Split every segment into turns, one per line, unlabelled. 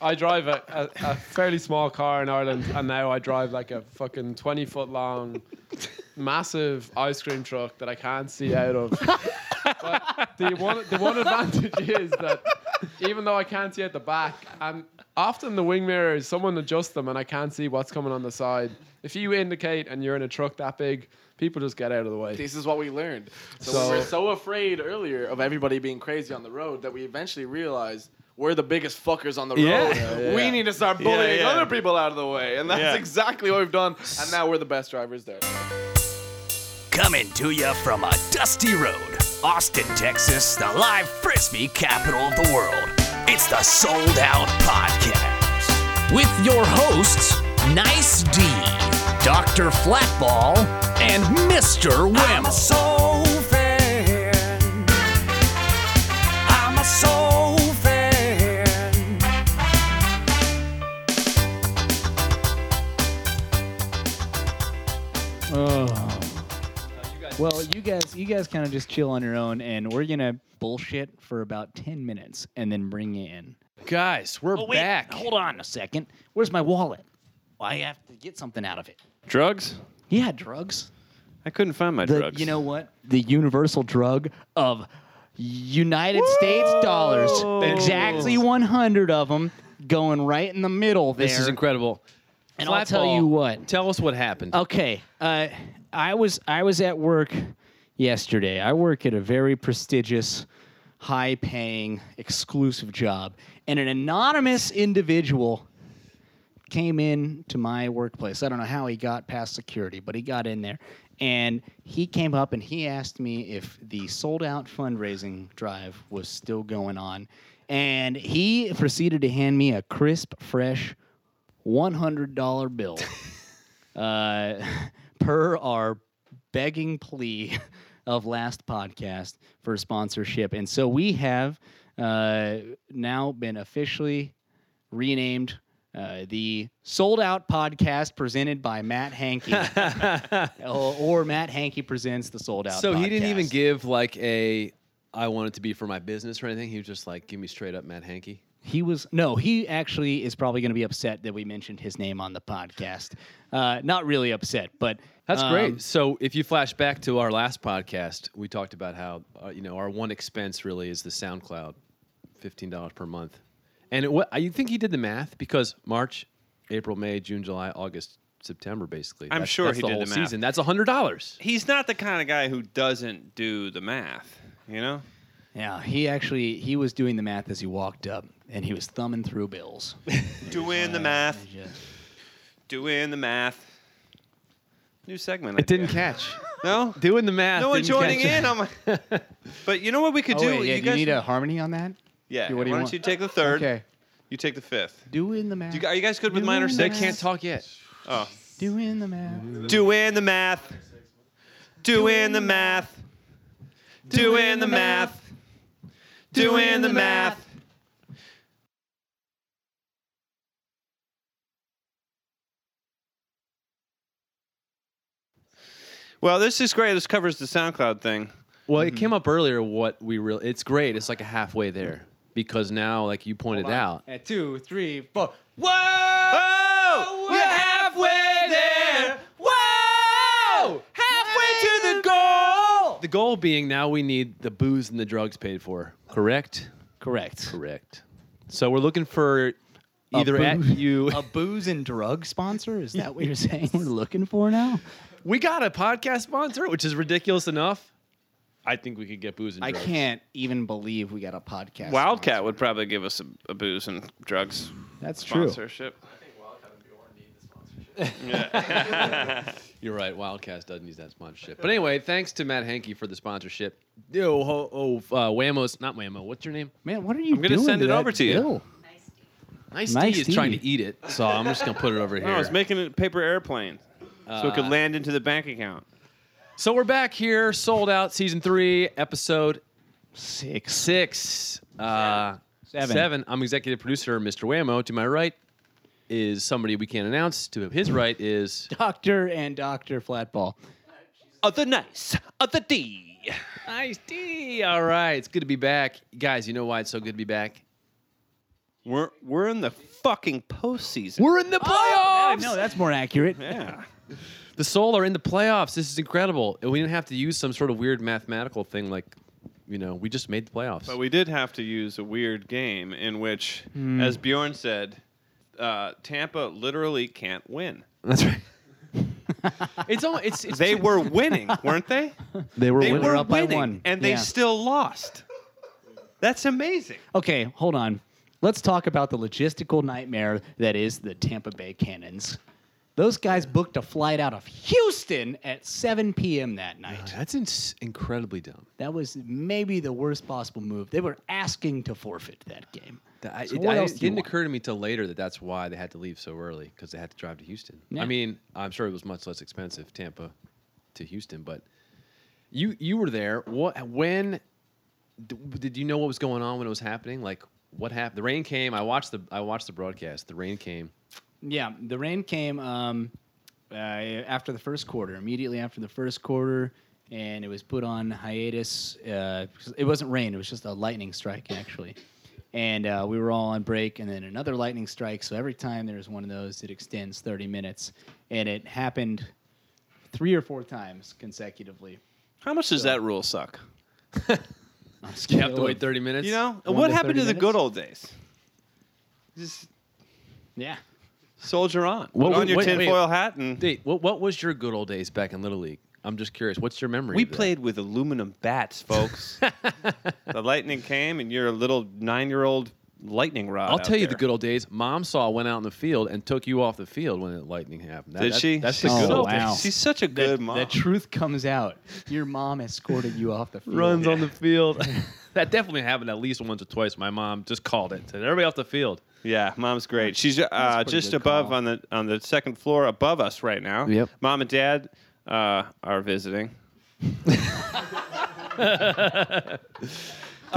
I drive a, a, a fairly small car in Ireland, and now I drive like a fucking twenty foot long, massive ice cream truck that I can't see out of. but the one the one advantage is that even though I can't see at the back, and often the wing mirrors, someone adjusts them, and I can't see what's coming on the side. If you indicate and you're in a truck that big, people just get out of the way.
This is what we learned. So,
So-
we were so afraid earlier of everybody being crazy on the road that we eventually realized we're the biggest fuckers on the
Yeah.
road.
Yeah,
yeah.
We need to start bullying
yeah.
other people out of the way, and that's
Yeah.
exactly what we've done. And now we're the best drivers there.
Coming to you from a dusty road, Austin, Texas, the live frisbee capital of the world. It's the Sold Out Podcast with your hosts, Nice D, Dr. Flatball, and Mr. Wim. I'm a soul fan. I'm a soul fan.
Well, you guys, you guys kind of just chill on your own, and we're gonna bullshit for about ten minutes, and then bring you in. Guys, we're
wait,
back. Hold on a second. Where's my wallet? Well, I have to get something out of it.
Drugs?
Yeah, drugs.
I couldn't find my
The,
drugs.
You know what? The universal drug of United States dollars. Exactly 100 of them going right in the middle there.
This is incredible.
And I'll tell you what.
Tell us what happened.
Okay, uh, I was I was at work yesterday. I work at a very prestigious, high-paying, exclusive job, and an anonymous individual came in to my workplace. I don't know how he got past security, but he got in there, and he came up and he asked me if the sold-out fundraising drive was still going on, and he proceeded to hand me a crisp, fresh, one hundred dollar bill uh, per our begging plea of last podcast for sponsorship. And so we have uh, now been officially renamed uh, the Sold Out Podcast presented by Matt Hankey. or, or Matt Hankey presents the Sold Out
So he didn't even
Podcast.
give like a I want it to be for my business or anything. He was just like, give me straight up Matt Hankey.
He was no. He actually is probably going to be upset that we mentioned his name on the podcast. Uh, not really upset, but
That's
um,
great. So if you flash back to our last podcast, we talked about how uh, you know our one expense really is the SoundCloud, fifteen dollars per month, and it, what you think he did the math because March, April, May, June, July, August, September, basically.
I'm
That's-
sure
that's
he
the
did
whole
the math.
season. That's hundred dollars.
he's not the kind of guy who doesn't do the math. You know,
Yeah, he actually he was doing the math as he walked up, and he was thumbing through bills.
doing the math,
He just-
doing the math. New segment.
It didn't
idea.
catch.
No,
Doing the math.
no one
didn't
joining
catch it.
in. I'm. but you know what we could
oh,
do?
wait, yeah, do you
you guys,
need a harmony on that?
yeah.
what do you
why
want?
don't you take the third?
Okay,
You take the fifth.
doing the math.
Do you, are you guys good with
Doing
minor
the
They
six?
can't talk yet.
Oh.
doing the math.
Doing the math. Doing the math. Doing the math. Doing the math. Well, this is great. This covers the SoundCloud thing.
Well,
Mm-hmm.
it came up earlier. What we real? It's great. It's like a halfway there because now, like you pointed out,
At two, three, four.
Oh, we're halfway there. Whoa! Halfway to the goal.
The goal being now we need the booze and the drugs paid for. Correct?
Correct.
Correct. So we're looking for either
boo-
at you.
A booze and drug sponsor? Is that what you're saying we're looking for now?
we got a podcast sponsor, which is ridiculous enough. I think we could get booze and
I
drugs.
can't even believe we got a podcast.
Wildcat would probably give us a, a booze and drugs
sponsor. That's true.
sponsorship.
You're right. Wildcast doesn't use that sponsorship. But anyway, thanks to Matt Hankey for the sponsorship. Yo, ho, oh, uh, Whamos, not Whammo. What's your name?
Man, what are you
I'm gonna
doing?
send it
that
over to you.
bill?
Nice,
Nice
D is
D.
trying to eat it, so I'm just gonna put it over here.
No, I was making a paper airplane so it could land into the bank account.
so we're back here, sold out, season three, episode
Six.
six. Uh,
Seven.
Seven. I'm executive producer, Mr. Whammo. To my right is somebody we can't announce. To his right is
Doctor and Doctor Flatball.
Other nice, other D.
Ice D. All right, it's good to be back, guys. You know why it's so good to be back?
We're we're in the fucking postseason.
We're in the
Oh,
playoffs.
Yeah, no, that's more accurate.
yeah.
the Soul are in the playoffs. This is incredible. And we didn't have to use some sort of weird mathematical thing like, you know, we just made the playoffs.
But we did have to use a weird game in which,
Hmm.
as Bjorn said, uh, Tampa literally can't win.
That's right. it's all it's, it's
They
too-
were winning, weren't they?
they were
They
winning.
were
up by
winning,
one.
and they
Yeah.
still lost. That's amazing.
Okay, hold on. Let's talk about the logistical nightmare that is the Tampa Bay Cannons. Those guys booked a flight out of Houston at 7 p.m. that night.
That's ins incredibly dumb.
That was maybe the worst possible move. They were asking to forfeit that game.
That- I-
So
it,
what
I-
else
it
do you
didn't
want?
occur to me till later that that's why they had to leave so early because they had to drive to Houston.
Yeah.
I mean, I'm sure it was much less expensive Tampa to Houston, but you you were there. What when d- did you know what was going on when it was happening? Like what happened? The rain came. I watched the I watched the broadcast. The rain came.
Yeah, the rain came um, uh, after the first quarter, immediately after the first quarter, and it was put on hiatus. Uh, 'cause it wasn't rain; it was just a lightning strike, actually. And uh, we were all on break, and then another lightning strike. So every time there's one of those, it extends 30 minutes, and it happened three or four times consecutively.
How much does that rule suck?
You have to wait 30 minutes.
You know,
One
what
to
happened
30
to the
minutes?
good old days? Just
Yeah.
soldier on.
What
Put on
was-
your
wait, wait.
tinfoil hat and
Date. What what was your good old days back in Little League? I'm just curious. What's your memory?
We
of that?
played with aluminum bats, folks. the lightning came, and you're a little nine-year-old lightning rod.
I'll
out
tell you the
there.
good old days. Mom saw went out in the field and took you off the field when the lightning happened. That-
Did
that-
she? Oh,
That's the
She's
good
so
old days.
wow.
She's such a good mom.
The truth comes out. Your mom escorted you off the field.
runs on the field. that definitely happened at least once or twice. My mom just called it. Said everybody off the field.
yeah, mom's great. She's uh,
pretty
just
good
above
call.
on the on the second floor above us right now.
Yep.
Mom and dad uh, are visiting. Did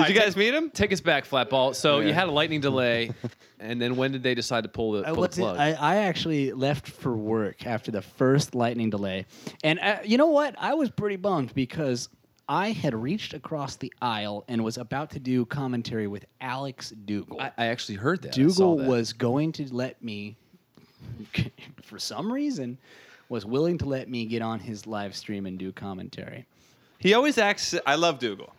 you guys meet him?
Take us back, flatball. So
Yeah.
you had a lightning delay, and then when did they decide to pull the,
I,
pull the
what's it-
plug?
I, I actually left for work after the first lightning delay. And uh you know what? I was pretty bummed because I had reached across the aisle and was about to do commentary with Alex Dougal.
I, I actually heard that. I saw
Dougal
that.
was going to let me, for some reason, was willing to let me get on his live stream and do commentary.
He always acts. I love Dougal.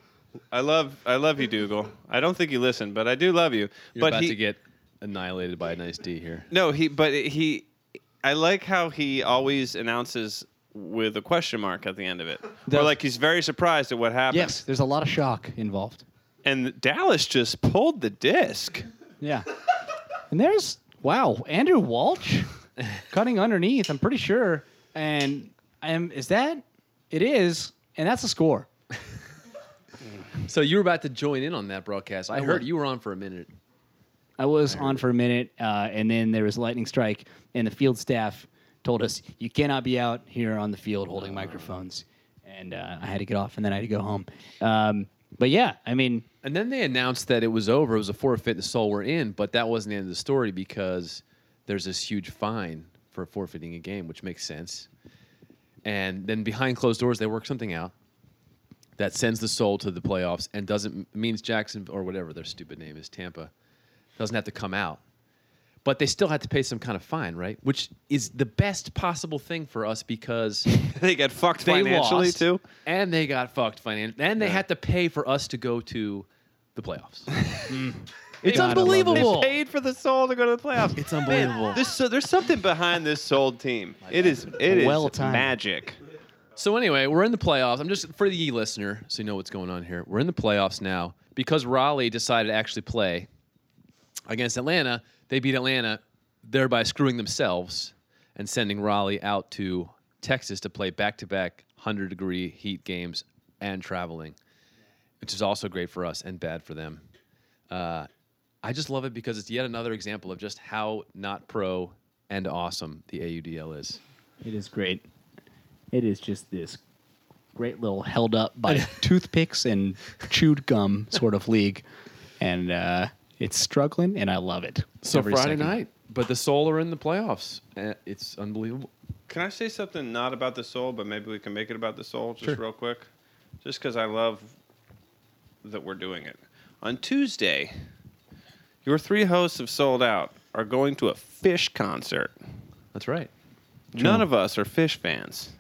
I love I love you, Dougal. I don't think you listen, but I do love you.
You're
but
about
he,
to get annihilated by a nice D here.
No, he. But he. I like how he always announces with a question mark at the end of it, or
Does-
like he's very surprised at what happened.
Yes, there's a lot of shock involved.
And Dallas just pulled the disc.
Yeah. and there's wow, Andrew Walsh cutting underneath, I'm pretty sure. And um, is that it is, and that's a score.
So you were about to join in on that broadcast. I heard you were on for a minute.
I was on for a minute, uh, and then there was a lightning strike, and the field staff told us you cannot be out here on the field holding microphones. And uh, I had to get off, and then I had to go home. Um, but yeah, I mean,
And then they announced that it was over. It was a forfeit. and The soul were in, but that wasn't the end of the story because there's this huge fine for forfeiting a game, which makes sense. And then behind closed doors, they work something out that sends the soul to the playoffs and doesn't means Jackson or whatever their stupid name is, Tampa, doesn't have to come out. But they still had to pay some kind of fine, right? Which is the best possible thing for us because
they got fucked
they
financially
lost,
too.
and they got fucked financially, and they had to pay for us to go to the playoffs. It's
God, I love this.
unbelievable.
Paid for the soul to go to the playoffs.
It's unbelievable.
There's so, there's something behind this soul team. It is it is
Well-timed.
magic.
So anyway, we're in the playoffs. I'm just for the listener, so you know what's going on here. We're in the playoffs now because Raleigh decided to actually play against Atlanta. They beat Atlanta, thereby screwing themselves and sending Raleigh out to Texas to play back-to-back 100-degree heat games and traveling, which is also great for us and bad for them. Uh, I just love it because it's yet another example of just how not pro and awesome the AUDL is.
It is great. It is just this great little held up by toothpicks and chewed gum sort of league, and uh, it's struggling, and I love it.
So
every
Friday
second.
night, but the Soul are in the playoffs. Eh, It's unbelievable.
Can I say something not about the soul, but maybe we can make it about the soul just real quick? Just because I love that we're doing it. On Tuesday, Your three hosts have sold out. Are going to a fish concert.
That's right.
None of us are fish fans.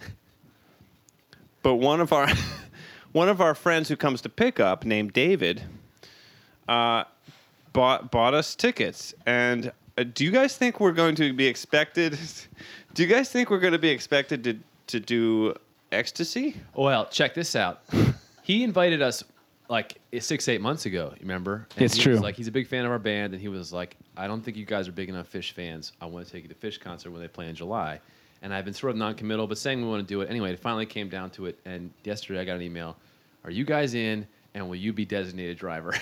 But one of our one of our friends who comes to pick up, named David, uh, bought bought us tickets. And uh, do you guys think we're going to be expected? Do you guys think we're going to be expected to to do ecstasy?
Well, check this out. He invited us like six, eight months ago. you Remember? And
It's
he
true.
Was like he's a big fan of our band, and he was like, "I don't think you guys are big enough Fish fans. I want to take you to Fish concert when they play in July." And I've been sort of non-committal, but saying we want to do it anyway. It finally came down to it, and yesterday I got an email: "Are you guys in? And will you be designated driver?"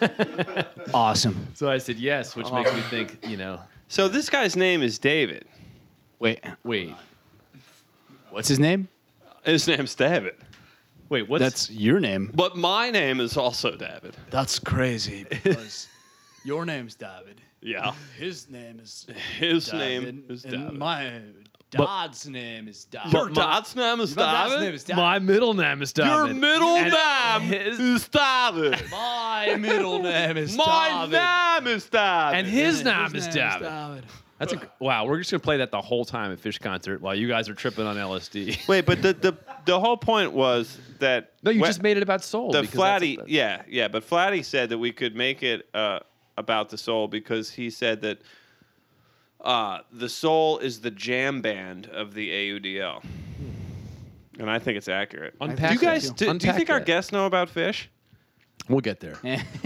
Awesome.
so I said yes, which makes me think, you know,
So this guy's name is David.
Wait,
wait,
what's his name?
His name's David.
wait, what's
That's your name.
But my name is also David.
That's crazy because your name's David.
Yeah.
His name is
His
David,
name is
and
David.
My dad's name is David.
Your dad's name is
My dad's
David?
name is David.
my middle name is
Your
David.
middle
And
name
his-
is David.
My middle name is
My
David.
name is David.
and his name is David. That's a wow. We're just gonna play that the whole time at Fish concert while you guys are tripping on LSD.
Wait, but the, the the whole point was that
no, you
wh-
just made it about soul.
the
because that's-
Flatty. Yeah, yeah, but Flatty said that we could make it uh, about the soul because he said that uh, the soul is the jam band of the AUDL, and I think it's accurate.
Unpack
do you
that.
guys do, do you
Unpack
think our
that.
guests know about fish?
We'll get there.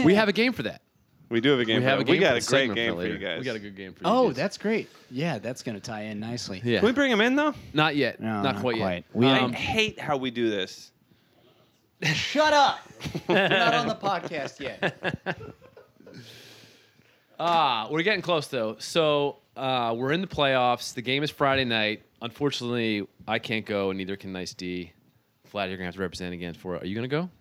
we have a game for that.
We do have a game.
We have
for
a
that.
game.
we got
for the
a great
segment
game for
later.
you guys.
We got a good game for you.
Oh,
guys.
that's great. Yeah, that's going to tie in nicely.
yeah.
Can we bring him in though?
not yet.
No,
not,
not
quite,
quite.
yet.
We
I
Um,
hate how we do this.
Shut up. You're not on the podcast yet.
Ah, we're getting close though. So uh, we're in the playoffs. The game is Friday night. Unfortunately, I can't go, and neither can Nice D. Flat, you're gonna have to represent again for it. Are you gonna go?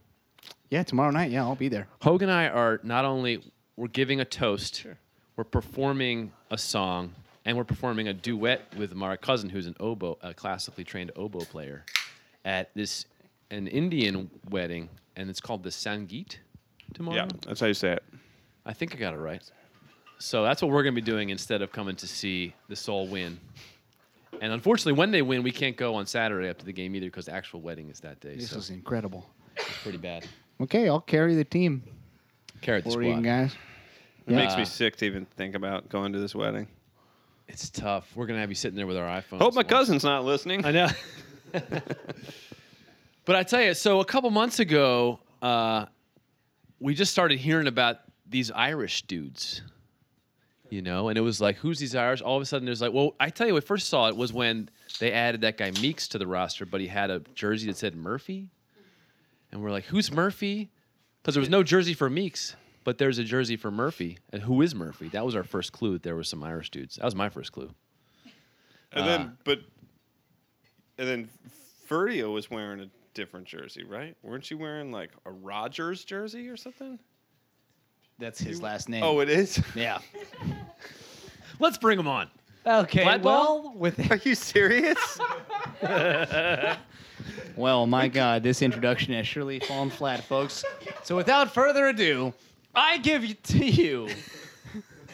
Yeah, tomorrow night. Yeah, I'll be there.
Hogue and I are not only we're giving a toast, we're performing a song, and we're performing a duet with my cousin, who's an oboe, a classically trained oboe player, at this an Indian wedding, and it's called the Sangeet tomorrow.
Yeah, that's how you say it.
I think I got it right. So that's what we're going to be doing instead of coming to see the Soul win. And unfortunately, when they win, we can't go on Saturday after the game either because the actual wedding is that day.
This
so
was incredible.
it's pretty bad.
Okay, I'll carry the team
Carrot the
for you
squad.
guys.
It makes me
Uh,
sick to even think about going to this wedding.
It's tough. We're gonna have you sitting there with our iPhones.
Hope my
watching-
cousin's not listening.
I know. but I tell you, so a couple months ago, uh, we just started hearing about these Irish dudes, you know, and it was like, who's these Irish? All of a sudden, there's like, well, I tell you, what first saw it was when they added that guy Meeks to the roster, but he had a jersey that said Murphy, and we're like, who's Murphy? Because there was no jersey for Meeks. But there's a jersey for Murphy, and who is Murphy? That was our first clue that there were some Irish dudes. That was my first clue.
And then, but, and then Ferdio was wearing a different jersey, right? Weren't you wearing like a Rogers jersey or something?
That's his last name.
Oh, it is.
yeah.
Let's bring them on.
Okay.
Gladwell?
Well, with
Are you serious?
Well, my God, this introduction has surely fallen flat, folks. So, without further ado, I give you- to you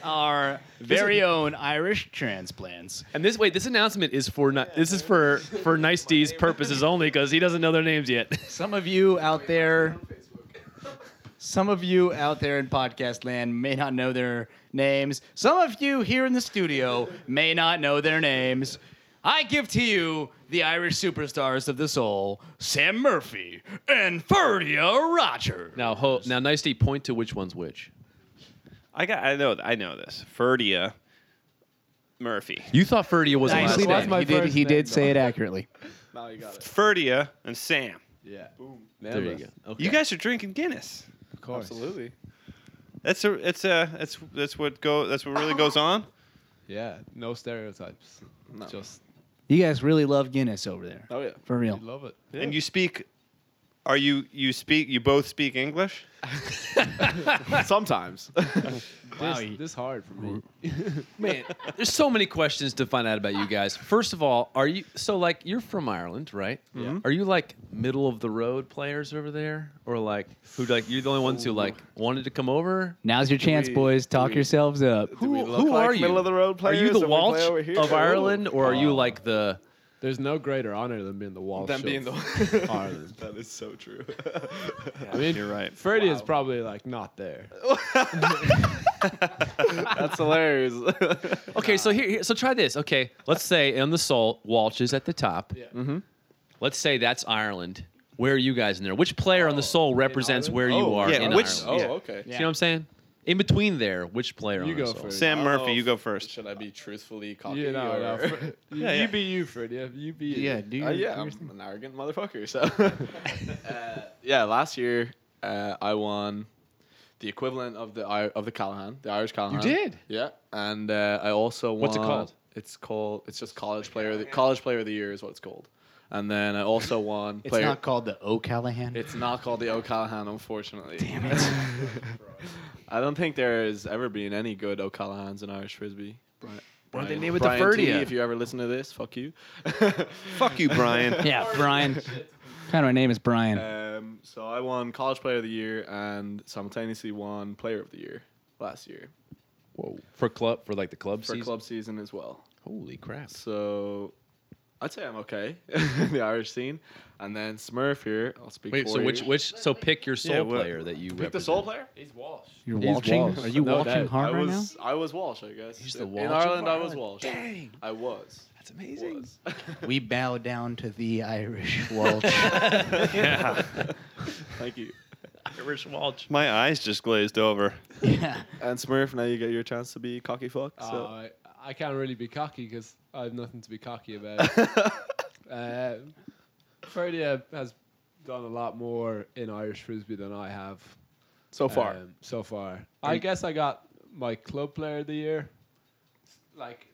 our very own Irish transplants.
And this wait, this announcement is for not, this is for for Nice D's purposes only because he doesn't know their names yet.
Some of you out there, some of you out there in podcast land may not know their names. Some of you here in the studio may not know their names. I give to you the Irish superstars of the soul, Sam Murphy and Ferdia Rogers.
now, ho, now Nice D, point to which one's which.
I got. I know. I know this. Ferdia Murphy.
You thought Ferdia was
Nicely
Well, that's
done.
my
He did,
first
he
name,
did
though.
say it accurately.
Now you got it.
Ferdia and Sam.
Yeah. Boom.
There you go. Okay.
You guys are drinking Guinness.
Of course.
Absolutely.
That's a. It's a. That's that's what go. That's what really goes on.
Yeah. No stereotypes. Just
You guys really love Guinness over there.
Oh yeah.
For
we
real.
love it.
And you speak Are you you speak you both speak English?
Sometimes.
Wow,
This, this hard for me.
Man, there's so many questions to find out about you guys. First of all, are you so like you're from Ireland, right? Yeah. Are you like middle of the road players over there, or like who like you're the only ones who like wanted to come over?
Now's your chance,
we-
boys. Talk
we-
yourselves up.
Do we
Who-
look
who
like
are you?
Middle of the road
Are
players.
you
and
the
we play
Walsh
over here?
of
Ooh.
Ireland, or are you like the
There's no greater honor than being the Walsh.
Them
of
being the
Ireland.
that is so true.
I mean,
You're right.
Freddie is probably like not there.
That's hilarious.
Okay, so here, here- so try this. Okay, let's say on the salt, Walsh is at the top.
Yeah.
Let's say that's Ireland. Where are you guys in there? Which player on the soul represents
Ireland?
where you
Oh,
are
yeah,
in
which-
Ireland?
oh,
Yeah.
okay.
See what I'm saying? In between there, which player
You
on
go
the soul?
first.
Sam
I don't
Murphy,
know
you
if-
go first.
Should I be truthfully cocky?
You know, no,
or-
Fre- you,
Yeah, yeah.
you be you, Freddie. You be you.
Yeah, do
Uh,
your,
yeah, I'm an arrogant motherfucker. So, uh, yeah, last year uh, I won the equivalent of the I- of the Callahan, the Irish Callahan.
did?
yeah. And uh, I also won.
What's it called?
It's called. It's just college player. Of the, college player of the year is what it's called. And then I also won.
It's
player,
not called the O'Callahan.
It's not called the O'Callahan, unfortunately. Damn it! I don't think there has ever been any good O'Callahans in Irish frisbee. Brian,
don't they
Brian-
name it the
Brian T,
Ferdia?
If you ever listen to this, fuck you.
Fuck you, Brian.
yeah, Brian. kind of my name is Brian.
Um, so I won College Player of the Year and simultaneously won Player of the Year last year
Whoa. For club, for like the club
for
season.
club season as well.
Holy crap!
So I'd say I'm okay in the Irish scene. And then Smurf here, I'll speak
Wait,
for
so
you.
which which so pick your soul
Yeah, well,
player that you
pick
represent.
the soul player?
He's Walsh.
You're
He's
watching?
Walsh.
Are you
No
watching
doubt.
hard
I
right now?
was I was Walsh, I guess.
He's the
in
Walsh of
Ireland, I was
Ireland.
Walsh.
Dang.
I was.
That's amazing.
Was.
We bow down to the Irish Walsh.
Thank you.
My eyes just glazed over.
yeah.
And Smurf, now you get your chance to be cocky fuck. So
Oh,
Uh,
I, I can't really be cocky because I have nothing to be cocky about. uh, Freddie uh, has done a lot more in Irish frisbee than I have
so far.
um, so far, I guess I got my club player of the year. Like,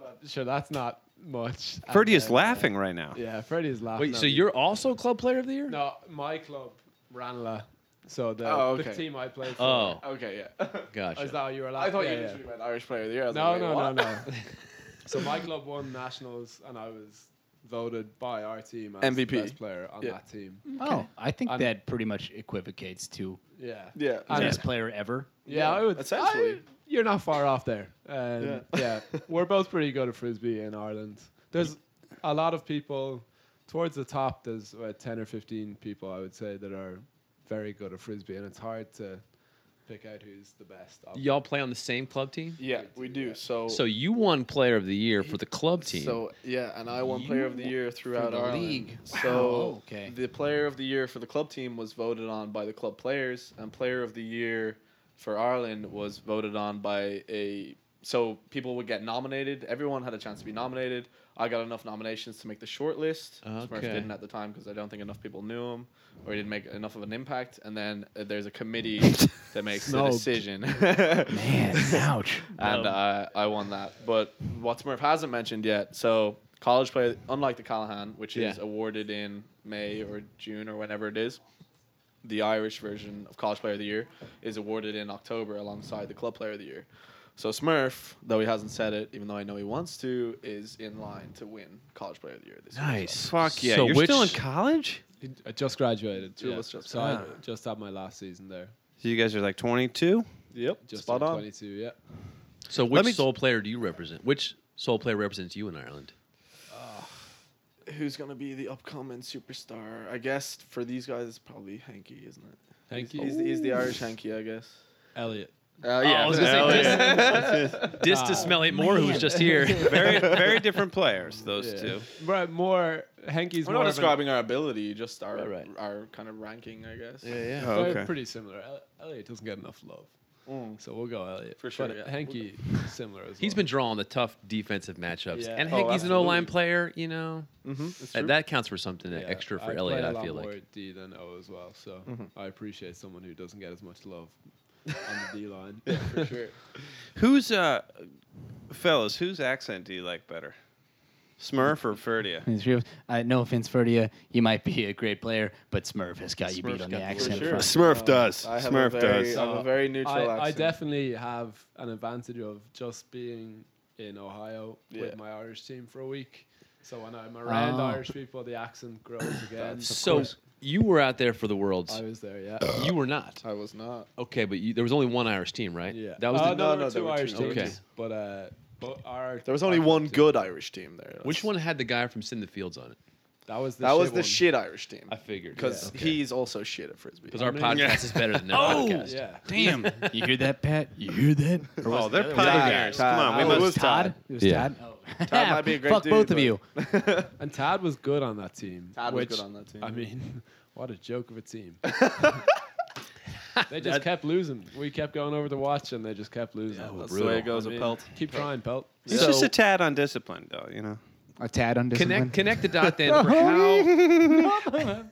well, sure, that's not much. And
Ferdy is
then, uh,
laughing right now.
Yeah, Freddie is laughing.
Wait,
at
so
me.
you're also club player of the year?
no my club, Ranelagh. So the,
Oh,
the
okay.
team I played for.
Oh,
okay, yeah.
is
gotcha.
that what you were laughing?
I thought
yeah,
you
yeah.
literally meant Irish player of the year. I was
No,
like, wait,
no,
what?
no, no. so my club won nationals, and I was voted by our team as
MVP.
the best player on
Yeah. Mm.
that team.
Oh, I think
I'm-
that pretty much equivocates to
Yeah,
Yeah.
And-
best player ever.
yeah. I would.
essentially.
I- you're not far off there. Um, yeah, we're both pretty good at frisbee in Ireland. There's a lot of people towards the top. There's about ten or fifteen people I would say that are very good at frisbee, and it's hard to pick out who's the best. of-
Y'all play on the same club team?
Yeah, we do. So,
So you won player of the year for the club team.
so yeah, and I won player of the year throughout
the
Ireland.
league.
So
Wow, okay.
the player of the year for the club team was voted on by the club players, and player of the year for Ireland was voted on by a. So people would get nominated. Everyone had a chance to be nominated. I got enough nominations to make the short list. Smurf
Okay.
didn't at the time because I don't think enough people knew him or he didn't make enough of an impact. And then uh, there's a committee that makes the
Snubbed.
decision.
Man, ouch.
and I, I won that. But what Smurf hasn't mentioned yet, so college player, unlike the Callahan, which is
Yeah.
awarded in May or June or whenever it is, the Irish version of college player of the year is awarded in October alongside the club player of the year. So Smurf, though he hasn't said it, even though I know he wants to, is in line to win college player of the year this year.
nice.
Fuck yeah.
So
You're
which,
still in college?
I just graduated.
Two of
yeah.
us just
so I
graduated.
just had my last season there.
So you guys are like 22?
Yep,
Just
spot
turned
on.
22, yeah.
So
Let
which
me-
soul player do you represent? Which soul player represents you in Ireland?
Who's gonna be the upcoming superstar? I guess for these guys, it's probably Hanky, isn't it?
Thank
He's, the, he's the Irish Hanky, I guess.
Elliot.
Uh, yeah,
I was
Hell
gonna say
yeah.
Dis
Ah,
to Smelly Moore, who was just here.
Very, very different players, those two.
Right, more Henke's more
We're not
of an-
describing our ability, just our
Right, right.
our kind of ranking, I guess.
yeah.
Oh,
They're
okay.
pretty similar. El- Elliot doesn't get enough love.
Mm.
So we'll go Elliot.
For sure,
But
yeah.
Henke similar as
He's
well.
been drawing the tough defensive matchups.
Yeah.
And
Oh, Mm-hmm.
heck, he's an O line
absolutely.
player, you know. That, that counts for something
Yeah,
extra for
I
Elliot,
played a
I
lot
feel
more
like.
D than O as well, so
Mm-hmm.
I appreciate someone who doesn't get as much love on the D line.
for sure.
Who's, uh, fellas, whose accent do you like better? Smurf or Ferdia?
It's real- Uh, no offense, Ferdia, you might be a great player, but Smurf has got you beat
Smurf's
on
got
the
the- for
accent.
sure. Um,
front.
Smurf does.
I have
Smurf
a very,
does.
I have a very neutral
I,
accent.
I definitely have an advantage of just being in Ohio
Yeah.
with my Irish team for a week. So when I'm around
Ah.
Oh.
Irish people, the accent grows again.
So you were out there for the Worlds.
I was there, yeah.
you were not.
I was not.
Okay, but you, there was only one Irish team, right?
Yeah.
That was
Uh,
the,
no,
no,
there
no,
were
there
two
were
Irish teams.
two
teams. Okay.
But uh but our
There was only
backup
one
team-
good Irish team there.
Which
That's-
one had the guy from Send the Fields on it?
That was the
That
shit
was the
one.
shit Irish team.
I figured.
Because he's also shit at frisbee.
Because our podcast is better than that podcast.
Oh! Yeah.
Damn. you hear that, Pat? You hear that? Or was
Oh, they're
Todd,
pioneers.
Todd.
Come on, we
Oh,
must.
it was Todd.
It was
Yeah.
Todd. Oh.
Todd might be a great
Fuck
dude,
both of
but-
you.
And Tad was good on that team.
Todd was
which,
good on that team.
I mean, what a joke of a team. they just kept losing. We kept going over to watch and they just kept losing.
that's
brutal.
the way it goes
I
with
mean,
Pelt.
Keep trying, Pelt.
It's
So-
just a tad undisciplined, though. You know.
A tad undisciplined.
Connect, connect the dot then for how.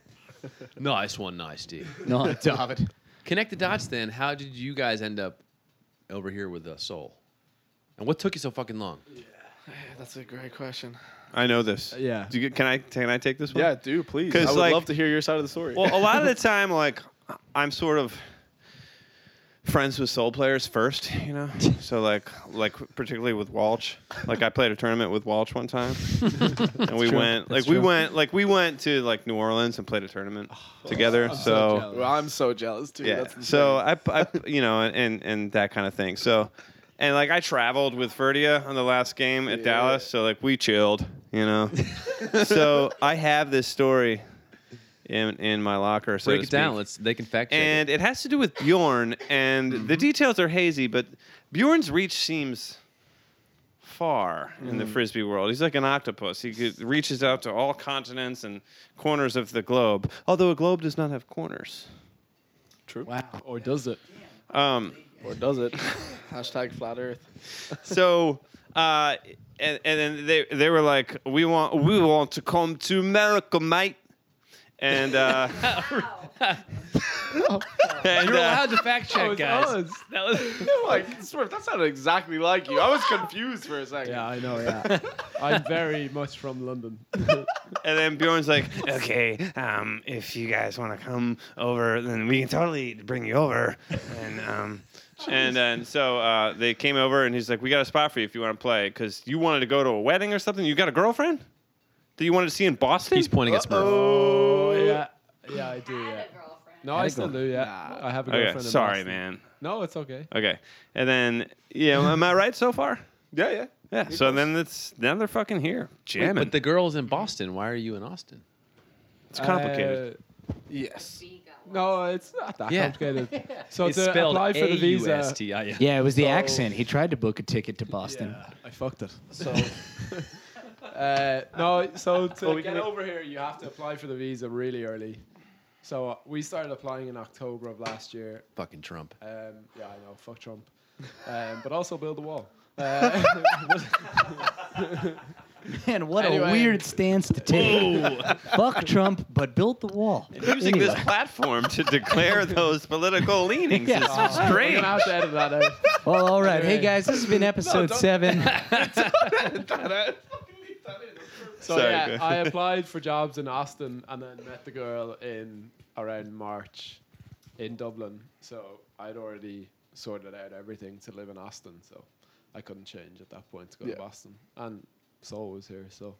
nice one, nice D.
No, David.
Connect the dots then. How did you guys end up over here with uh, Soul? And what took you so fucking long?
That's a great question.
I know this.
Yeah.
Do you, get- can I can I take this one?
Yeah, do please.
'Cause,
I would
like-
love to hear your side of the story.
Well, a lot of the time, like I'm sort of friends with soul players first, you know. So like, like particularly with Walsh. Like I played a tournament with Walsh one time, and we went like we went like we went to like New Orleans and played a tournament together.
Oh, so
so
jealous.
Well, I'm so jealous too.
yeah.
That's insane.
So I, I, you know, and and that kind of thing. So, and like I traveled with Ferdia on the last game at
Yeah.
Dallas. So like we chilled, you know. so I have this story in in my locker. So
Break
to
it down.
speak.
Let's they can fact check. it. Mm-hmm.
And it has to do with Bjorn, and the details are hazy, but Bjorn's reach seems far in
Mm.
the frisbee world. He's like an octopus. He could, reaches out to all continents and corners of the globe. Although a globe does not have corners.
Wow. Or does it?
Um,
or does it? Hashtag flat Earth.
so uh, and, and then they they were like, we want we want to come to America, mate. And uh, and,
You're
uh,
allowed to fact
Oh,
check, guys.
That was
No, like Smurf, that sounded exactly like you. I was confused for a second.
Yeah, I know, yeah. I'm very much from London.
and then Bjorn's like, okay, um, if you guys want to come over, then we can totally bring you over. And um, and then so uh, they came over, and he's like, we got a spot for you if you want to play, because you wanted to go to a wedding or something. You got a girlfriend that you wanted to see in Boston.
He's pointing at Smurf.
oh, yeah. Yeah, I do,
I
yeah.
had a girlfriend.
No, I still do, yeah. I have a girlfriend.
Okay,
in
sorry,
Boston.
man.
No, it's okay.
Okay, and then yeah, am I right so far?
yeah, yeah.
Yeah. So then it's now they're fucking here jamming.
But the girl's in Boston. Why are you in Austin?
it's complicated.
Uh,
Yes.
We got one.
No, it's not that
Yeah.
complicated. So
it's
to
spelled
apply for the visa,
A-U-S-T-I-N.
Yeah, it was the accent. He tried to book a ticket to Boston.
yeah, I fucked it.
So
Uh, no, so to
we
get
can-
over here, you have to apply for the visa really early. So uh, we started applying in October of last year.
Fucking Trump.
Um, yeah, I know, fuck Trump, um, but also build a wall. Uh,
Man, what
Anyway.
a weird stance to take. Fuck Trump, but built the wall.
Using
Anyway.
this platform to declare those political leanings
Yeah.
is
We're
strange.
gonna have to edit that out.
Well, all right. Hey
Anyway.
guys, this has been episode seven.
So
Sorry,
yeah,
go-
I applied for jobs in Austin and then met the girl in around March in Dublin. So I'd already sorted out everything to live in Austin. So I couldn't change at that point to go
Yeah.
to Boston. And Saul was here, so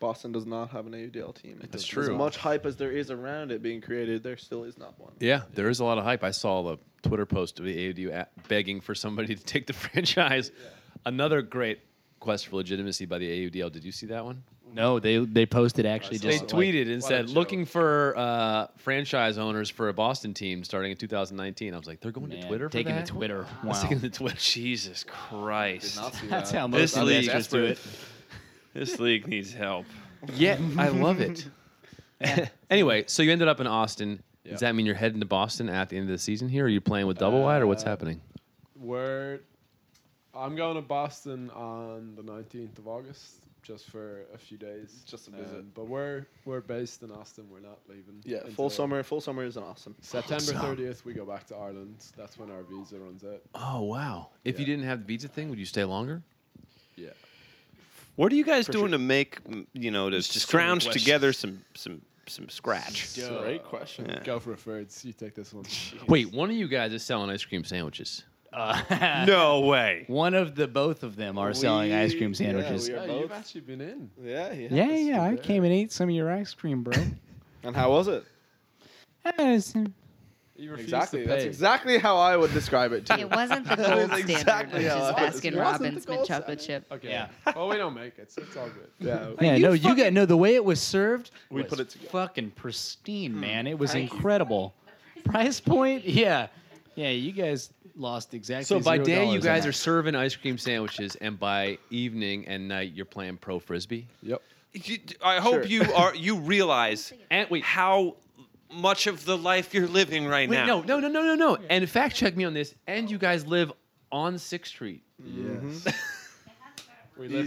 Boston does not have an AUDL team. That's
true.
As much hype as there is around it being created, there still is not one.
Yeah, there is a lot of hype. I saw the Twitter post of the AOD a- begging for somebody to take the franchise. Another great quest for legitimacy by the AUDL. Did you see that one?
No, they they posted actually
They
just like,
tweeted and
what a
said,
joke.
looking for uh, franchise owners for a Boston team starting in 2019. I was like, they're going to
man,
Twitter for
taking
that?
to Twitter.
I was
Wow.
taking to Twitter.
Jesus Christ.
That's how
This
most
league,
investors do it.
this league needs help.
Yeah, I love it. anyway, so you ended up in Austin.
Yeah.
Does that mean you're heading to Boston at the end of the season here? Are you playing with double wide or what's
Uh,
happening?
We're I'm going to Boston on the 19th of August just for a few days, Um,
Just a visit.
but we're we're based in Austin. We're not leaving.
Yeah,
until
full summer. Full summer is an awesome.
September 30th, we go back to Ireland. That's when our visa runs out.
Oh wow! If you
Yeah.
didn't have the visa thing, would you stay longer?
Yeah.
What are you guys doing to make mm, you know to
just
scrounge
some questions.
together some some some scratch?
Great question.
Go for it, Ferds. You take this one.
Wait, one of you guys is selling ice cream sandwiches.
uh, No way.
One of the both of them are selling
We-
ice cream
yeah, we
sandwiches.
are-
Yeah,
Yeah,
both.
you've actually been in.
Yeah, he
yeah,
has.
I came and ate some of your ice cream, bro.
And how was it?
That is-
You refused
Exactly.
to
That's
pay.
exactly how I would describe it too.
It wasn't the gold standard,
exactly
which is
how I was. It
Baskin
wasn't the
Robbins mint
gold
chocolate chip.
Okay.
Yeah.
Well, we don't make it, so it's all good.
yeah.
yeah, no, you got no. The way it was served,
We
was
put it together.
fucking
Hmm.
pristine, man. It was incredible. Price point, yeah, yeah. You guys lost exactly.
So by
zero
day
dollars
you
on
guys
that.
are serving ice cream sandwiches, and by evening and night you're playing pro frisbee.
Yep.
You- I
Sure.
hope you are you realize
And wait,
how much of the life you're living right
wait,
now.
no, no, no, no, no, no. And fact check me on this. And you guys live on Sixth Street.
We live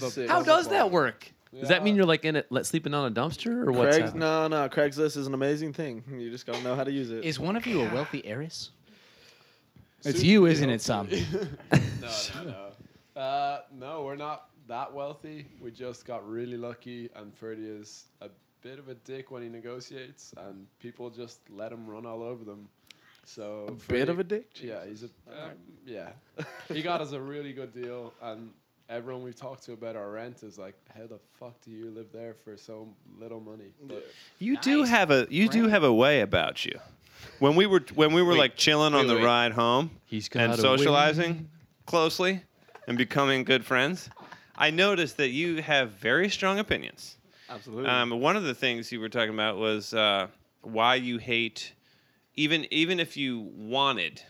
You
up
sick.
How
How
does
does
that work? Does that mean
Yeah.
you're like in it, let sleeping on a dumpster or what's
Craig's,
that?
no, no. Craigslist is an amazing thing. You just gotta know how to use it.
Is one of you a wealthy heiress? It's you, isn't it, Sam?
No, no, no. Uh, no, we're not that wealthy. We just got really lucky, and Ferdy is a bit of a dick when he negotiates, and people just let him run all over them. So a
bit of a dick?
Yeah, he's a um, yeah. he got us a really good deal, and everyone we've talked to about our rent is like, "How the fuck do you live there for so little money?" But
You do have a you do have a way about you. When we were when we were like chilling on
wait,
the
wait.
ride home
He's got
and
a
socializing closely and becoming good friends, I noticed that you have very strong opinions.
Absolutely.
Um, one of the things you were talking about was uh, why you hate, even even if you wanted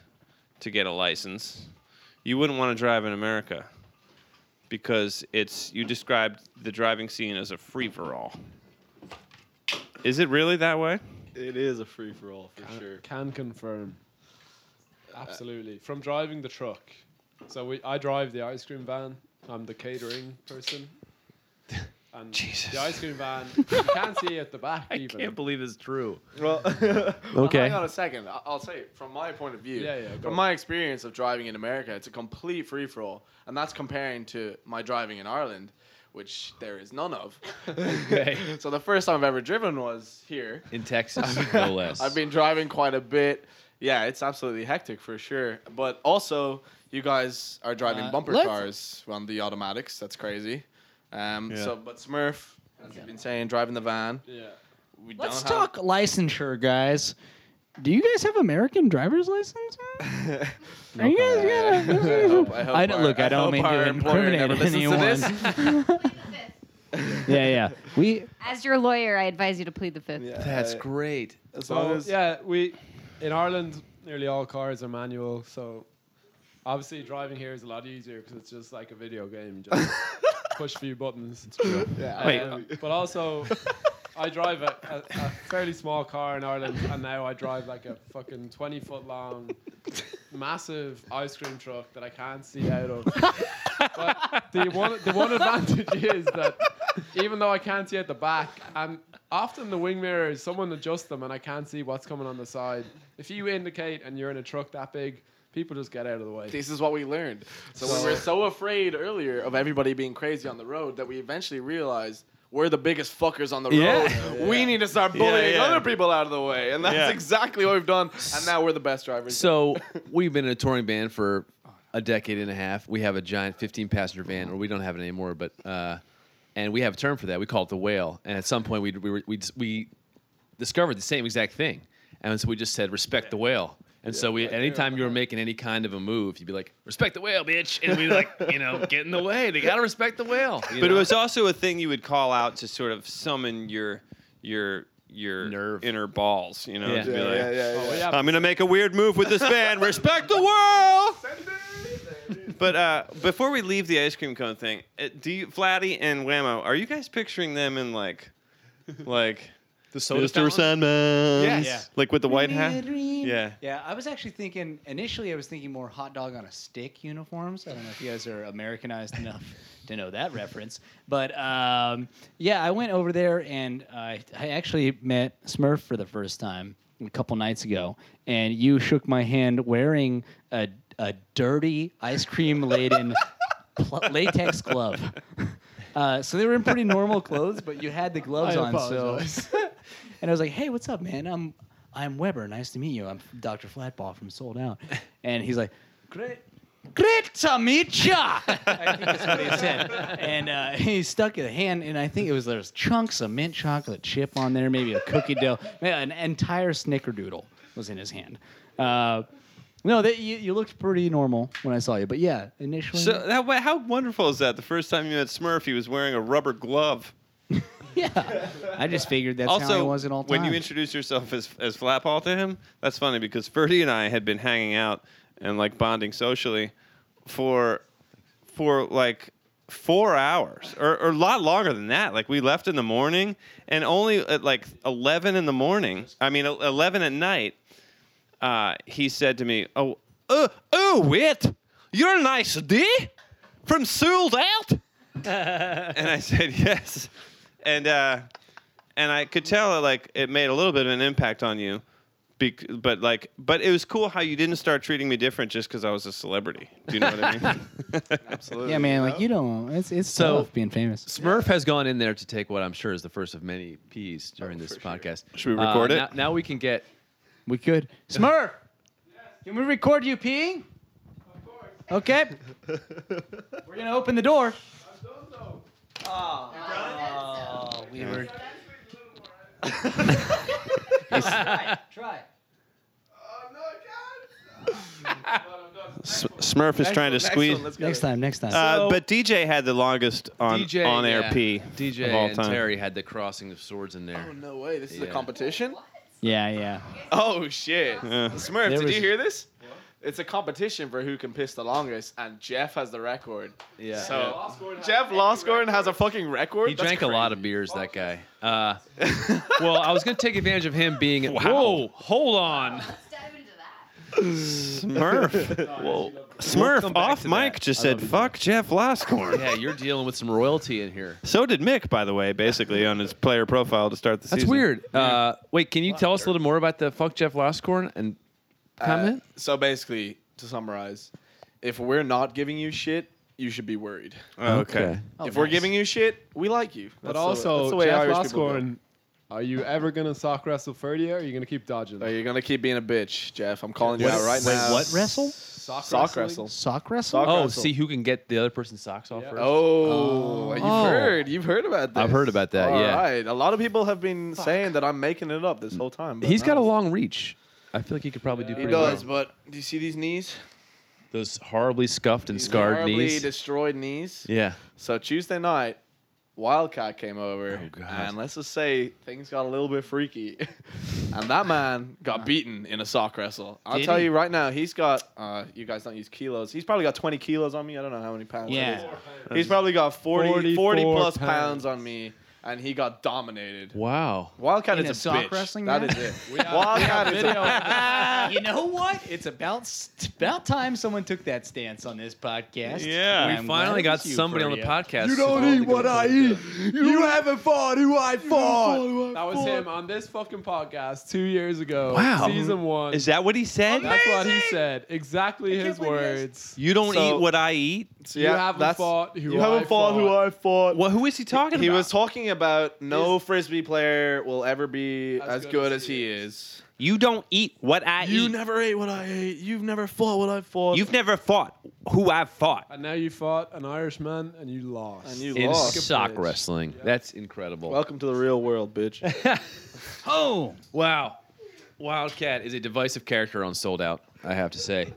to get a license, you wouldn't want to drive in America because it's you described the driving scene as a free for all. Is it really that way?
it is a free for all for sure.
Uh, Can confirm. Absolutely. From driving the truck. So we, I drive the ice cream van. I'm the catering person. And
Jesus.
the ice cream van, you can't see at the back even.
believe it's true.
Well,
Okay.
Hang on a second. I- I'll say it from my point of view.
Yeah, yeah, go.
From my experience of driving in America, it's a complete free for all, and that's comparing to my driving in Ireland, which there is none of. so the first time I've ever driven was here.
In Texas, no less.
I've been driving quite a bit. Yeah, it's absolutely hectic for sure. But also, you guys are driving
Uh,
bumper
let's-
cars on the automatics. That's crazy. Um, So, but Smurf, as you've been saying, driving the van.
yeah.
We
Let's
don't have-
talk licensure, guys. Do you guys have American driver's license? Are you guys gonna-
I hope- I hope
I don't-
our-
look, I don't
hope
mean to
our employer
incriminate
never listens to
anyone.
this.
yeah, yeah. We
As your lawyer, I advise you to plead the fifth.
That's great.
Uh, As long
So
as-
yeah, we in Ireland nearly all cars are manual, so obviously driving here is a lot easier because it's just like a video game. Just push a few buttons.
yeah,
Wait.
Uh, but also, I drive a, a, a fairly small car in Ireland, and now I drive like a fucking 20 foot long, massive ice cream truck that I can't see out of. but the one, the one advantage is that even though I can't see at the back, and often the wing mirrors, someone adjusts them, and I can't see what's coming on the side. If you indicate and you're in a truck that big, people just get out of the way.
This is what we learned. So we were so afraid earlier of everybody being crazy on the road that we eventually realized we're the biggest fuckers on the road. Oh, We need to start bullying
yeah.
other people out of the way, and that's
Yeah.
exactly what we've done. And now we're the best drivers.
So we've been in a touring band for a decade and a half. We have a giant 15 passenger van, or we don't have it anymore, but uh, and we have a term for that. We call it the whale. And at some point, we we we, we discovered the same exact thing, and so we just said respect the whale. And so we, anytime you were making any kind of a move, you'd be like, "Respect the whale, bitch," and we like, you know, get in the way. They gotta respect the whale. you
But
know?
it was also a thing you would call out to sort of summon your your your
Nerve.
inner balls, you know,
Yeah.
to be
yeah,
like,
yeah, yeah, yeah.
But yeah,
I'm gonna make a weird move with this band. Respect the world. But uh, before we leave the ice cream cone thing, uh, do you, Flatty and Whammo, are you guys picturing them in like, like
the
Mr. Sandman?
Yes. Yeah.
Like with the white hat? Yeah.
Yeah, I was actually thinking initially I was thinking more hot dog on a stick uniforms. I don't know if you guys are Americanized enough to know that reference. But um, yeah, I went over there and I, I actually met Smurf for the first time a couple nights ago and you shook my hand wearing a, a dirty ice cream laden pl- latex glove. Uh, so they were in pretty normal clothes, but you had the gloves
I
on.
apologize.
So, and I was like, "Hey, what's up, man? I'm I'm Weber. Nice to meet you. I'm Dr. Flatball from Sold Out." And he's like, "Great." Great to meet ya. I think that's what he said. And uh, he stuck a hand, and I think it was there's chunks of mint chocolate chip on there, maybe a cookie dough, man, an entire snickerdoodle was in his hand. Uh, no, that you, you looked pretty normal when I saw you, but yeah, initially.
So that, wa- how wonderful is that? The first time you met Smurf, he was wearing a rubber glove.
Yeah, I just figured that's how I
also,
was at all times.
when you introduced yourself as as Flatball to him, that's funny because Ferdy and I had been hanging out and like bonding socially for for like four hours or, or a lot longer than that. Like we left in the morning and only at like eleven in the morning. I mean el- eleven at night. Uh, he said to me, "Oh, uh, oh, wait, you're nice, D, from Sold Out." and I said yes, and uh, and I could tell like it made a little bit of an impact on you, bec- but like but it was cool how you didn't start treating me different just because I was a celebrity. Do you know what I mean?
Absolutely.
yeah, man, like you don't. It's it's
So-
tough being famous.
Smurf has gone in there to take what I'm sure is the first of many peas
Oh,
during this podcast. Uh,
Should we record it?
Now, now we can get.
We could. Smurf, can we record you peeing? Of course. Okay. We're gonna open the door. Oh, we were. try, try.
Smurf is trying to squeeze.
Next time, next time.
Uh, but DJ had the longest on
DJ
on air
yeah.
P
DJ
of all
and
time.
Terry had the crossing of swords in there.
Oh, no way. This is
Yeah.
a competition?
yeah, yeah.
Oh, shit.
Yeah.
Smurf,
There
did
was-
you hear this? It's a competition for who can piss the longest, and Jeff has the record.
Yeah.
So Jeff Losgorn has a fucking record.
He
That's
drank a lot of beers, that guy. Uh, well, I was going to take advantage of him being.
Wow.
Whoa, hold on.
Let's dive into that.
Smurf. Whoa. Smurf
We'll come back
off
to
mic
that.
just
I
said,
love you.
"Fuck Jeff Loscorn."
Yeah, you're dealing with some royalty in here.
So did Mick, by the way, basically on his player profile to start the
That's
season.
weird. Uh, wait, can you tell us a little more about the fuck Jeff Loscorn and
Uh,
comment?
So basically, to summarize, if we're not giving you shit, you should be worried.
Oh, Okay.
Oh,
if we're
nice.
giving you shit, we like you.
But
That's the- that's
also,
the way
Jeff
Irish people go.
Osborne, are you ever going to sock wrestle Ferdy or are you going to keep dodging?
Oh, you're gonna keep being a bitch, Jeff. I'm calling you out right
Wait,
now.
what wrestle?
sock,
Sock
wrestling?
wrestle.
Sock wrestle?
Sock-
Oh,
Russell.
see who can get the other person's socks off
Yeah.
first.
Oh, you've
Oh.
heard. You've heard about this.
I've heard about that, yeah.
All right. A lot of people have been saying that I'm making it up this whole time. but
He's got a
no.
long reach. I feel like he could probably do
He
He
pretty
does,
well.
but do you see these knees?
Those horribly scuffed and
These
scarred
horribly
knees.
destroyed knees.
yeah.
So Tuesday night, Wildcat came over,
Oh, God.
and let's just say things got a little bit freaky, and that man got beaten in a sock wrestle. I'll
Did
tell
he?
you right now, he's got. Uh, you guys don't use kilos. He's probably got 20 kilos on me. I don't know how many pounds. that
Yeah.
is. He's probably got 40, 40
44
plus
pounds.
pounds. on me, and he got dominated.
Wow.
Wildcat
In
is
a
a,
sock
bitch.
wrestling
That
match?
is it. Wildcat is a
you know what? It's about s- it's about time someone took that stance on this podcast.
Yeah.
And
We
I'm
Finally
glad
got
it's you,
somebody on the
Ferdia.
podcast.
I eat. You, haven't fought who I
fought.
That was him on this fucking podcast two years ago.
Wow.
Season one.
Is that what he said?
That's what he said. Exactly his words.
You don't
So-
eat what I eat.
So
You haven't
that's-
fought who
you
I
haven't fought, who
fought.
I fought.
Well, who is he talking
He
about?
was talking about no frisbee player will ever be
As
as,
good
good,
as
as,
he
he is.
you don't eat what I eat.
never ate what I ate. You've never fought what I fought.
You've never fought who I've fought.
And now you fought an Irishman and you lost.
and you
in
lost.
sock wrestling. That's incredible.
Welcome to the real world, bitch.
Oh, wow. Wildcat is a divisive character on Sold Out, I have to say.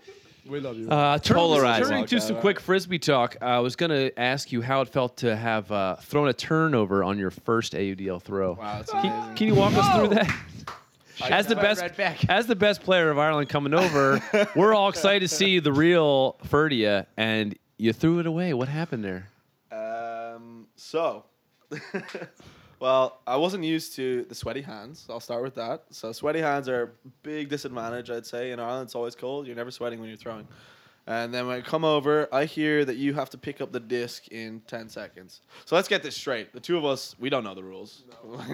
we love you.
Uh,
Polarizing.
Turning to
uh,
some quick frisbee talk, I was going to ask you how it felt to have uh, thrown a turnover on your first AUDL throw.
wow, that's
Can,
amazing.
can you walk us through that? As the
Right
best,
back.
as the best player of Ireland coming over, we're all excited to see the real Ferdia, and you threw it away. What happened there?
Um, so, well, I wasn't used to the sweaty hands. I'll start with that. So, sweaty hands are a big disadvantage, I'd say. In Ireland, it's always cold. You're never sweating when you're throwing. And then when I come over, I hear that you have to pick up the disc in 10 seconds. So let's get this straight. The two of us, we don't know the rules.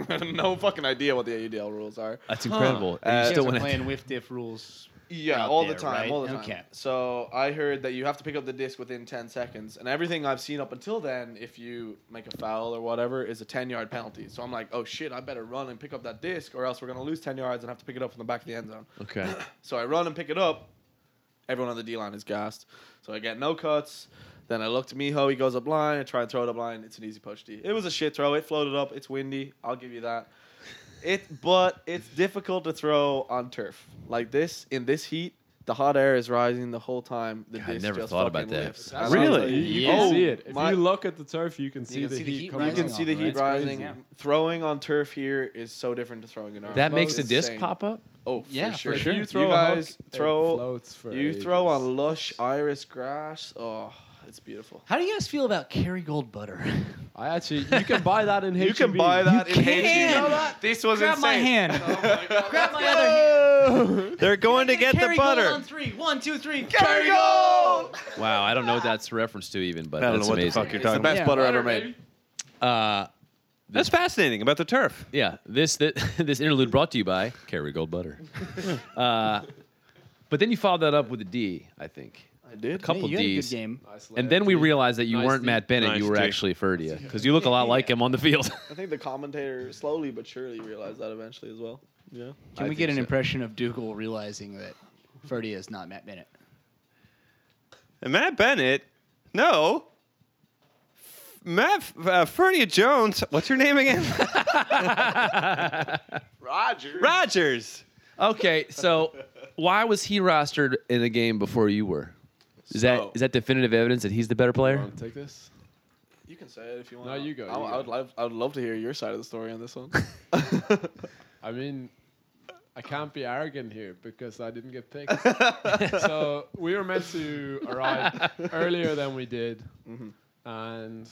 No, fucking idea what the AUDL rules are.
That's incredible. And
Uh,
you still
Guys are
went
playing whiff diff rules.
Yeah,
out
all
there,
the time,
right?
all the time.
Okay.
So I heard that you have to pick up the disc within ten seconds, and everything I've seen up until then, if you make a foul or whatever, is a ten-yard penalty. So I'm like, oh shit, I better run and pick up that disc, or else we're gonna lose ten yards and have to pick it up from the back of the end zone.
Okay.
So I run and pick it up. Everyone on the D line is gassed. So I get no cuts. Then I look to Miho. He goes up line. I try and throw it up line. It's an easy push D. It was a shit throw. It floated up. It's windy. I'll give you that. It, but it's difficult to throw on turf like this in this heat. The hot air is rising the whole time. The
God, I
disc
never
just
thought about
fucking
that.
lifts.
That
And
sounds
Really?
like- You, you
Yeah.
can see it. If
Oh My-
you look at the turf, you can see,
can
the,
see the
heat
heat
coming
You can
rising
off.
see the
That's
heat
crazy.
rising.
Yeah.
Throwing on turf here is so different to throwing in our.
That makes the
Flows
disc
insane.
pop up.
Oh, for
Yeah, for
sure.
sure.
You,
You throw a
guys
hook, it
throw.
floats for
You throw
ages.
on lush iris grass. Oh, it's beautiful.
How do you guys feel about Kerrygold butter?
I actually, you can buy that in E
You can buy that in E
can.
H-E-B. This was
Grab
insane. Oh
my hand. Grab my other
They're going to
hand.
get the
Kerrygold
butter.
On three. One, two, three.
Kerrygold!
Wow, I don't know what that's a reference to even, but
I don't
that's
know what the
amazing.
fuck you're
It's the
talking
best
about.
butter ever made.
Uh,
That's fascinating about the turf.
yeah, this this, this interlude brought to you by Kerrygold butter. uh, but then you followed that up with a D, I think,
I did.
a couple
you had a good
D's,
game.
and then we realized that you
Nice
weren't
D.
Matt Bennett;
Nice
you were
D.
actually Ferdia, because you look a lot like him on the field.
I think the commentator slowly but surely realized that eventually as well. Yeah.
Can we get an impression of Dougal realizing that Ferdy is not Matt Bennett?
And Matt Bennett, no. Matt uh, Ferdia Jones, what's your name again?
Roger.
Rogers.
okay, so why was he rostered in a game before you were? Is that
So-
is that definitive evidence that he's the better player?
Take this.
You can say it if you want.
No, you go,
I,
you
I
go.
would love. I would love to hear your side of the story on this one.
I mean, I can't be arrogant here because I didn't get picked. so we were meant to arrive earlier than we did, and
Mm-hmm.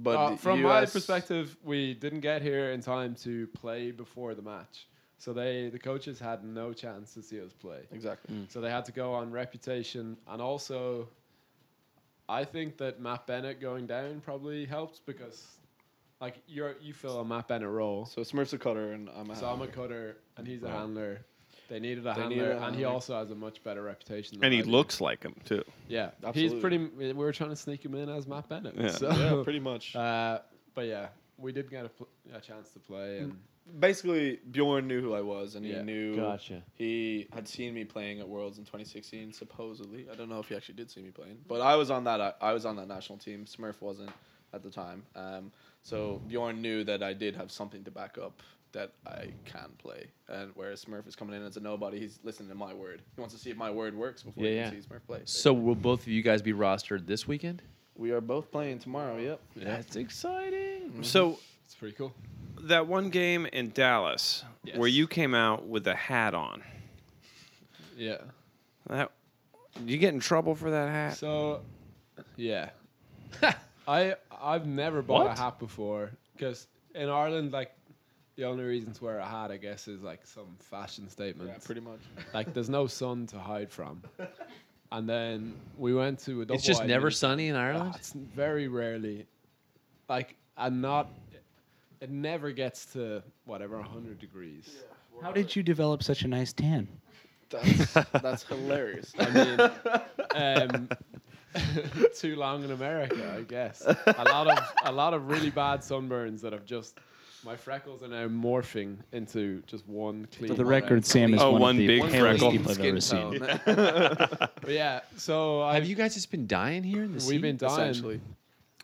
But
uh,
the
from my
US
perspective, we didn't get here in time to play before the match. So they, the coaches, had no chance to see us play.
exactly.
So they had to go on reputation, and also, I think that Matt Bennett going down probably helped because, like, you're you fill a Matt Bennett role.
So Smurf's a cutter, and I'm a.
So I'm a cutter, and he's a handler. They needed a
They
handler,
needed a
and he
handler.
also has a much better reputation. Than
And he
I do.
looks like him, too.
yeah,
Absolutely.
he's pretty. m- We were trying to sneak him in as Matt Bennett.
Yeah.
So,
yeah, pretty much.
Uh, but yeah, we did get a, pl- a chance to play, and
basically Bjorn knew who I was, and he
Yeah.
knew.
Gotcha.
He had seen me playing at Worlds in 2016, supposedly. I don't know if he actually did see me playing, but I was on that. uh, I, I was on that national team. Smurf wasn't at the time, um, so Bjorn knew that I did have something to back up that I can play. And whereas Smurf is coming in as a nobody, he's listening to my word. He wants to see if my word works before
Yeah,
he
yeah.
can see Smurf play.
So will both of you guys be rostered this weekend?
we are both playing tomorrow. Yep.
That's exciting.
So,
it's pretty cool.
that one game in Dallas where
Yes.
you came out with a hat on,
Yeah.
that, did you get in trouble for that hat?
So, yeah, I I've never bought
What?
a hat before because in Ireland, like, the only reason to wear a hat, I guess, is like some fashion statement.
Yeah, pretty much.
Like there's no sun to hide from. And then we went to a double
It's just
wide
never
meet.
sunny in
Ah,
Ireland.
It's very rarely, like, and not. It never gets to whatever 100 degrees.
How did you develop such a nice tan?
That's that's hilarious.
I mean, um, too long in America, I guess. A lot of a lot of really bad sunburns that have just. My freckles are now morphing into just one clean.
For the
line.
record, Sam is
Oh,
one
one
of the
big
palest
freckle.
people I've ever seen.
But yeah. So I've,
Have you guys just been dying here in the
We've
sea?
been dying.
essentially.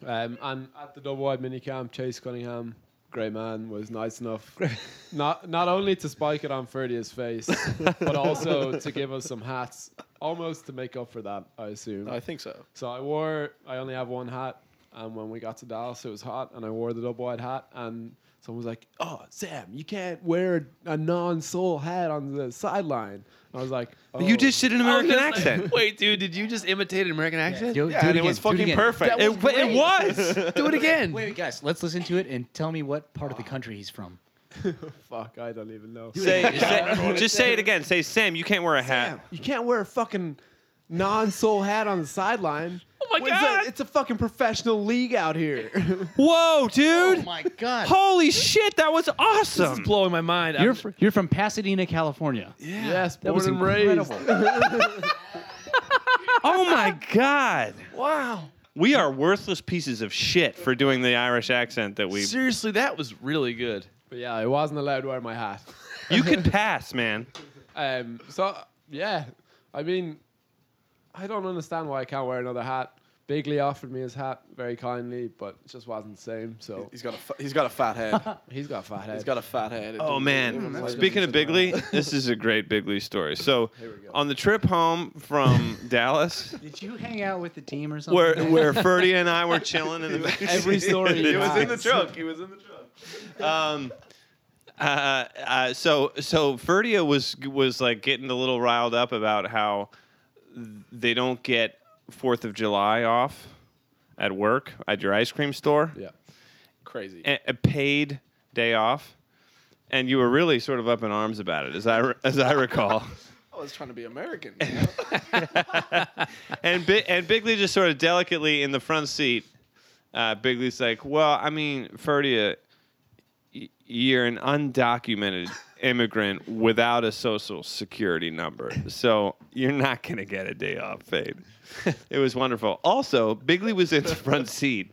Um, and at the double wide mini camp, Chase Cunningham, great man, was nice enough not not only to spike it on Ferdia's face, but also to give us some hats, almost to make up for that, I assume.
I think so.
so I wore, I only have one hat, and when we got to Dallas, it was hot, and I wore the double wide hat, and someone was like, "Oh, Sam, you can't wear a non-soul hat on the sideline." And I was like,
You
"Oh."
just did an American accent.
Wait, dude, did you just imitate an American accent?
Yo, do
Yeah, and it
again,
was
do
fucking
again.
perfect.
It, it was.
Do it again.
Wait, wait, guys, let's listen to it and tell me what part of the country he's from.
"Oh, "Fuck, I don't even know."
say, say- just say it again. Say, Sam, you can't wear a hat.
You can't wear a fucking non soul hat on the sideline.
oh
my
What is that?
god!
It's a fucking professional league out here.
Whoa, dude!
Oh my god.
Holy shit, that was awesome!
This is blowing my mind.
You're
I'm-
fr- you're from Pasadena, California.
Yes, born
was
and raised.
oh my god! Wow. We are worthless pieces of shit for doing the Irish accent that we.
seriously, that was really good.
But yeah, I wasn't allowed to wear my hat.
You could pass, man.
Um, so yeah, I mean, I don't understand why I can't wear another hat. Bigley offered me his hat very kindly, but it just wasn't the same. So
he's got a fa- he's got a fat head.
he's got a fat head.
He's got a fat head. It
Oh
doesn't- it
man!
doesn't-
Speaking of Bigley, this is a great Bigley story. So, on the trip home from Dallas,
Did you hang out with the team or something?
where where Ferdy and I were chilling in the back
Every story he
it was in the
has.
truck. He was in the truck. Um, uh, uh, so so Ferdia was was like getting a little riled up about how they don't get Fourth of July off at work at your ice cream store.
yeah.
crazy.
A, a paid day off. And you were really sort of up in arms about it, as I re- as I recall.
I was trying to be American. you know?
and Bi- and Bigley just sort of delicately in the front seat. Uh, Bigley's like, well, I mean, Ferdia, y- you're an undocumented immigrant without a social security number, so you're not gonna get a day off, babe. it was wonderful. Also, Bigley was in the front seat.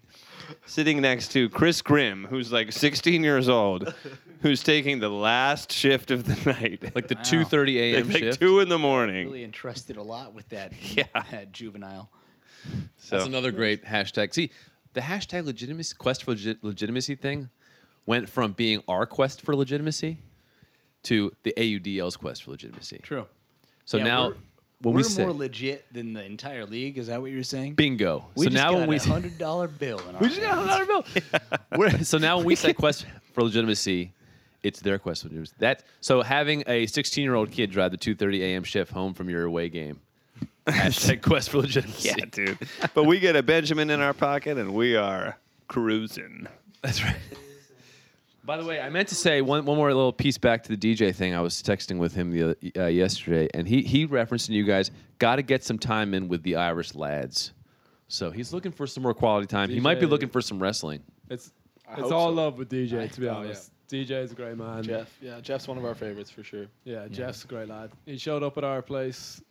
Sitting next to Chris Grimm, who's like 16 years old, who's taking the last shift of the night,
Like the
Wow.
2:30 a.m.
like
shift.
two in the morning.
really entrusted a lot with that,
Yeah.
that juvenile.
So.
That's another great hashtag. See, the hashtag legitimacy quest for legit- legitimacy thing went from being our quest for legitimacy to the AUDL's quest for legitimacy.
True.
So
Yeah,
now
we're-
when
We're
we say
more legit than the entire league. Is that what you're saying?
bingo,
We
so
just
now
got
when we
a hundred dollar bill. In our
We just got another bill. We're- so now when we say quest for legitimacy, it's their quest for legitimacy. That so having a 16 year old kid drive the 2:30 a.m. shift home from your away game. Hashtag quest for legitimacy.
Yeah, dude. but we get a Benjamin in our pocket and we are cruising.
That's right. By the way, I meant to say one, one more little piece back to the DJ thing. I was texting with him the other, uh, yesterday, and he he referenced to you guys got to get some time in with the Irish lads. So he's looking for some more quality time. He might be
DJ.
looking for some wrestling.
It's
hope
it's all
so.
love with DJ, to be honest. DJ is a great man.
Jeff, yeah, Jeff's one of our favorites for sure.
Yeah, Jeff's a great lad. He showed up at our place,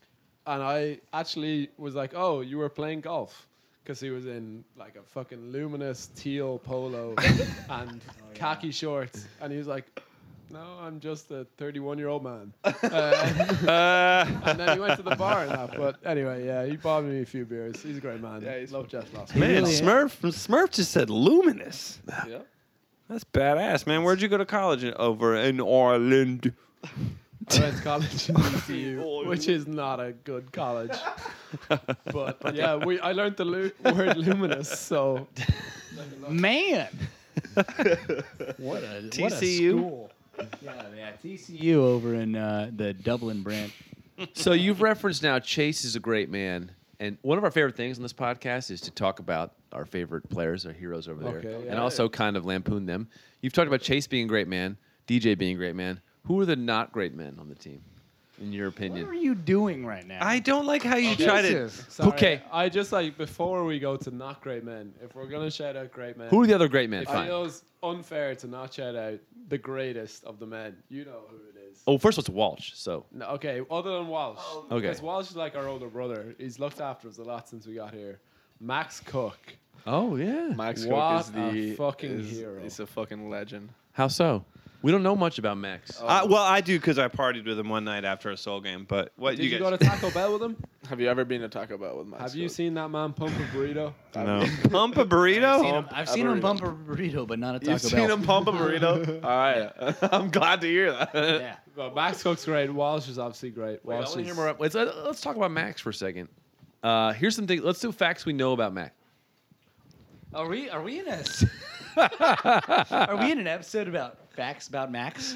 and I actually was like, "Oh, you were playing golf." Because he was in like a fucking luminous teal polo and khaki shorts. And he was like, No, I'm just a 31 year old man. Uh, and then he went to the bar and that. But anyway, yeah, he bought me a few beers. He's a great man. Yeah, he's Love Jeff Lawson.
Man, Smurf Smurf just said luminous.
Yeah.
That's badass, man. Where'd you go to college? in- Over in Ireland.
I went to college in ECU, which is not a good college. But yeah, we I learned the lu- word luminous, so
Man. what a what a
TCU?
school. Yeah, yeah, TCU over in uh, the Dublin branch.
So you've referenced now Chase is a great man, and one of our favorite things on this podcast is to talk about our favorite players, our heroes over there,
Okay, yeah.
and also kind of lampoon them. You've talked about Chase being a great man, DJ being a great man. Who are the not great men on the team, in your
What are
opinion?
you doing right now?
I don't like how
Oh,
you try to.
Sorry,
Okay.
I just like before we go to not great men, if we're gonna shout out great men,
Who are the other great men?
It
Fine.
feels unfair to not shout out the greatest of the men. You know who it is.
Oh, first of all, it's Walsh. So
No, okay, other than Walsh,
Okay.
because Walsh is like our older brother. He's looked after us a lot since we got here. Max Cook,
oh yeah.
Max
What
Cook is the
a fucking
is-
hero.
He's a fucking legend.
How so? We don't know much about Max.
I, well, I do because I partied with him one night after a soul game. But what
did
you,
you,
guys?
go to Taco Bell with him?
Have you ever been to Taco Bell with Max?
Have you
Cook?
seen that man pump a burrito?
no. Pump a burrito.
I've seen, him, I've seen him
burrito.
bump a burrito, but not a Taco
You've
Bell.
seen him pump a burrito.
All right, I'm glad to hear that.
Yeah.
Well, Max Cook's great. Walsh is obviously great.
Wait, I
Walsh
wanna
is-
hear more- Let's, uh, let's talk about Max for a second. Uh, here's some things. Let's do facts we know about Max.
Are we are we in a Are we in an episode about facts about Max?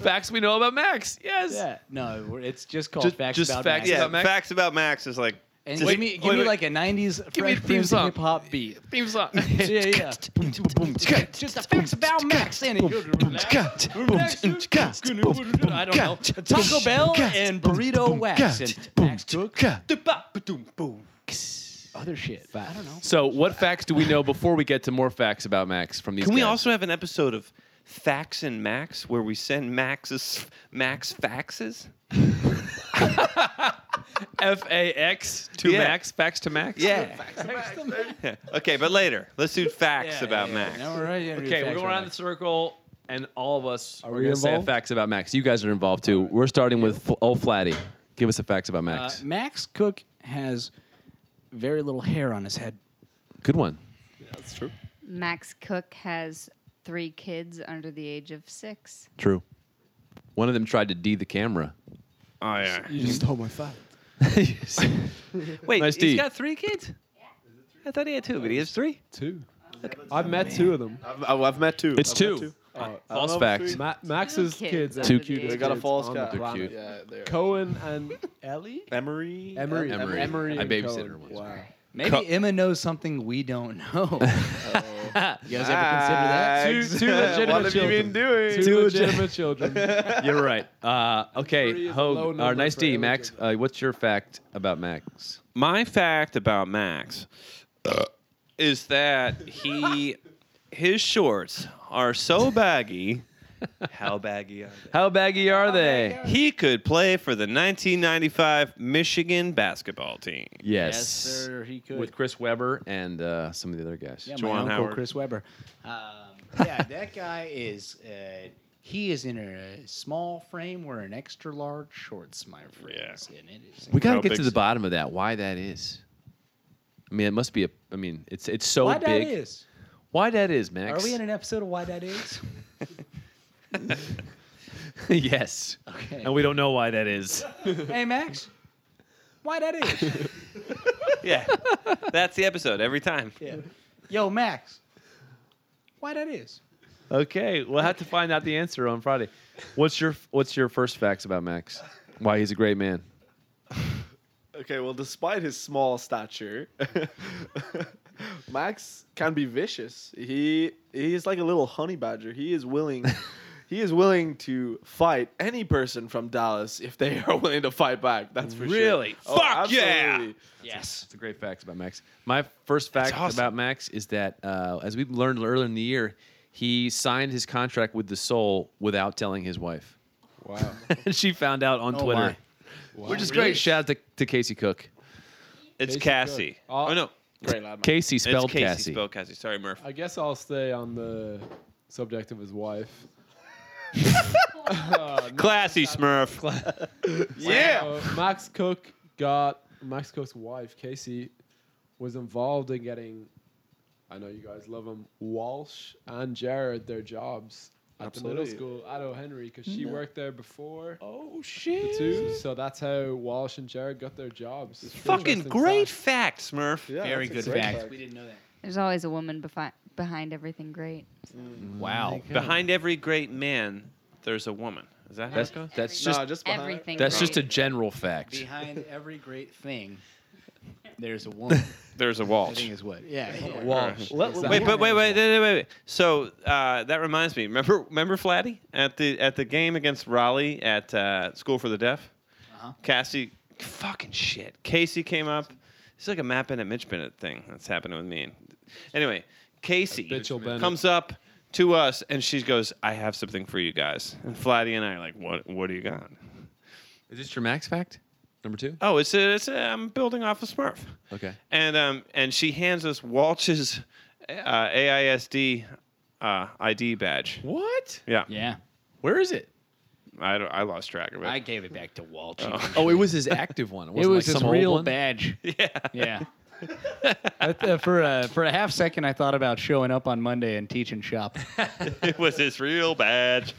Facts we know about Max. Yes.
Yeah. No, we're- it's just called
Just-
facts
just
about
facts
Max.
yeah,
about Max?
facts about Max is like.
And
just-
give me give
wait,
me
wait.
like a '90s
Give me a
Fresh
theme
Prince
song.
hip hop beat.
Theme song.
Yeah, yeah. Just the facts about Max and I don't know. Taco Bell and burrito wax and Max Cook. other shit. I don't know.
So, what facts do we know before we get to more facts about Max from these?
Can we
guys?
also have an episode of Fax and Max where we send Max's Max faxes?
F A X to
Yeah.
Max, facts to Max?
Yeah. Yeah. okay, but later. Let's do facts about Max.
Now we're ready to do
Okay, we're
facts
going
right
around
now.
the circle, and all of us are
we
going to say
involved?
facts about Max. You guys are involved too. We're starting with F- old Flatty. Give us the facts about
Uh,
Max.
Max Cook has very little hair on his head.
Good one.
Max Cook has three kids under the age of six.
True. One of them tried to D the camera.
Oh, yeah.
You just stole my fact.
Wait,
Nice
he's
D.
got three kids? I thought he had two, but he has three.
Two. I've met two of them.
I've, I've- I've met two.
It's
I've met
two. Uh,
I don't
False
know if
facts.
it's
Ma- Max's
Two
kids.
kids.
are
Two
the cutest
kids.
They got a
kids
false
on
guy.
the
They're
planet.
cute.
Yeah, they're
Cohen and Ellie?
Emery.
Emery.
Emery.
Emery
I
and
babysat
Cohen.
her once.
Wow.
Maybe Emma knows something we don't know. you guys ever consider that?
Two, two legitimate
What have you
children.
been doing?
Two, legitimate children.
You're right. Uh,
Three
okay,
is a low
Hogue. Uh,
number
nice
for
D,
eligible.
Max. Uh, what's your fact about Max?
My fact about Max is that he his shorts are so baggy. How baggy are
How baggy are they?
they? He could play for the 1995 Michigan basketball team.
Yes.
Yes, sir, he could.
With Chris Webber and uh, some of the other guys.
yeah,
Juwan
my uncle
Howard.
Chris Webber. Um, yeah, that guy is. Uh, he is in a small frame or an extra large shorts, my friends, and it is.
We got to
How
get to
big's-
the bottom of that. Why that is? I mean, it must be a. I mean, it's it's so
why that
big.
is?
Why that is, Max?
Are we in an episode of why that is?
yes.
Okay.
And we don't know why that is.
hey Max, why that is?
Yeah. That's the episode every time.
yeah. Yo Max, why that is?
okay, we'll have to find out the answer on Friday. What's your What's your first facts about Max? Why he's a great man?
Okay, well, despite his small stature, Max can be vicious. He he is like a little honey badger. He is willing, he is willing to fight any person from Dallas if they are willing to fight back. That's for sure. Oh,
Really? Fuck yeah!
absolutely.
Yes.
It's a great fact about Max. My first fact
awesome.
about Max is that, uh, as we learned earlier in the year, he signed his contract with the Soul without telling his wife.
Wow.
And she found out on
Oh,
Twitter,
my.
which is great. Shout out to, to Casey Cook.
It's
Casey
Cassie.
Cook.
Oh, no.
Great lad, Max.
Casey
It's
spelled
Casey.
Cassie.
Spelled Cassie. Sorry, Murph.
I guess I'll stay on the subject of his wife. Oh,
Classy Smurf.
Yeah.
So uh, Max Cook got Max Cook's wife Casey was involved in getting. I know you guys love him. Walsh and Jared their jobs at the middle
Absolutely.
school at O'Henry because she worked there before
Oh
the
shit.
two. So that's how Walsh and Jared got their jobs. It's
Fucking
interesting
great
fact.
fact, Smurf.
Yeah,
Very
that's
good
a great
fact. We didn't know that.
There's always a woman befi- behind everything great.
Oh
Wow.
Behind every great man, there's a woman. Is that how
That's,
it goes?
that's
No,
just
just behind-
everything.
that's just a
great.
general fact.
Behind every great thing, there's a woman.
There's a
I
Walsh.
think is what. Yeah. yeah.
Walsh.
Wait, but wait, wait, wait, wait, wait. So uh, that reminds me. Remember, remember Flatty at the at the game against Raleigh at uh, School for the Deaf.
Uh-huh.
Cassie, fucking shit. Casey came up. It's like a Matt Bennett, Mitch Bennett thing that's happening with me. Anyway, Casey
Mitchell Bennett.
comes up to us and she goes, "I have something for you guys." And Flatty and I are like, "What? What do you got?"
Is this your Max fact? Number two?
Oh, it's a, it's a, I'm building off a Smurf.
Okay.
And um and she hands us Walsh's uh, AISD uh, ID badge.
What?
Yeah.
Yeah.
Where is it?
I don't, I lost track of it.
I gave it back to Walsh.
Oh, it was his active one. It,
It
wasn't
was
like
his
some old
real
one?
badge.
yeah.
Yeah. I th- uh, for a for a half second, I thought about showing up on Monday and teaching shop.
It was his real badge.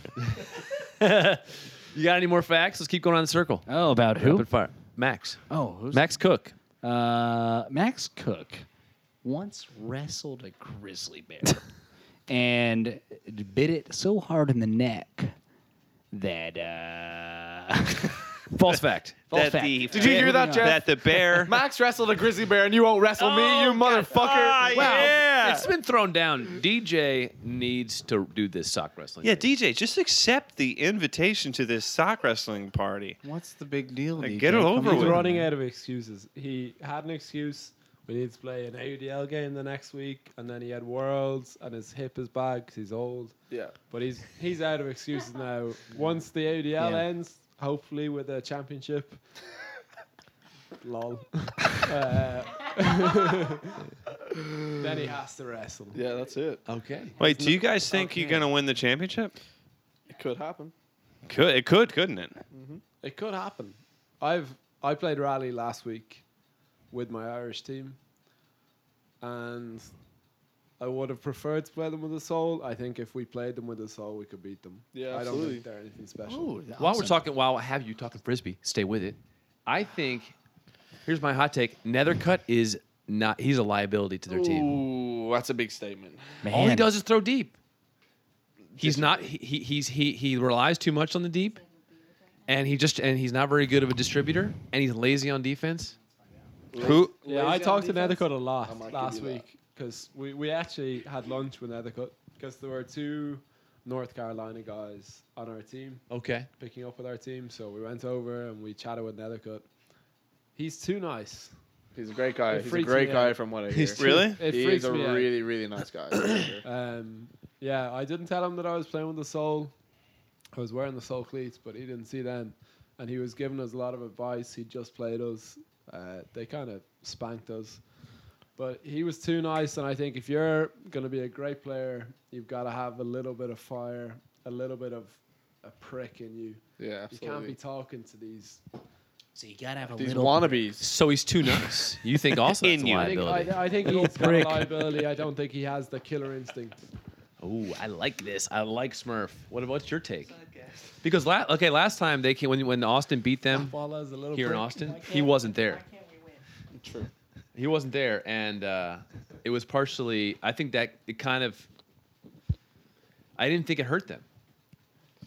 You got any more facts? Let's keep going around the circle.
Oh, about
Rapid fire. Max.
Oh, who's
Max Cook.
Uh, Max Cook once wrestled a grizzly bear and bit it so hard in the neck that uh,
False fact.
False
That
fact.
the-
Did
Did you hear that, Jeff?
That the bear.
Max wrestled a grizzly bear, and you won't wrestle me, you motherfucker!
Oh, Ah, yeah.
It's been thrown down. DJ needs to do this sock wrestling.
yeah,
thing.
DJ, just accept the invitation to this sock wrestling party.
What's the big deal?
Like, get it over
He's
with.
running out of excuses. He had an excuse we need to play an AUDL game the next week, and then he had Worlds, and his hip is bad because he's old.
Yeah.
But he's he's out of excuses now. Once the AUDL
Yeah.
ends, hopefully with a championship. Lol. Uh, then he has to wrestle.
Yeah, that's it.
Okay.
Wait, do you guys think you're gonna win the championship?
It could happen.
Could it could, couldn't it?
It could happen. I've I played rally last week with my Irish team, and I would have preferred to play them with a soul. I think if we played them with a soul, we could beat them. I
Yeah,
don't
absolutely.
think they're anything special.
Ooh,
While
awesome.
we're talking, while I have you talking frisbee, stay with it. I think here's my hot take: Nethercutt is not. He's a liability to their team.
Ooh, that's a big statement.
All he
Man.
does is throw deep. He's not. He, he he's he he relies too much on the deep, and he just and he's not very good of a distributor, and he's lazy on defense.
Who?
Yeah, I
Lazy on
talked to
defense?
Nethercutt a lot
might give
last
you that.
week because we, we actually had lunch with Nethercutt because there were two North Carolina guys on our team
Okay.
picking up with our team. So we went over and we chatted with Nethercutt. He's too nice.
He's a great guy.
It
He's a
freaks
great
me
guy
out.
from what I hear.
He's really?
It
he
freaks
is a
me out.
really, really nice guy.
Um, yeah, I didn't tell him that I was playing with the soul. I was wearing the soul cleats, but he didn't see them. And he was giving us a lot of advice. He just played us. Uh, they kind of spanked us. But he was too nice. And I think if you're going to be a great player, you've got to have a little bit of fire, a little bit of a prick in you.
yeah,
You can't be
absolutely.
talking to these.
So you gotta have a
These
little.
wannabes.
So he's too nice. You think also
In
that's a
you.
I think,
liability?
I, I think he's got a
prick.
liability. I don't think he has the killer instinct.
Ooh, I like this. I like Smurf. What what's your take? Because la- okay, last time they came when when Austin beat them
Walla's a little
here in
prick.
Austin, he wasn't there. He wasn't there, and uh, it was partially. I think that it kind of. I didn't think it hurt them.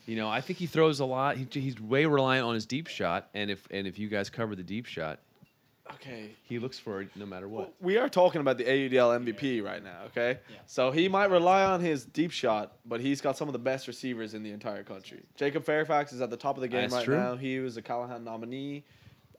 You know, I think he throws a lot. He, he's way reliant on his deep shot, and if and if you guys cover the deep shot,
Okay.
he looks for it no matter what.
We are talking about the AUDL MVP right now, okay? So he might rely on his deep shot, but he's got some of the best receivers in the entire country. Jacob Fairfax is at the top of the game
That's
right
true.
now. He was a Callahan nominee.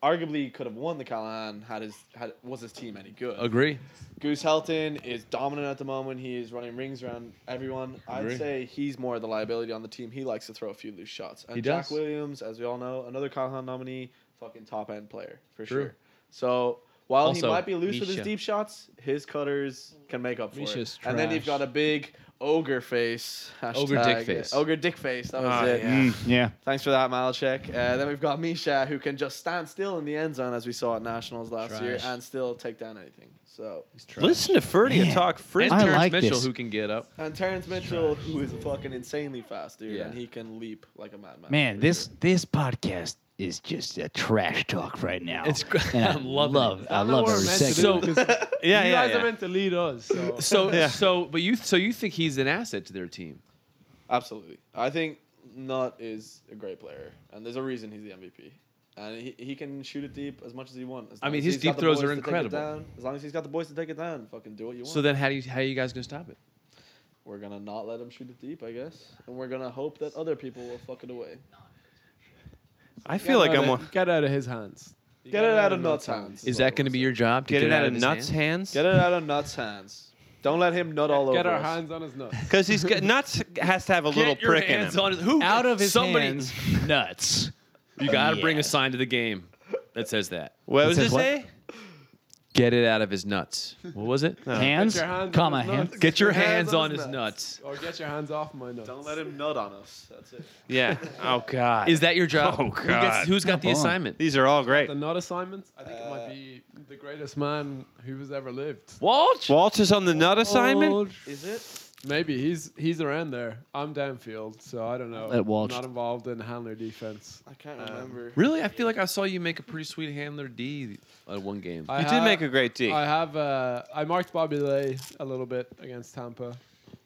Arguably could have won the Callahan had his had was his team any good.
Agree.
Goose Helton is dominant at the moment. He is running rings around everyone.
Agree.
I'd say he's more the liability on the team. He likes to throw a few loose shots. And
He
Jack
does.
Williams, as we all know, another Callahan nominee, fucking top end player for
True.
sure. So while he
Also,
might be loose with
Misha.
his deep shots, his cutters can make up for
Misha's
it. And then
trash.
you've got a big ogre face.
Ogre dick
hashtag,
face.
yeah, ogre dick face. That was
Ah,
it.
yeah.
yeah.
Thanks for that, Malachek. Uh, then we've got Misha, who can just stand still in the end zone, as we saw at Nationals last year,
Trash.
and still take down anything. So
Listen to Ferdy
Man.
talk
And
frisbee.
I
Terrence
like
Mitchell,
this.
who can get up.
And Terrence Mitchell, who is fucking insanely fast, dude,
Yeah.
and he can leap like a madman.
Man,
for
this
sure.
this podcast is just a trash talk right now.
It's gr-
And I
I'm loving
love
it.
I
That's what
love
we're
every
meant to
second.
do,
So-
'cause
Yeah,
you
yeah,
guys
yeah.
are meant to lead us. So.
So
Yeah.
so, but you so you think he's an asset to their team?
absolutely. I think Nutt is a great player, and there's a reason he's the MVP. And he, he can shoot it deep as much as he wants. As
I
long
mean,
as
his
he's got
deep
the
throws
boys to
are
take it
incredible.
down- as long as he's got the boys to take it down, fucking do what you want.
So then, how do you how are you guys gonna stop it?
we're gonna not let him shoot it deep, I guess, and we're gonna hope that other people will fuck it away.
I feel like
Get
I'm.
out
on-
of- get out of his hands. You
Get it out of Nutt's hands.
Is that going to be your job? To
Get it out of
his
nuts
hand?
hands.
Get it out of Nutt's hands. Don't let him nut all over.
Get our
us.
hands on his nuts.
Because he's got, nuts has to have a little
Get your
prick in
hands
him.
on his- who-
Out of his
somebody,
hands, nuts.
You got to
Yeah.
bring a sign to the game that says that.
What was
says
it
what?
say?
Get it out of his nuts. What was it?
Hands,
your hands
comma
on his
hands.
nuts.
Get your hands on his nuts.
Or get your hands off my nuts.
Don't let him nut on us. That's it.
Yeah. Oh God.
Is that your job?
Oh,
Who
God.
has got the
Come on.
assignment?
These are all great.
The nut assignments. I think it
Uh,
might be the greatest man who has ever lived.
Walsh.
Walsh is on the nut assignment.
Is it?
Maybe he's he's around there. I'm downfield, so I don't know.
Let Walsh-
Not involved in handler defense.
I can't remember.
Really? I feel like I saw you make a pretty sweet handler D at one game.
I
You did
ha-
make a great D.
I have. Uh, I marked Bobby Lay a little bit against Tampa.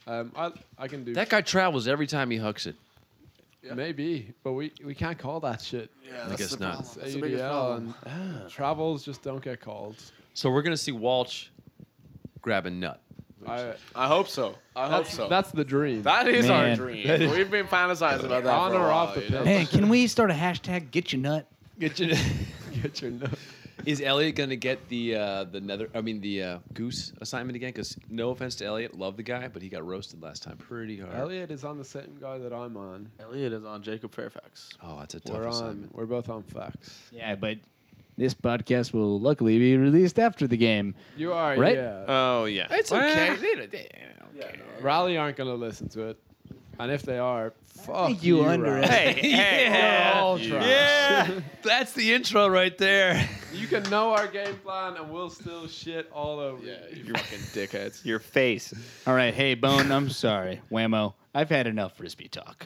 Um, I I can do
that guy travels every time he hucks it.
maybe, but we, we can't call that shit.
Yeah,
I guess not.
It's AUDL and
Ah.
travels just don't get called.
So we're gonna see Walsh grab a nut.
I,
I hope so. I hope
that's,
so.
that's the dream.
that is our
Man.
dream. We've been fantasizing about that.
On
for a
or
while,
off the
you know?
pitch.
Man, can we start a hashtag? Get your nut.
Get your nut.
Is Elliot gonna get the uh, the nether? I mean the uh, goose assignment again? Because no offense to Elliot, love the guy, but he got roasted last time pretty hard.
Elliot is on the same guy that I'm on.
Elliot is on Jacob Fairfax.
Oh, that's a tough
We're on.
assignment.
We're both on Fox.
Yeah, but this podcast will luckily be released after the game.
You are
Right?
Yeah.
Oh yeah.
It's okay. They don't- they-
Rally aren't gonna listen to it, and if they are, fuck
you
you,
underestimate-
Rally.
Hey, hey,
We're all trash.
yeah.
That's the intro right there.
You can know our game plan, and we'll still shit all over
Yeah,
you.
you fucking dickheads.
Your face.
All right, hey Bone, I'm sorry, Whammo. I've had enough frisbee talk.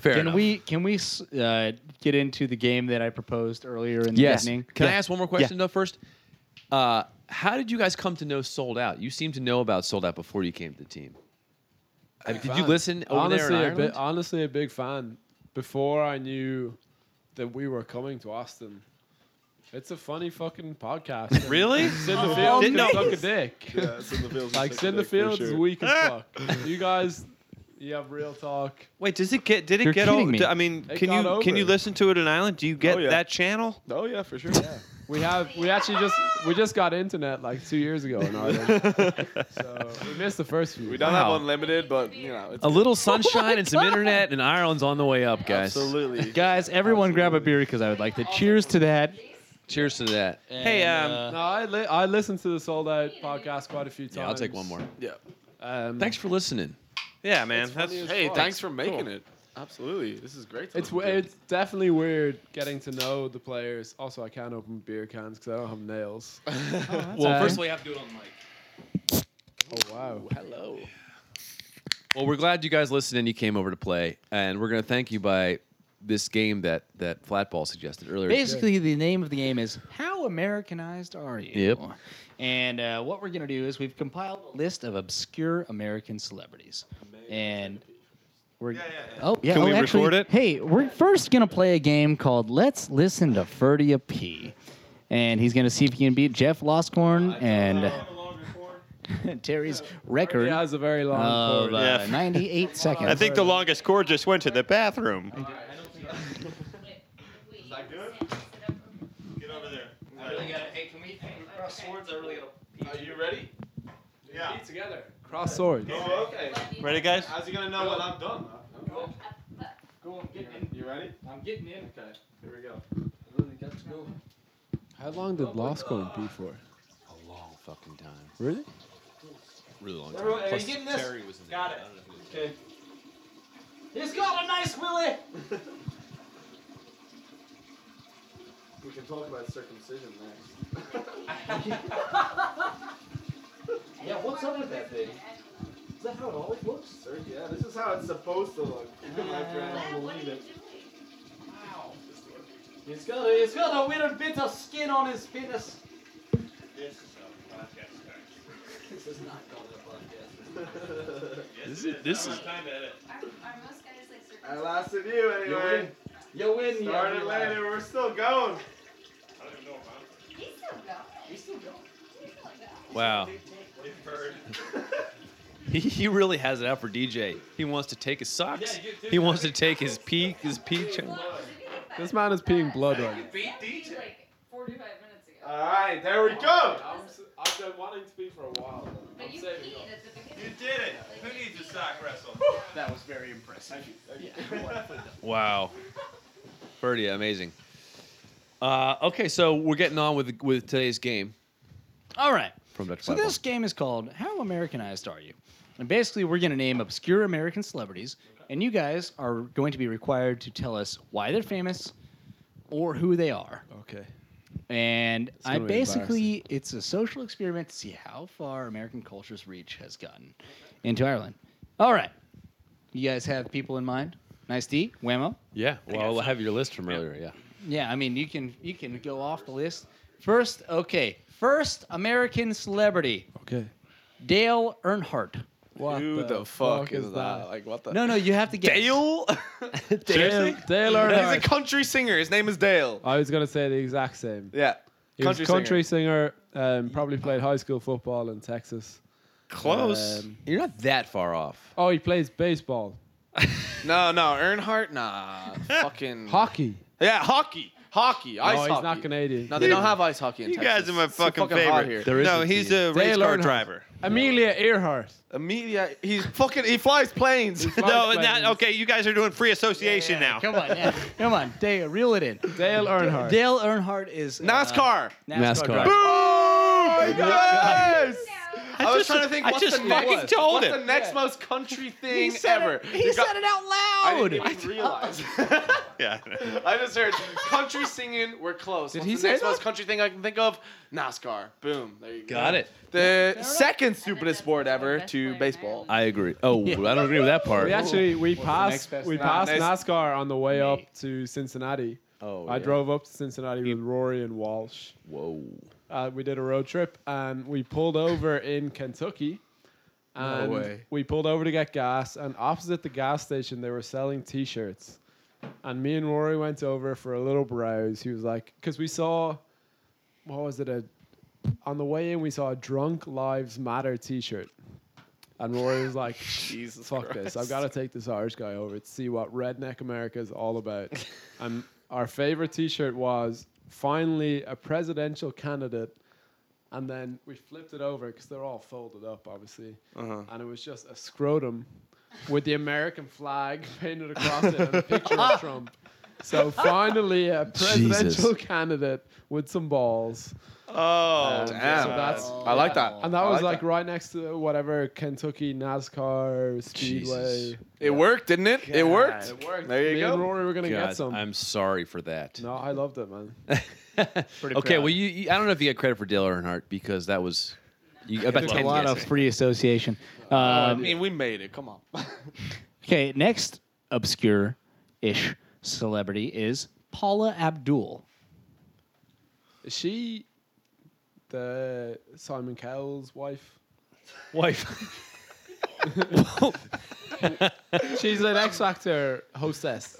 Fair
can
enough.
we can we s- uh, get into the game that I proposed earlier in
Yes.
the evening?
Can I ask one more question though first? Uh, how did you guys come to know Sold Out? You seem to know about Sold Out before you came to the team. I mean, did you
Fan.
listen over
honestly,
there in
a
Ireland?
bit, honestly, a big fan. Before I knew that we were coming to Austin, it's a funny fucking podcast.
Really?
Oh,
Sinderfield
Didn't
can
know.
suck a dick.
Yeah, Cinderfield's
Like Sinderfield's weak as
Ah!
fuck. You guys, you have real talk.
Wait, does it get? Did it
You're
get
kidding
old?
me.
d- I mean,
It
can
got
you can
over.
you listen to it in Ireland? Do you get
Oh, yeah.
that channel?
Oh yeah, for sure.
We have we actually just we just got internet like two years ago in Ireland, so we missed the first few.
We don't
Wow.
have unlimited, but you know, it's
a little sunshine and some internet, and Ireland's on the way up, guys.
absolutely.
Guys, everyone grab a beer because I would like to cheers to that.
Cheers to that.
Hey, um,
No, I li- I listened to the Sold Out podcast quite a few times.
Yeah, I'll take one more.
yeah.
Um,
Thanks for listening.
Yeah, man.
funny
That's
as
Hey,
fuck.
thanks for making
Cool.
it. Absolutely, this is great.
It's w-
weird.
it's definitely weird getting to know the players. Also, I can't open beer cans because I don't have nails.
Well,
first of
all, you have to do it on mic.
Oh wow!
Hello.
Well, we're glad you guys listened and you came over to play, and we're gonna thank you by this game that that Flatball suggested earlier.
Basically, the name of the game is How Americanized Are You?
Yep.
And uh, what we're going to do is we've compiled a list of obscure American celebrities. And we're. Oh, yeah.
Can
oh,
we
actually,
record it?
Hey, we're first going to play a game called Let's Listen to Ferdia P. And he's going to see if he can beat Jeff Loscorn and Terry's
He
record of
has a very long. cord.
uh,
Yeah.
98 seconds.
I think the longest cord just went to the bathroom. Get over there.
Are you ready?
Yeah.
together. Cross swords.
Oh, okay.
Ready, guys?
How's he gonna know when I'm done? Go.
I'm getting in.
You ready?
I'm getting in.
Okay. Here we go.
How long
Oh
did Lost go in for?
a long fucking time,
Really?
really long time.
Everyone, are you getting this?
was in
Got it. Okay. He's got a nice Willie.
We can talk about circumcision next.
Yeah, what's up with that thing? Is that how it always looks?
Sir, yeah, this is how it's supposed to look. My friend.
He's got a, he's got a little bit of skin on his penis. This is not called a podcast.
This is this is
I lasted you anyway.
You win. you
Started
win.
later, we're still going.
wow. He, he really has it out for DJ. He wants to take his socks. he wants to take his pee. His pee. ch-
This man is peeing blood right now.
Beat Uh, DJ. Alright, there we go.
I've been wanting to pee for a while.
You did it. Who needs a sock wrestle?
That was very impressive.
Wow. Birdie, amazing. Uh, okay, so we're getting on with with today's game
All right.
from Dutch
So
Bible.
this game is called How Americanized Are You? And basically, we're going to name obscure American celebrities, and you guys are going to be required to tell us why they're famous or who they are.
Okay.
And I
gonna be
basically, it's a social experiment to see how far American culture's reach has gotten into Ireland. All right. You guys have people in mind? Nice D, Whammo.
Yeah, well, I have your list from earlier. Yeah.
Yeah, I mean, you can you can go off the list. First, okay. First American celebrity,
Okay.
Dale Earnhardt.
What
Who the fuck is that? Like, what the?
No, no, you have to guess.
Dale?
Dale, Dale
He's a
Earnhardt.
country singer. His name is Dale.
I was gonna say the exact same.
Yeah.
He was a country singer. um, probably played high school football in Texas.
Uh,
Close.
Um,
You're not that far off.
oh, he plays baseball,
No, no, Earnhardt, nah. Fucking.
hockey.
Yeah, hockey. Hockey, ice
he's
hockey.
not Canadian.
No, they don't have ice hockey in
You
Texas.
guys are my
It's too
fucking,
hot
favorite.
here.
is
no,
a
he's
team.
a race car
Earnhardt.
driver.
Amelia Earhart.
Amelia, he's fucking. He flies planes.
No,
Flies
not,
planes.
okay, you guys are doing free association now.
Come on, yeah. come on, Dale, reel it in.
Dale Earnhardt.
Dale Earnhardt is uh,
NASCAR.
NASCAR.
NASCAR.
driver.
Yes. I, was
just-
trying to think.
I
what's
just
the next,
fucking told
what's
him.
the next most country thing
He said
ever?
it. He
You got-
said it out
I
loud.
didn't even realize.
Yeah.
I just heard country singing. We're close. Did
he
the
say
next
that?
most country thing I can think of? NASCAR. Boom. There you go.
Got it.
The second stupidest
that's
sport
the
ever
best
to
player in
baseball.
I agree. Oh, I don't agree with that part.
We actually we
next
passed
best
we
thing?
passed
Nah, nice.
NASCAR on the way up to Cincinnati.
Oh,
I
yeah.
drove up to Cincinnati with Rory and Walsh.
Whoa.
Uh, we did a road trip and we pulled over in Kentucky. And
way.
we pulled over to get gas, and opposite the gas station, they were selling t shirts. And me and Rory went over for a little browse. He was like, because we saw, what was it? A, on the way in, we saw a Drunk Lives Matter t shirt. And Rory was like,
Jesus
fuck this. I've got to take this Irish guy over to see what redneck America is all about. and our favorite t shirt was finally a presidential candidate. And then we flipped it over because they're all folded up, obviously.
Uh-huh.
And it was just a scrotum with the American flag painted across it and a picture of Trump. So finally, a presidential candidate with some balls.
Oh,
Damn. So that's,
I like that.
and that
I
was like,
that.
right next to whatever Kentucky NASCAR Speedway.
Jesus.
it worked, didn't it? It worked. It worked. There you
Me and
go.
Rory were gonna
God,
get some.
I'm sorry for that.
no, I loved it, man.
okay, well, you, you- I don't know if you get credit for Dale Earnhardt because that was you, about
There's a
10
lot of
guesses.
free association.
I
Um,
mean, we made it. Come on.
Okay, next obscure ish celebrity is Paula Abdul.
Is she the Simon Cowell's wife?
wife.
She's an X Factor hostess.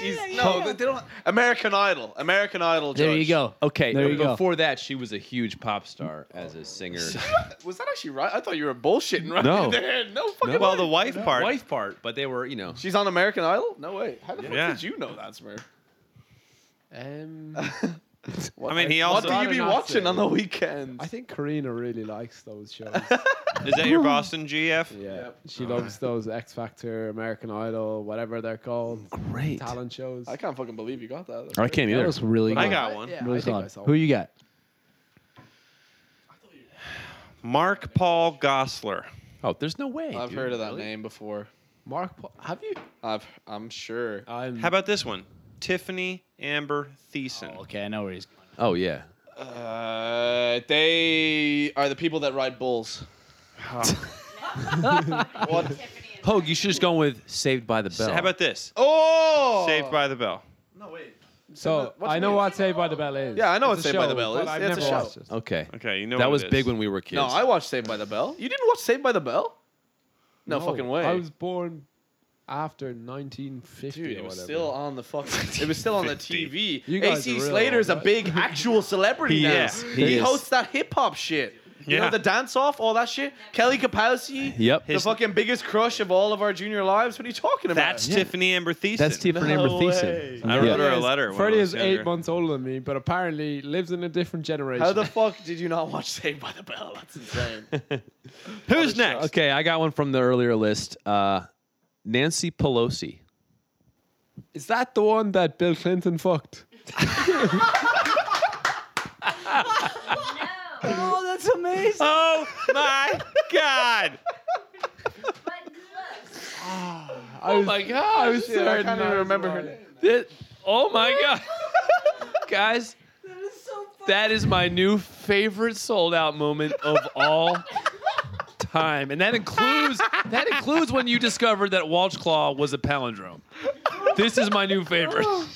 She's, no, they don't. American Idol. American Idol.
There you
judge.
go.
Okay,
There you go.
before that, she was a huge pop star as a singer.
Was that actually right? I thought you were bullshitting right
No.
there. No fucking.
well,
way.
the wife part.
wife part, but they were, you know.
She's on American Idol? No way. How the
Yeah.
fuck did you know that, Smurf?
Um,
I mean, he
What
also
do you be
Not
watching
it.
on the weekends?
I think Karina really likes those shows.
is that your Boston GF?
Yeah, she loves those X Factor, American Idol, whatever they're called,
Great.
talent shows.
I can't fucking believe you got that. That's
I can't
That
either.
was really
I
good.
got one.
Yeah,
Really
I think
solid.
I saw
Who you got?
Mark Paul Gossler.
oh, there's no way.
I've
dude.
heard of that name before.
Mark. Paul, have you?
I've, I'm
Uh,
sure.
I'm.
How about this one? Tiffany Amber Thiessen.
Okay, I know where he's going.
Oh yeah.
Uh, they are the people that ride bulls. what?
Pogue, you should just go with Saved by the Bell.
How about this?
Oh!
Saved by the Bell.
So
What's
I
it
know
mean?
what Saved by the Bell is.
Yeah, I know
It's
what
a
Saved by the
show,
Bell
but
is.
I've
It's a
never
show. Oh,
watched it.
Okay.
Okay, you know
that
what
was
it
big
is.
when we were kids.
No, I watched Saved by the Bell. You didn't watch Saved by the Bell? No, fucking way.
I was born after 1950
Dude,
or
it was
whatever.
still on the fucking. It was still on the TV.
You guys
AC
are real,
Slater's a
right?
big actual celebrity
He
now.
is.
He,
He is.
hosts that hip hop shit. You
Yeah.
know the dance off, all that shit. Kelly Kapowski.
Yep.
The
His-
fucking biggest crush of all of our junior lives. What are you talking about?
That's Tiffany Amber Thiessen.
That's Tiffany Amber Thiessen.
I wrote her a letter. when I
Freddie
was
is eight
younger.
months older than me, but apparently lives in a different generation.
How the fuck did you not watch Saved by the Bell? That's insane.
Who's next?
Okay, I got one from the earlier list. Uh, Nancy Pelosi.
is that the one that Bill Clinton fucked?
No,
Oh, that's amazing.
Oh my God!
but close.
Oh my god! I was
Dude, I
certain
can't even
was
remember her
right.
name.
oh my god, guys, that is my new favorite sold out moment of all time, and that includes that includes when you discovered that Walsh Claw was a palindrome. This is my new favorite.
Oh,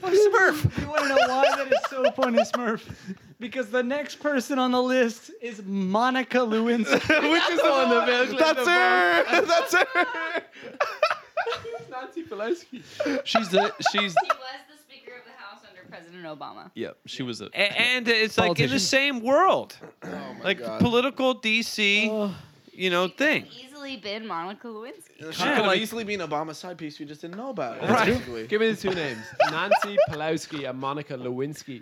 Smurf. You want to know why that is so funny, Smurf? Because the next person on the list is Monica Lewinsky.
Which is on the Bill That's her. That's her.
Nancy Pelosi.
She's the she's
He was the Speaker of the House under President Obama.
yeah she was a
A- and it's like in the
Oh
Politician.
same world, like
God.
Oh.
political DC. you know, thing.
Easily been Monica Lewinsky.
She could have easily been Obama's side piece. We just didn't know about it.
Right.
basically.
Give me the two names Nancy Pulowski and Monica Lewinsky.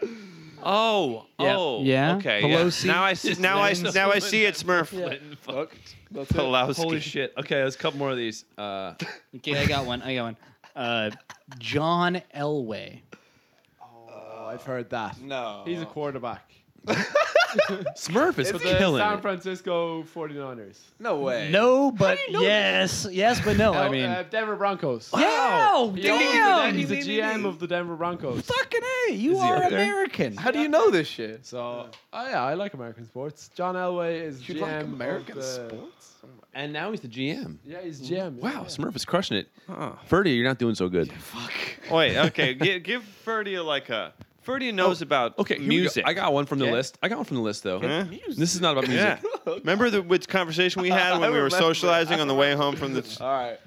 Oh, oh,
Yeah.
Okay,
Pelosi.
Now I see. Now I now I see it, Smurf.
Fuck. That's it.
Pelowski.
Holy shit. Okay, there's a couple more of these. Uh,
Okay, I got one. I got one. Uh, John Elway.
Oh, I've heard that.
No.
He's a quarterback.
Smurf is,
For the
killing
San
it.
Francisco 49ers.
no way.
No, but yes, yes, but no. I
Oh,
mean,
uh, Denver Broncos.
wow,
He owns the Den-
damn,
He's a GM of the Denver Broncos.
fucking a, you are
up there?
American.
How do you know this shit?
So, oh yeah, I like American sports. John Elway is
You
GM
like
of
American
the-
sports?
And now he's the GM.
Yeah, he's GM.
Wow,
yeah.
Smurf is crushing it.
Huh.
Ferdy, you're not doing so good.
Wait. Okay. give, give Ferdy a, like a. Ferdy knows about
Okay, here we go.
music.
I got one from the
Okay.
list. I got one from the list though.
Yeah.
This is not about music.
Yeah. Remember the which conversation we had when we were
remember.
socializing on the way home from the.
All right.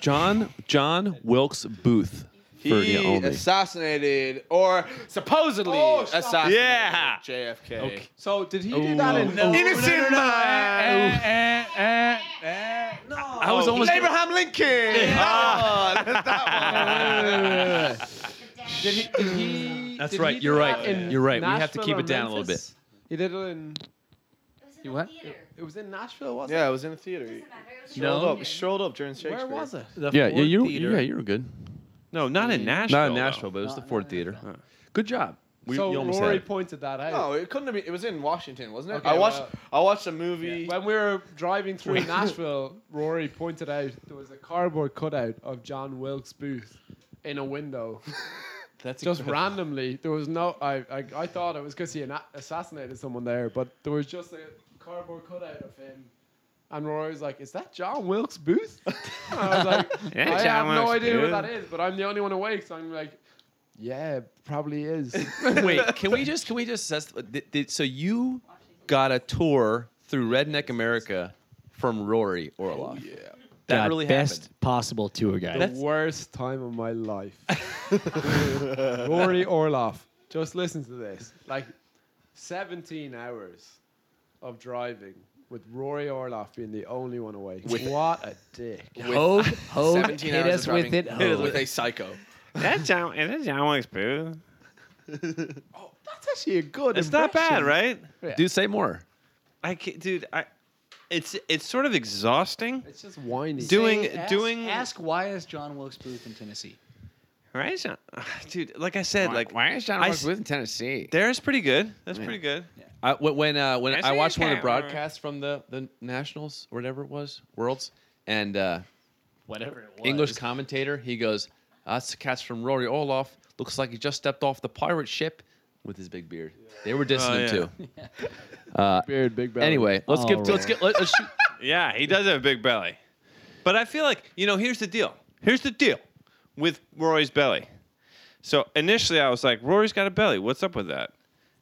John John Wilkes Booth. Ferdy
He
only.
assassinated or supposedly
Oh,
assassinated
Yeah.
JFK.
So did he
Oh,
do that in? No.
Innocent man.
I was almost
Abraham Lincoln. Ah, that's that one.
Did he, did he,
Mm. That's
did he
right,
do
you're right.
that in
You're right, we have to
Nashville
keep
or
it down a little
Memphis? He did it in.
You
what?
It was in Nashville, wasn't
Yeah, it was in a theater. We Strolled
No.
up. We strolled up during
it?
Shakespeare.
Where was it?
Yeah, yeah, you yeah, you were good.
No, not in Nashville.
Not in
though.
Nashville, but it was the Ford Theater. Good job. We,
so
you almost had
Rory
it.
pointed that out.
No, it couldn't have been. It was in Washington, wasn't it?
Okay,
I watched.
well-
I watched a movie.
When we were driving through Nashville, Rory pointed out there was a cardboard cutout of John Wilkes Booth in a window. That's just randomly. There was no. I I, I thought it was because he ana- assassinated someone there, but there was just a cardboard cutout of him. And Rory was like, "Is that John Wilkes Booth?" And I was like,
Yeah,
"I
John
have no
Wilkes
idea
Booth."
what that is, but I'm the only one awake, so I'm like." Yeah, probably is.
Wait, can we just can we just assess, did, did, so you got a tour through Redneck America from Rory Orloff? yeah, that
God,
really
best
happened.
possible tour guide.
the worst time of my life. Rory Orloff, just listen to this. Like 17 hours of driving with Rory Orloff being the only one awake. what a dick.
Hogue, Hogue, hit
hours
us
of
with
driving.
it.
Hit us
Oh,
Hogue.
with a psycho.
That's John. and That's John Wilkes Booth.
That's actually a good
It's not bad, right?
Dude, say more.
I can't, dude. I. It's it's sort of exhausting.
It's just whiny.
Doing
Ask-
doing
Ask why is John Wilkes Booth in Tennessee?
right, John- dude. Like I said, like
is John
I Wilkes s- Booth
in Tennessee?
there's pretty good. That's pretty good.
I, when when, uh, when
Yes,
I
you
watched one of
can.
the broadcasts from the, the Nationals or whatever it was, Worlds, and uh,
Whatever it was.
English commentator, he goes, "Ah, "That's the catch from Rory Orloff. Looks like he just stepped off the pirate ship with his big beard." They were dissing
Oh,
him
yeah.
too. Uh,
Beard, big belly. Oh,
Anyway, let's get
All
let's get let, us shoot.
Yeah, he does have a big belly. But I feel like, you know, here's the deal. Here's the deal with Rory's belly. So initially I was like, Rory's got a belly. What's up with that?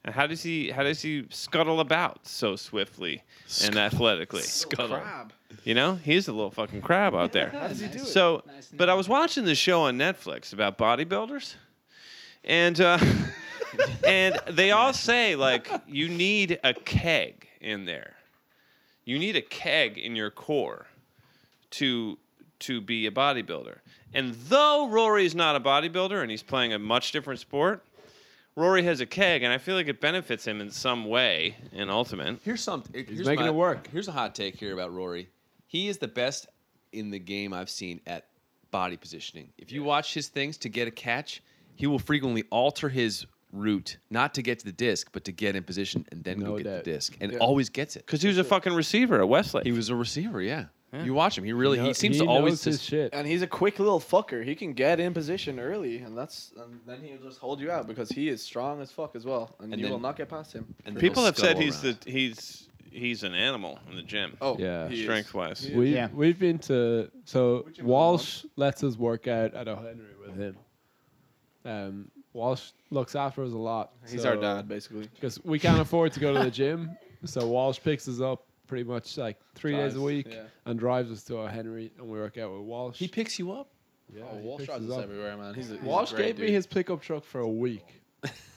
And how does he how does he scuttle about so swiftly and athletically? Scuttle. You know, he's a little fucking crab out there. How does he do so,
Nice
but I was watching this show on Netflix about bodybuilders, and uh, and they all say like you need a keg in there. You need a keg in your core to to be a bodybuilder. And though Rory's not a bodybuilder and he's playing a much different sport, Rory has a keg, and I feel like it benefits him in some way in ultimate.
Here's something. He's
making it work.
Here's a hot take here about Rory. He is the best in the game I've seen at body positioning. If you watch his things to get a catch, he will frequently alter his route not to get to the disc, but to get in position and then go
No
get
doubt.
the disc, and always gets it.
Because he was a fucking receiver at Westlake.
He was a receiver, yeah. You watch him; he really he seems to always
his
just
shit.
And he's a quick little fucker. He can get in position early, and that's and then he'll just hold you out because he is strong as fuck as well, and,
And
you
then-
will not get past him.
and then
People
he'll
have said
scuttle
he's
around.
the he's he's an animal in the gym.
Oh,
Yeah.
he is.
strength wise.
We
Yeah.
we've been to so Walsh lets us work out at O'Henry with him. Um, Walsh looks after us a lot.
He's
so-
our dad, basically.
because we can't afford to go to the gym. So Walsh picks us up pretty much like three
Drives,
days a week
yeah.
and drives us to our Henry, and we work out with Walsh.
He picks you up.
yeah,
Oh,
he
Walsh
picks us
drives us
up.
everywhere, man. He's a, he's a
Walsh
great
gave me
dude.
his pickup truck for a week,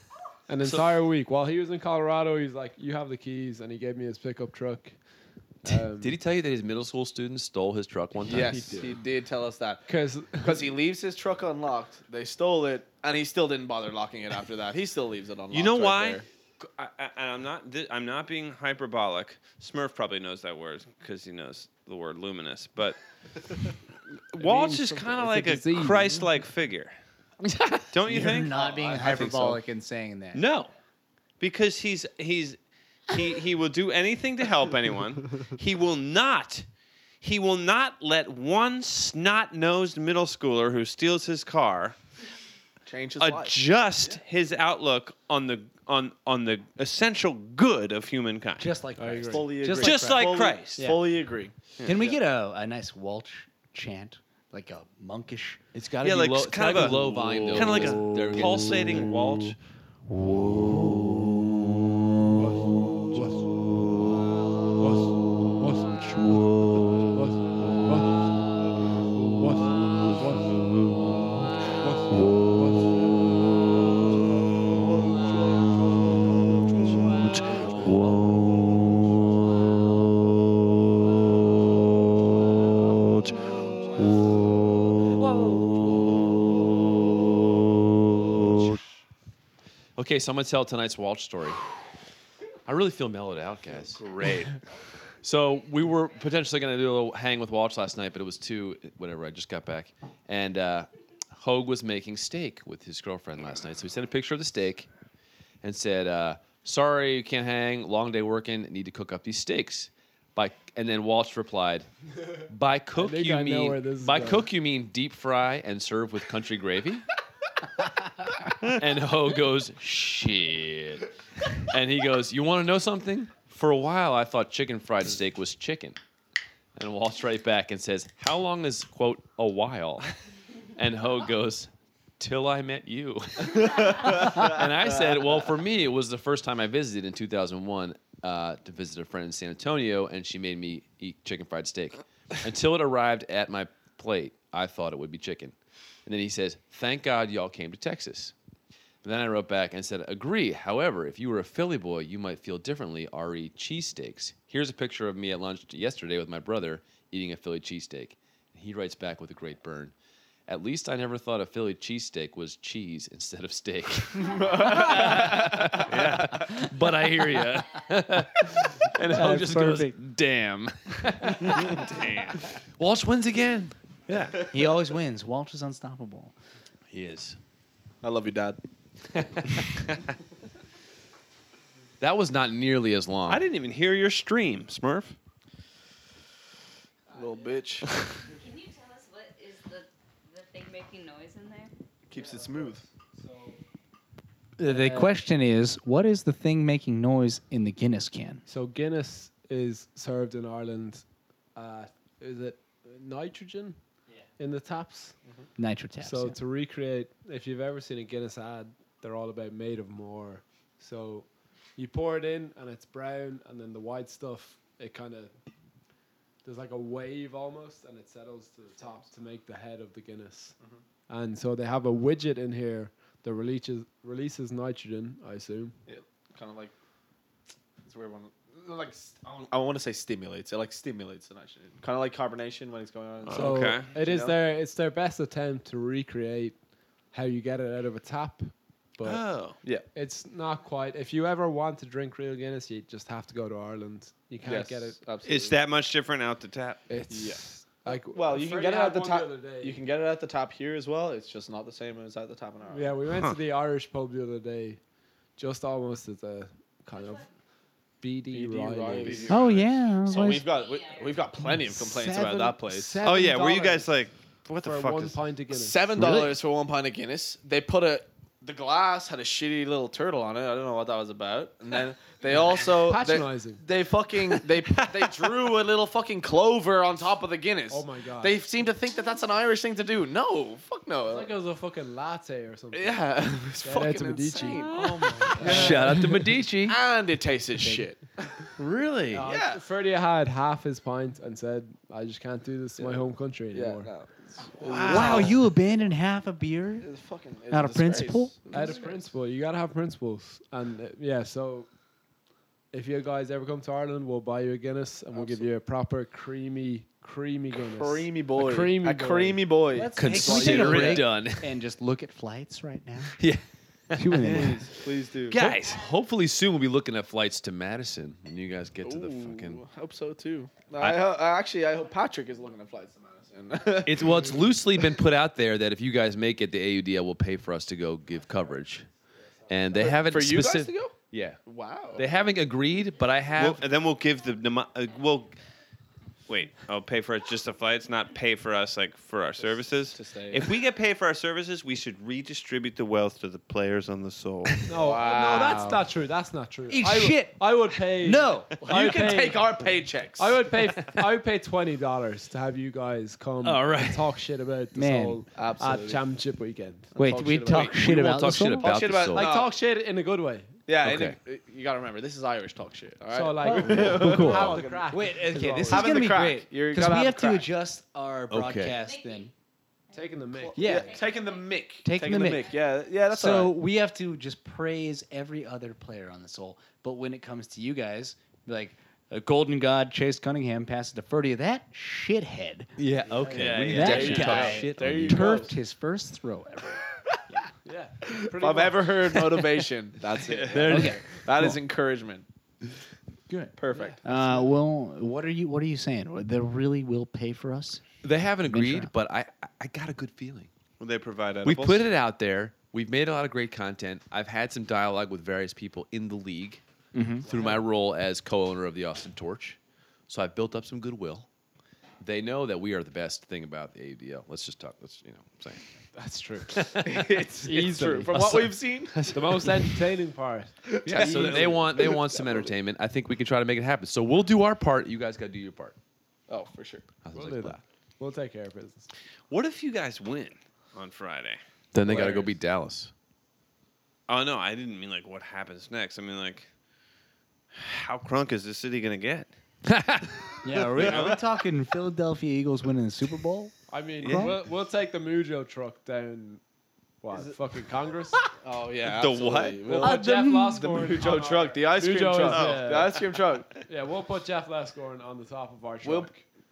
an entire week. While he was in Colorado, he's like, "You have the keys," and he gave me his pickup truck.
Did he tell you that his middle school students stole his truck one time?
Yes, he did tell us that.
Because
Because he leaves his truck unlocked, they stole it, and he still didn't bother locking it after that. He still leaves it unlocked.
You know
right
why?
there.
I, I, and I'm not. Th- I'm not being hyperbolic. Smurf probably knows that word because he knows the word luminous. But Walsh is kind of like a, Christ-like figure, don't you
You're
think?
not being
I think so.
hyperbolic in saying that.
No, because he's he's he he will do anything to help anyone. He will not. He will not let one snot-nosed middle schooler who steals his car
Change his life.
adjust his outlook on the on on the essential good of humankind.
Just like Christ.
Fully
Just
agree.
like
Just like
fully,
Christ.
Fully agree.
Can we get a, a nice Welsh chant, like a monkish?
It's got to
Yeah,
be
like
low,
s-
it's
kind
gotta
of
be
a
low volume. though,
kind of like
because they're
a
getting-
pulsating waltz.
Okay, so I'm gonna tell tonight's Walsh story. I really feel mellowed out, guys. Great. so we were potentially gonna do a little hang with Walsh last night, but it was too whatever. I just got back, and uh, Hogue was making steak with his girlfriend last night. So he sent a picture of the steak, and said, uh, "Sorry, you can't hang. Long day working. Need to cook up these steaks." By and then Walsh replied, "By cook
think
you
I know where
mean
this is
by
going."
cook you mean deep fry and serve with country gravy." and Ho goes, "Shit." And he goes, "You want to know something? For a while, I thought chicken fried steak was chicken." And walks right back and says, "How long is quote a while?" And Ho goes, "Till I met you." and I said, "Well, for me, it was the first time I visited in 2001 uh, to visit a friend in San Antonio, and she made me eat chicken fried steak. Until it arrived at my plate, I thought it would be chicken." And then he says, "Thank God y'all came to Texas." Then I wrote back and said, Agree. However, if you were a Philly boy, you might feel differently. RE cheesesteaks. Here's a picture of me at lunch yesterday with my brother eating a Philly cheesesteak. He writes back with a great burn. At least I never thought a Philly cheesesteak was cheese instead of steak. But I hear you. and Hope just goes,
perfect.
damn. damn. Walsh wins again.
He always wins. Walsh is unstoppable.
He is.
I love you, Dad.
That was not nearly as long.
I didn't even hear your stream, Smurf.
Little bitch.
Can you tell us what is the, the thing making noise in there?
Keeps it smooth.
The, the question is, what is the thing making noise in the Guinness can?
So Guinness is served in Ireland. Uh, is it nitrogen in the taps?
Nitro taps.
so
yeah.
to recreate, if you've ever seen a Guinness ad, they're all about made of more. So you pour it in and it's brown, and then the white stuff it kind of there's like a wave almost, and it settles to the top to make the head of the Guinness. And so they have a widget in here that releases releases nitrogen, I assume.
Kind of like. It's a weird one. Like st- I don't- I want to say stimulates. It like stimulates the nitrogen. Kind of like carbonation when it's going on.
So
Okay.
it is
know?
their it's their best attempt to recreate how you get it out of a tap, but
Oh.
yeah.
it's not quite. If you ever want to drink real Guinness, you just have to go to Ireland. You
Oh,
can't
Yes,
get it.
Absolutely.
It's that much different out the tap.
It's like
Well, you can
Freddie
get it
had
at the
one
top.
other day.
you can get it at the top here as well. It's just not the same as at the top in Ireland.
Yeah, we went to the Irish pub the other day, just almost as a kind of BD,
BD
Riley.
Riley's.
oh yeah. I was
So
like-
we've got we, we've got plenty of complaints about that place.
Oh yeah, were you guys like, what the
for
fuck
one
is?
pint of Guinness?
Seven dollars for one pint of Guinness. They put a the glass had a shitty little turtle on it. I don't know what that was about. And then they also
Patronizing.
They, they fucking they they drew a little fucking clover on top of the Guinness.
Oh my God.
They seem to think that that's an Irish thing to do. No, fuck no.
It's like it was a fucking latte or something.
yeah, it's
Shout out
fucking
to Medici.
insane.
Oh my god.
Shout out to Medici.
And it tasted shit.
really?
Yeah.
Oh, Freddie had half his pint and said, "I just can't do this to my home country anymore."
wow, you abandoned half a beer.
It's fucking it's
Out
a
of principle?
disgrace.
Out of principle, you gotta have principles, and uh, yeah, so if you guys ever come to Ireland, we'll buy you a Guinness and we'll give you a proper creamy, creamy Guinness.
Creamy boy.
A creamy
A
boy.
creamy boy.
Consider it
done.
and just look at flights right now.
yeah.
Two in the morning.
Please do.
Guys, hopefully soon we'll be looking at flights to Madison when you guys get to the fucking.
Ooh, hope so too. I, ho- I actually I hope Patrick is looking at flights to Madison.
It's well, it's loosely been put out there that if you guys make it, the AUDL will pay for us to go give coverage, and they haven't
Uh, for you guys
specif-
to go.
Yeah,
Wow.
they haven't agreed, but I
We'll,
have.
and then we'll give the nemo- uh, we'll wait. I'll pay for it just the flights, not pay for us like for our services.
to stay.
If we get paid for our services, we should redistribute the wealth to the players on the soul.
No, uh, no, that's not true. That's not true.
Eat
I would-
shit.
I would pay.
No.
I would pay-
our paychecks.
I would pay. I would pay twenty dollars to have you guys come
All right.
and talk shit about this
Man.
whole
Absolutely.
at championship weekend.
Wait,
talk
we
shit about-
talk shit
we
about
won't talk
the
shit
song?
about,
shit
the
about-
soul.
Like
Uh,
talk shit in a good way.
Yeah,
Okay.
and it- you gotta remember this is Irish talk shit. All right.
So like,
Cool, cool.
have a crack.
Wait, okay, this is
Having
gonna
the
be
crack.
great
You're
because
gonna have
we have
the
to
crack.
adjust our broadcast then.
taking the mic.
Yeah.
taking the mic.
Taking the mic.
Yeah, yeah. That's all
so
right.
we have to just praise every other player on the soul. But when it comes to you guys, like uh, Golden God Chase Cunningham passes to Ferdy, that shithead,
yeah, okay.
Yeah,
we need
yeah.
to
that
actually talk
guy,
shit.
There you
turfed his first throw ever.
Yeah.
If I've ever heard motivation, that's it. That is
Okay,
encouragement.
good.
Perfect.
Uh, well, what are you? What are you saying? They really will pay for us.
They haven't agreed,
Ventura.
but I, I- I got a good feeling.
Will they provide
We
edibles?
put it out there. We've made a lot of great content. I've had some dialogue with various people in the league
Mm-hmm.
through my role as co-owner of the Austin Torch. So I've built up some goodwill. They know that we are the best thing about the AUDL. Let's just talk. Let's you know, what I'm saying
That's true.
it's, it's true. From what
Also-
we've seen,
the most entertaining part.
yeah. So they want they want some entertainment. I think we can try to make it happen. So we'll do our part. You guys got to do your part.
oh, for sure.
How's
We'll
like
do
that?
that. We'll take care of business.
What if you guys win on Friday?
Then they got to go
Hilarious.
beat Dallas.
Oh no, I didn't mean like what happens next. I mean like how crunk is this city gonna get?
Yeah, are we, are we talking Philadelphia Eagles winning the Super Bowl?
I mean,
Yeah.
we'll, we'll take the Mujo truck down. What fucking Congress?
Oh yeah.
The what?
absolutely.
We'll
We'll-
put Jeff
the
Lascorn. on
Mujo
our-
truck, the ice cream
Mujo
truck,
is,
the
yeah,
ice cream truck.
yeah, we'll put Jeff Lascorn on the top of our truck.
We'll-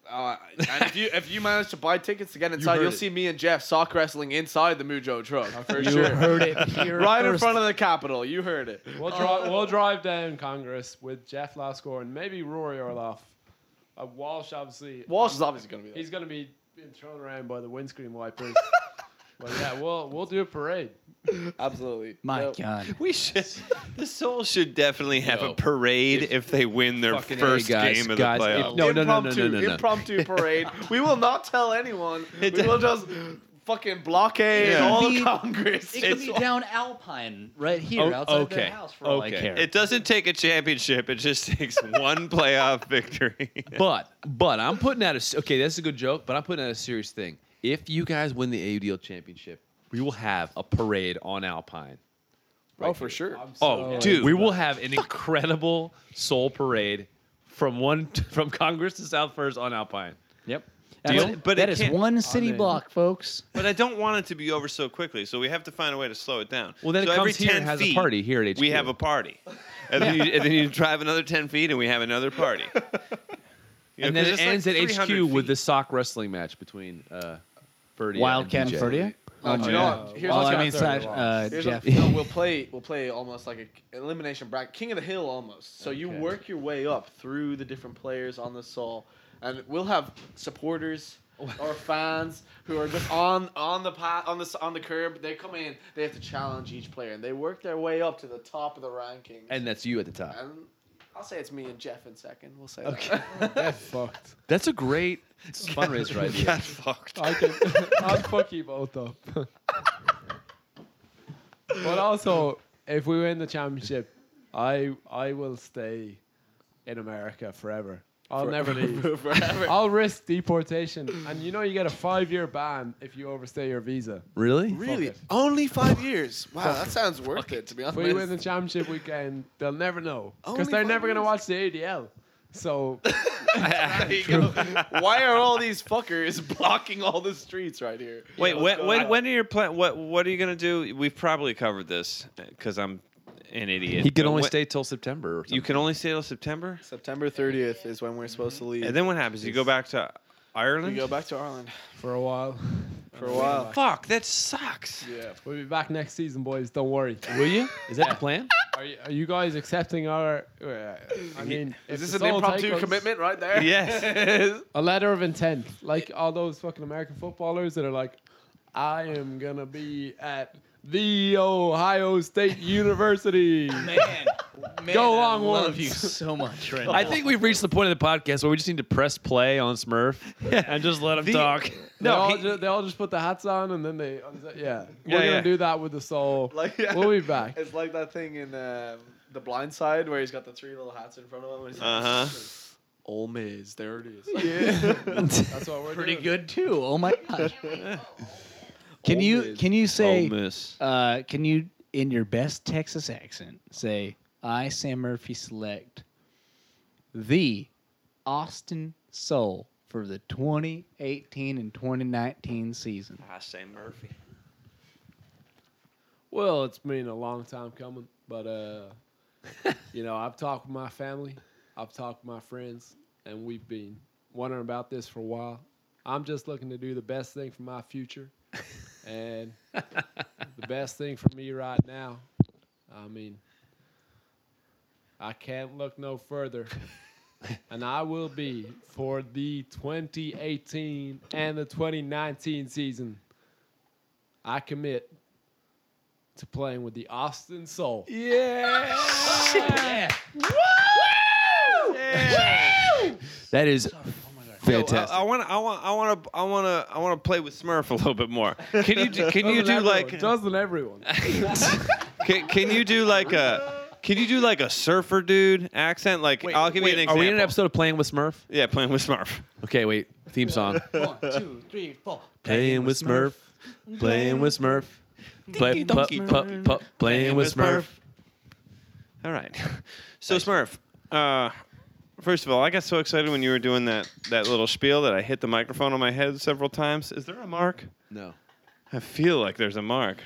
Uh, and if you if you manage to buy tickets to get inside, you will
it.
see me and Jeff sock wrestling inside the Mujo truck for
You
sure.
heard it here
Right in
first.
front of the Capitol, you heard it.
We'll drive. We'll drive down Congress with Jeff Lascor and maybe Rory Orloff. Uh, Walsh, obviously.
Walsh is obviously gonna be there.
He's going to be being thrown around by the windscreen wipers. but yeah, we'll we'll do a parade.
Absolutely.
My
Yep.
God.
We should. The Soul should definitely have
Yo.
a parade if, they win their
Fucking A,
first
guys,
game of
guys,
the
if-
playoffs.
No, no, no, no,
impromptu,
no, no, no.
impromptu parade. we will not tell anyone. We will just fucking blockade
Yeah.
all
Be-
of Congress.
It could be down Alpine right here
Oh,
outside the
okay,
house for all I care.
It doesn't take a championship. It just takes one playoff victory.
But but I'm putting out a s- okay. That's a good joke, but I'm putting out a serious thing. If you guys win the AUDL championship, we will have a parade on Alpine.
oh, for sure.
Oh, dude, we will have an incredible soul parade from one from Congress to South First on Alpine.
Yep.
Deal?
That's-
But
that
it
is
can't-
one city block, folks.
but I don't want it to be over so quickly, so we have to find a way to slow it down.
Well, then it
so every
comes here and
10
has a
feet,
party here at
We
HQ.
have a party, and, then you, and then you drive another ten feet, and we have another party. You know,
And then
'cause
it
it's like
ends at
300
HQ with
feet.
the sock wrestling match between uh, Ferdy
Wildcat
and
and
DJ.
Ferdia?
Oh, do you know what? Here's
Well,
what's
I
gonna-
mean, slash, uh,
Here's
Jeff.
what, no, we'll play we'll play almost like a elimination bracket, king of the hill almost. So you work your way up through the different players on the soul, and we'll have supporters or fans who are just on on the path on the s- on the curb. They come in, they have to challenge each player, and they work their way up to the top of the rankings.
And that's you at the top.
And I'll say it's me and Jeff in second. We'll say okay. that.
fucked.
That's a great fundraiser idea.
Got fucked.
I can. I'll fuck you both up. but also, if we win the championship, I I will stay in America forever. I'll never leave.
Forever.
I'll risk deportation, and you know you get a five-year ban if you overstay your visa.
Really?
Really?
it.
Only five years? Wow, that sounds worth it. To be honest.
If we win the championship weekend, they'll never know
Only
because they're
five
never going to
years.
watch the ADL. So
There you go. Why are all these fuckers blocking all the streets right here?
Wait,
Yeah, what's
when, when,
going
when are your plan? What What are you gonna do? We've probably covered this because I'm an idiot.
He could
But
only
when-
stay till September. Or
You can only stay till September,
September 30th is when we're supposed to leave.
and then what happens? You go back to Ireland.
we go back to Ireland
for a while.
for a while.
Fuck, that sucks.
Yeah.
We'll be back next season, boys. Don't worry.
will you? Is that the plan?
Are you, are you guys accepting our? uh, I mean,
Is
if
this
the
an
Soul
impromptu
take us-
commitment right there?
Yes.
A letter of intent, like all those fucking American footballers that are like, I am gonna be at the Ohio State University.
Man, man
Go
I
long
love
ones.
you so much right now.
I think we've reached the point of the podcast where we just need to press play on Smurf and just let him talk.
No, they all,
he-
ju- they all just put the hats on and then they, yeah. We're
Yeah,
gonna
yeah.
do that with the soul.
Like, yeah.
We'll be back.
It's like that thing in um, The Blind Side where he's got the three little hats in front of him. And he's like,
Uh huh.
Ole Miss, there it is. Uh.
That's what we're
pretty
doing.
good too. Oh my gosh. Can you can you say
Miss.
uh, can you in your best Texas accent say I Sam Murphy select the Austin Soul for the 2018 and 2019 season?
I say Ah, Murphy.
Well, it's been a long time coming, but uh, you know, I've talked with my family, I've talked with my friends, and we've been wondering about this for a while. I'm just looking to do the best thing for my future, and the best thing for me right now. I mean, I can't look no further. And I will be for the 2018 and the 2019 season. I commit to playing with the Austin Soul.
That is
oh
fantastic.
I want to. I want. I want to. I want to. I want to play with Smurf a little bit more. Can you? Do,
Oh,
can you do
Doesn't everyone-
like?
doesn't everyone?
Can, can you do like a? Can you do like a surfer dude accent? Like I'll give you an
Are
example.
we in an episode of Playing with Smurf?
Yeah, playing with Smurf.
Okay, wait. Theme song.
One, two, three, four.
Playing with Smurf. Playing with Smurf. Play, pu-
Dinky
pu- pu- playing with Smurf.
All right. So Smurf, uh, first of all, I got so excited when you were doing that that little spiel that I hit the microphone on my head several times. Is there a mark?
No.
I feel like there's a mark.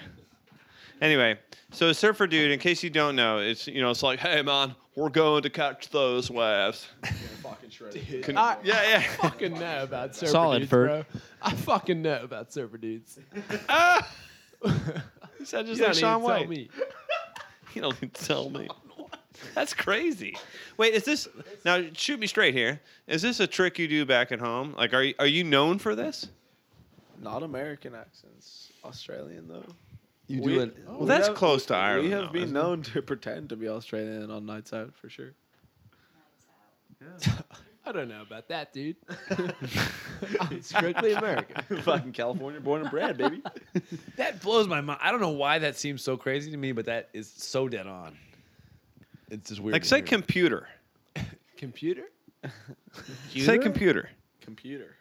Anyway, so surfer dude, in case you don't know, it's you know it's like, hey man, we're going to catch those waves. Can- yeah, yeah.
I fucking know about surfer
Solid,
dudes,
Fert.
bro. I fucking know about surfer dudes.
Ah! He said just
You
like
don't even tell
Sean White.
me.
You don't need to tell me. That's crazy. Wait, is this now? Shoot me straight here. Is this a trick you do back at home? Like, are you, are you known for this?
Not American accents, Australian though.
You
We-
do it.
Well, that's close to Ireland.
We have
though,
been
isn't it?
known to pretend to be Australian on nights out for sure.
I don't know about that, dude. I'm strictly American.
Fucking California, born and bred, baby.
That blows my mind. I don't know why that seems so crazy to me, but that is so dead on. It's just weird.
Like,
to
say
hear.
computer.
Computer?
Say computer.
Computer.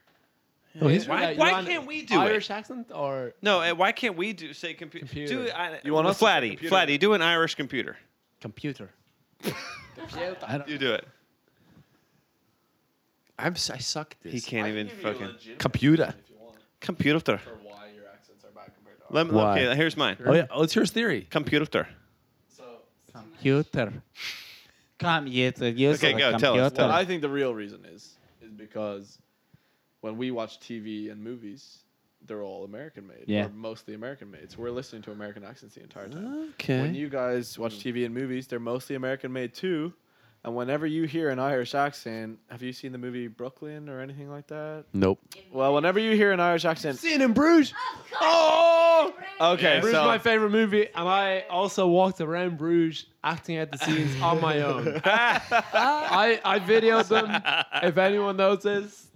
Oh, he's-
Why-
You
why
want
can't we do it?
Irish accent or
No, uh, why can't we do say compu-
Computer.
Do, I,
You want us to say
Flatty?
computer?
Flatty, do an Irish computer.
Computer.
computer?
I don't,
You do it.
I'm, si suck at this.
He can't even fucking
Computer.
computer.
Why your accents are bad compared to
Let me,
Why?
okay, here's mine.
Oh, yeah. Let's hear his theory.
Computer.
Computer. Computer. Use
Okay,
the
go, tell us.
computer.
Well, I think the real reason is is because when we watch TV and movies, they're all American made.
Yeah.
Or mostly American made. So we're listening to American accents the entire time. When
Okay.
you guys watch TV and movies, they're mostly American made too. And whenever you hear an Irish accent, have you seen the movie Brooklyn or anything like that?
nope.
Well, whenever you hear an Irish accent,
Seen in Bruges.
okay,
Bruges is
so
my favorite movie, and I also walked around Bruges acting out the scenes on my own. I, I videoed them. If anyone notices,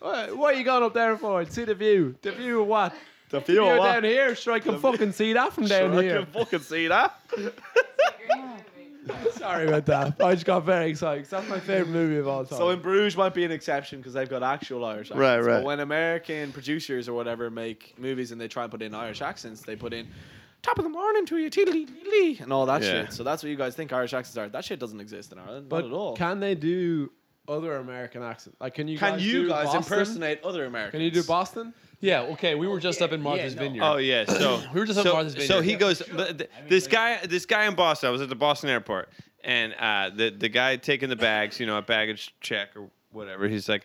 what, what are you going up there for? See the view. The view of what?
the
The view
feel
down here. Sure, I can fucking see that from down
I
here.
can fucking see that.
Sorry about that. I just got very excited. 'cause That's my favorite movie of all time.
So in Bruges might be an exception because they've got actual Irish accents.
Right, right.
But when American producers or whatever make movies and they try and put in Irish accents, they put in top of the morning to you, tiddly and all that
Yeah.
shit. So that's what you guys think Irish accents are. That shit doesn't exist in Ireland,
but
not at all.
can they do other American accent? Like, can you
Can
guys
you
do
guys
Boston?
impersonate other Americans?
Can you do Boston?
Yeah. Okay. We were just up in Martha's
no.
Vineyard.
Oh yeah, so
We were just at
so,
Martha's
so
Vineyard.
he goes. but th- This guy, this guy in Boston. I was at the Boston airport, and uh, the the guy taking the bags, you know, a baggage check or whatever. He's like,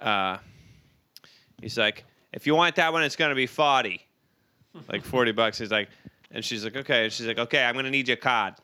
uh, he's like, if you want that one, it's gonna be forty, like forty bucks. He's like, and she's like, okay. And she's like, okay, I'm gonna need your card.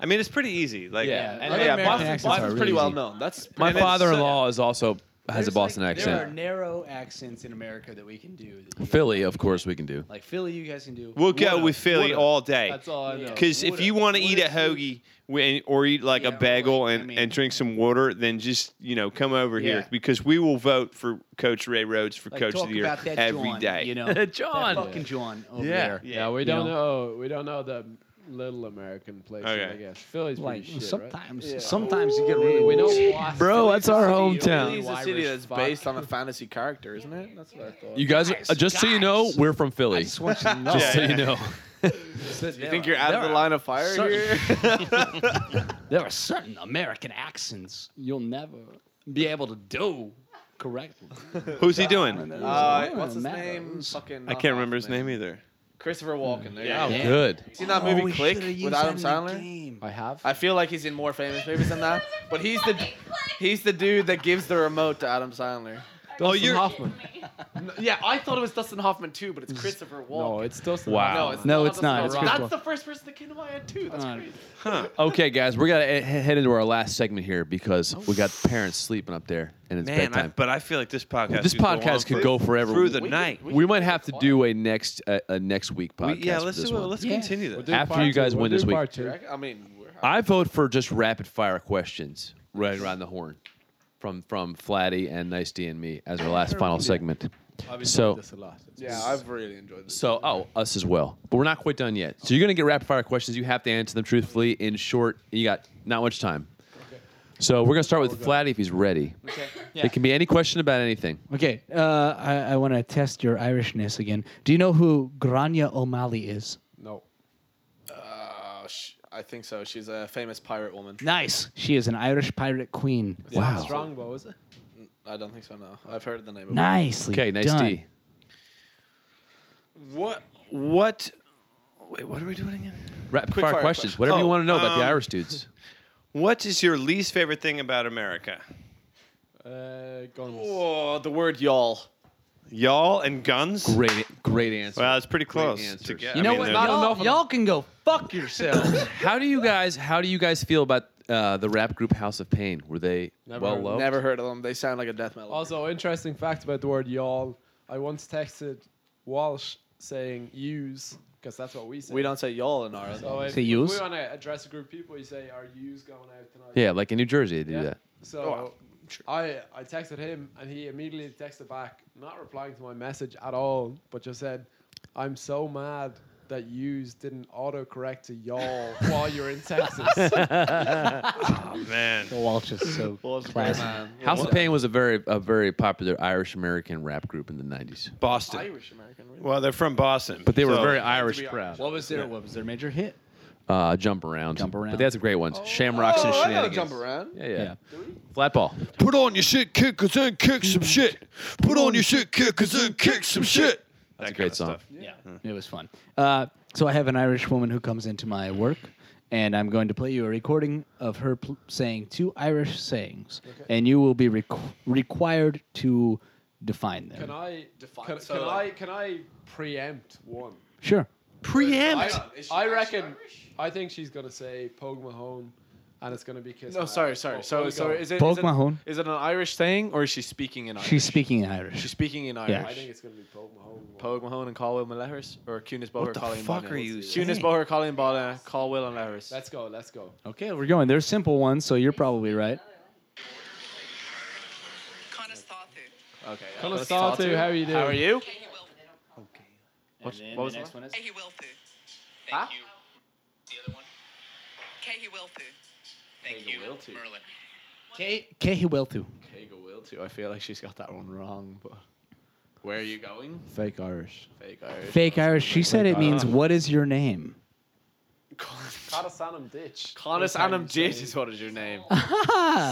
I mean, it's pretty easy. Like,
Yeah, and other
oh, yeah,
American
Boston-
accents
Boston-
Boston's
are
pretty
really
well
easy.
known. That's
My
and it's-
father-in-law is also has a
There's,
Boston
like, There are
accent.
narrow accents in America that we can do. that you guys-
Philly, of course, we can do.
Like Philly, you guys can do.
We'll go
What up?
with Philly
What up?
all day.
That's
Oh,
all I know.
Because if
Water.
you want to eat a
Water's
hoagie when, or eat like
Yeah,
a
or
bagel
like, I
and,
mean-
and drink some water, then just you know come over
Yeah.
here because we will vote for Coach Ray Rhodes for
Like,
Coach of
talk
the Year
about
every
that
day.
John, You know, That
John.
fucking John over
Yeah.
there.
Yeah, we
You
don't
know?
know. We don't know the little American places.
Okay.
I guess Philly's
Like
pretty shit, right?
sometimes, sometimes you get really.
We
weird.
know Boston.
Bro, that's our
Philly's a
hometown.
city of
Philly's a
Irish
city that's
fuck.
based on a fantasy character, isn't it? That's what I thought.
You guys, are, uh, just so you know,
guys.
we're from Philly.
Just want you to know.
Just so you know,
You think you're out of the line of fire here?
there are certain American accents you'll never be able to do correctly.
Who's he doing?
Uh, what's his
Matter.
name? Fucking
I can't remember his name either.
Christopher Walken. There
Yeah.
you go.
Yeah.
good.
Seen that movie
Oh, we
Click
should've
with
used
Adam
that in the
Sandler?
game.
I have.
I feel like he's in more famous movies than that, but he's the he's the dude that gives the remote to Adam Sandler.
oh, you're
Hoffman.
Yeah, I thought it was Dustin Hoffman too, but it's Christopher
No,
Walken.
it's Dustin.
Wow.
Hoffman.
Oh, No, it's
No,
not.
it's not.
Dustin
It's
Hoffman. That's
Christopher-
the first person that came to my head too. That's
Uh,
crazy.
Okay, guys, we're gonna he- head into our last segment here because we got parents sleeping up there and it's
man, I,
bedtime.
but I feel like this podcast
this
could go on
podcast could
for-
go forever.
through the
we,
night.
we might have to do a next uh, a next week
We-
podcast.
yeah,
for
let's
this
do it.
one.
Let's
Yeah.
continue
We'll
this.
do
After
part
you guys
two. We'll
win this
do
week.
part two.
I mean, we're
I vote for just rapid fire questions right around the horn from from Flatty and Nice D and me as our last final segment. So
That's a lot.
yeah, I've really enjoyed this.
so oh us as well, but we're not quite done yet. So you're gonna get rapid fire questions. You have to answer them truthfully in short. You got not much time. So we're gonna start with Flatty if he's ready. Okay. It can be any question about anything.
Okay, uh, I, I want to test your Irishness again. Do you know who Grania O'Malley is?
No.
Uh, sh- I think so. She's a famous pirate woman.
Nice. She is an Irish pirate queen.
Wow. Strongbow is it?
I don't think so. No, I've heard the name. Of her.
Nicely.
Okay, Nice
done.
D.
What? What? Wait, what are we doing again?
Rapid
Quick
fire,
fire
questions.
que-
Whatever you
Oh,
want to know about the
um,
Irish dudes.
What is your least favorite thing about America?
Uh, guns.
Oh, the word y'all.
Y'all and guns.
Great, great answer.
Well, it's pretty close.
answers.
To get,
You
I
know
mean,
what?
they're-
Y'all, y'all can go fuck yourselves.
How do you guys? How do you guys feel about uh, the rap group House of Pain? Were they
Never
well
heard-
loved?
Never heard of them. They sound like a death metal.
Also, interesting fact about the word y'all. I once texted Walsh saying "use" because that's what we say.
we don't say y'all in Ireland.
So if,
Say
if
yous?
we want to address a group of people, you say, "Are yous going out tonight?"
Yeah, like in New Jersey, they
Yeah.
do that.
Oh,
So I I texted him and he immediately texted back, not replying to my message at all, but just said, "I'm so mad that yous didn't autocorrect to y'all while you're in Texas."
man.
Walsh is so classy.
Man,
House of Pain was a very, a very popular Irish American rap group in the '90s,
Boston.
Irish American. Really.
Well, they're from Boston,
but they were
so-
very Irish proud.
What was their What was their major hit?
Uh, jump around,
Jump Around.
But that's a great one. Shamrocks and
Oh, I know
shenanigans.
jump around.
Yeah, yeah. Flatball.
Put on your shit, kick, cause then kick some shit. Put on your shit, kick, cause then kick some shit. That's
a great song.
Yeah,
Hmm.
it was fun. Uh, so I have an Irish woman who comes into my work, and I'm going to play you a recording of her pl- saying two Irish sayings, and you will be requ- required to define them.
Can I
Define-
can,
so
can
like-
I can I preempt one?
Sure.
Preempt.
I, I reckon I think she's gonna say Pogue Mahone, and it's gonna be kiss.
No,
my
sorry,
ass.
sorry.
Oh,
So,
Pogue
so
Mahone.
is it?
Poke
is it-
Mahone.
Is it an Irish thing or is she speaking in Irish?
She's speaking in
She's
Irish.
speaking in Irish.
Yeah.
I think it's gonna be Pogue Mahone.
Pogue Mahone and Caldwell and Letters or Cunis Boher,
What the
Colleen
fuck
Bonnet.
are you
Cunis
saying?
Boher, Colleen Bonnet, Caldwell and Letters.
Let's go. Let's go.
Okay, we're going. They're simple ones, so you're probably right.
okay. yeah. Let's talk
Conestatu,
to-
how are you doing?
How are you?
What's,
what was the
one? Is
Huh?
Thank you, Merlin.
Kehiweltu.
Kaga will too. I feel like she's got that one wrong, but where are you going?
Fake Irish.
Fake Irish.
uh, Fake Irish. She said it means "What is your name?"
Caddis Annam Ditch.
Connus Annam Jit is what is your name.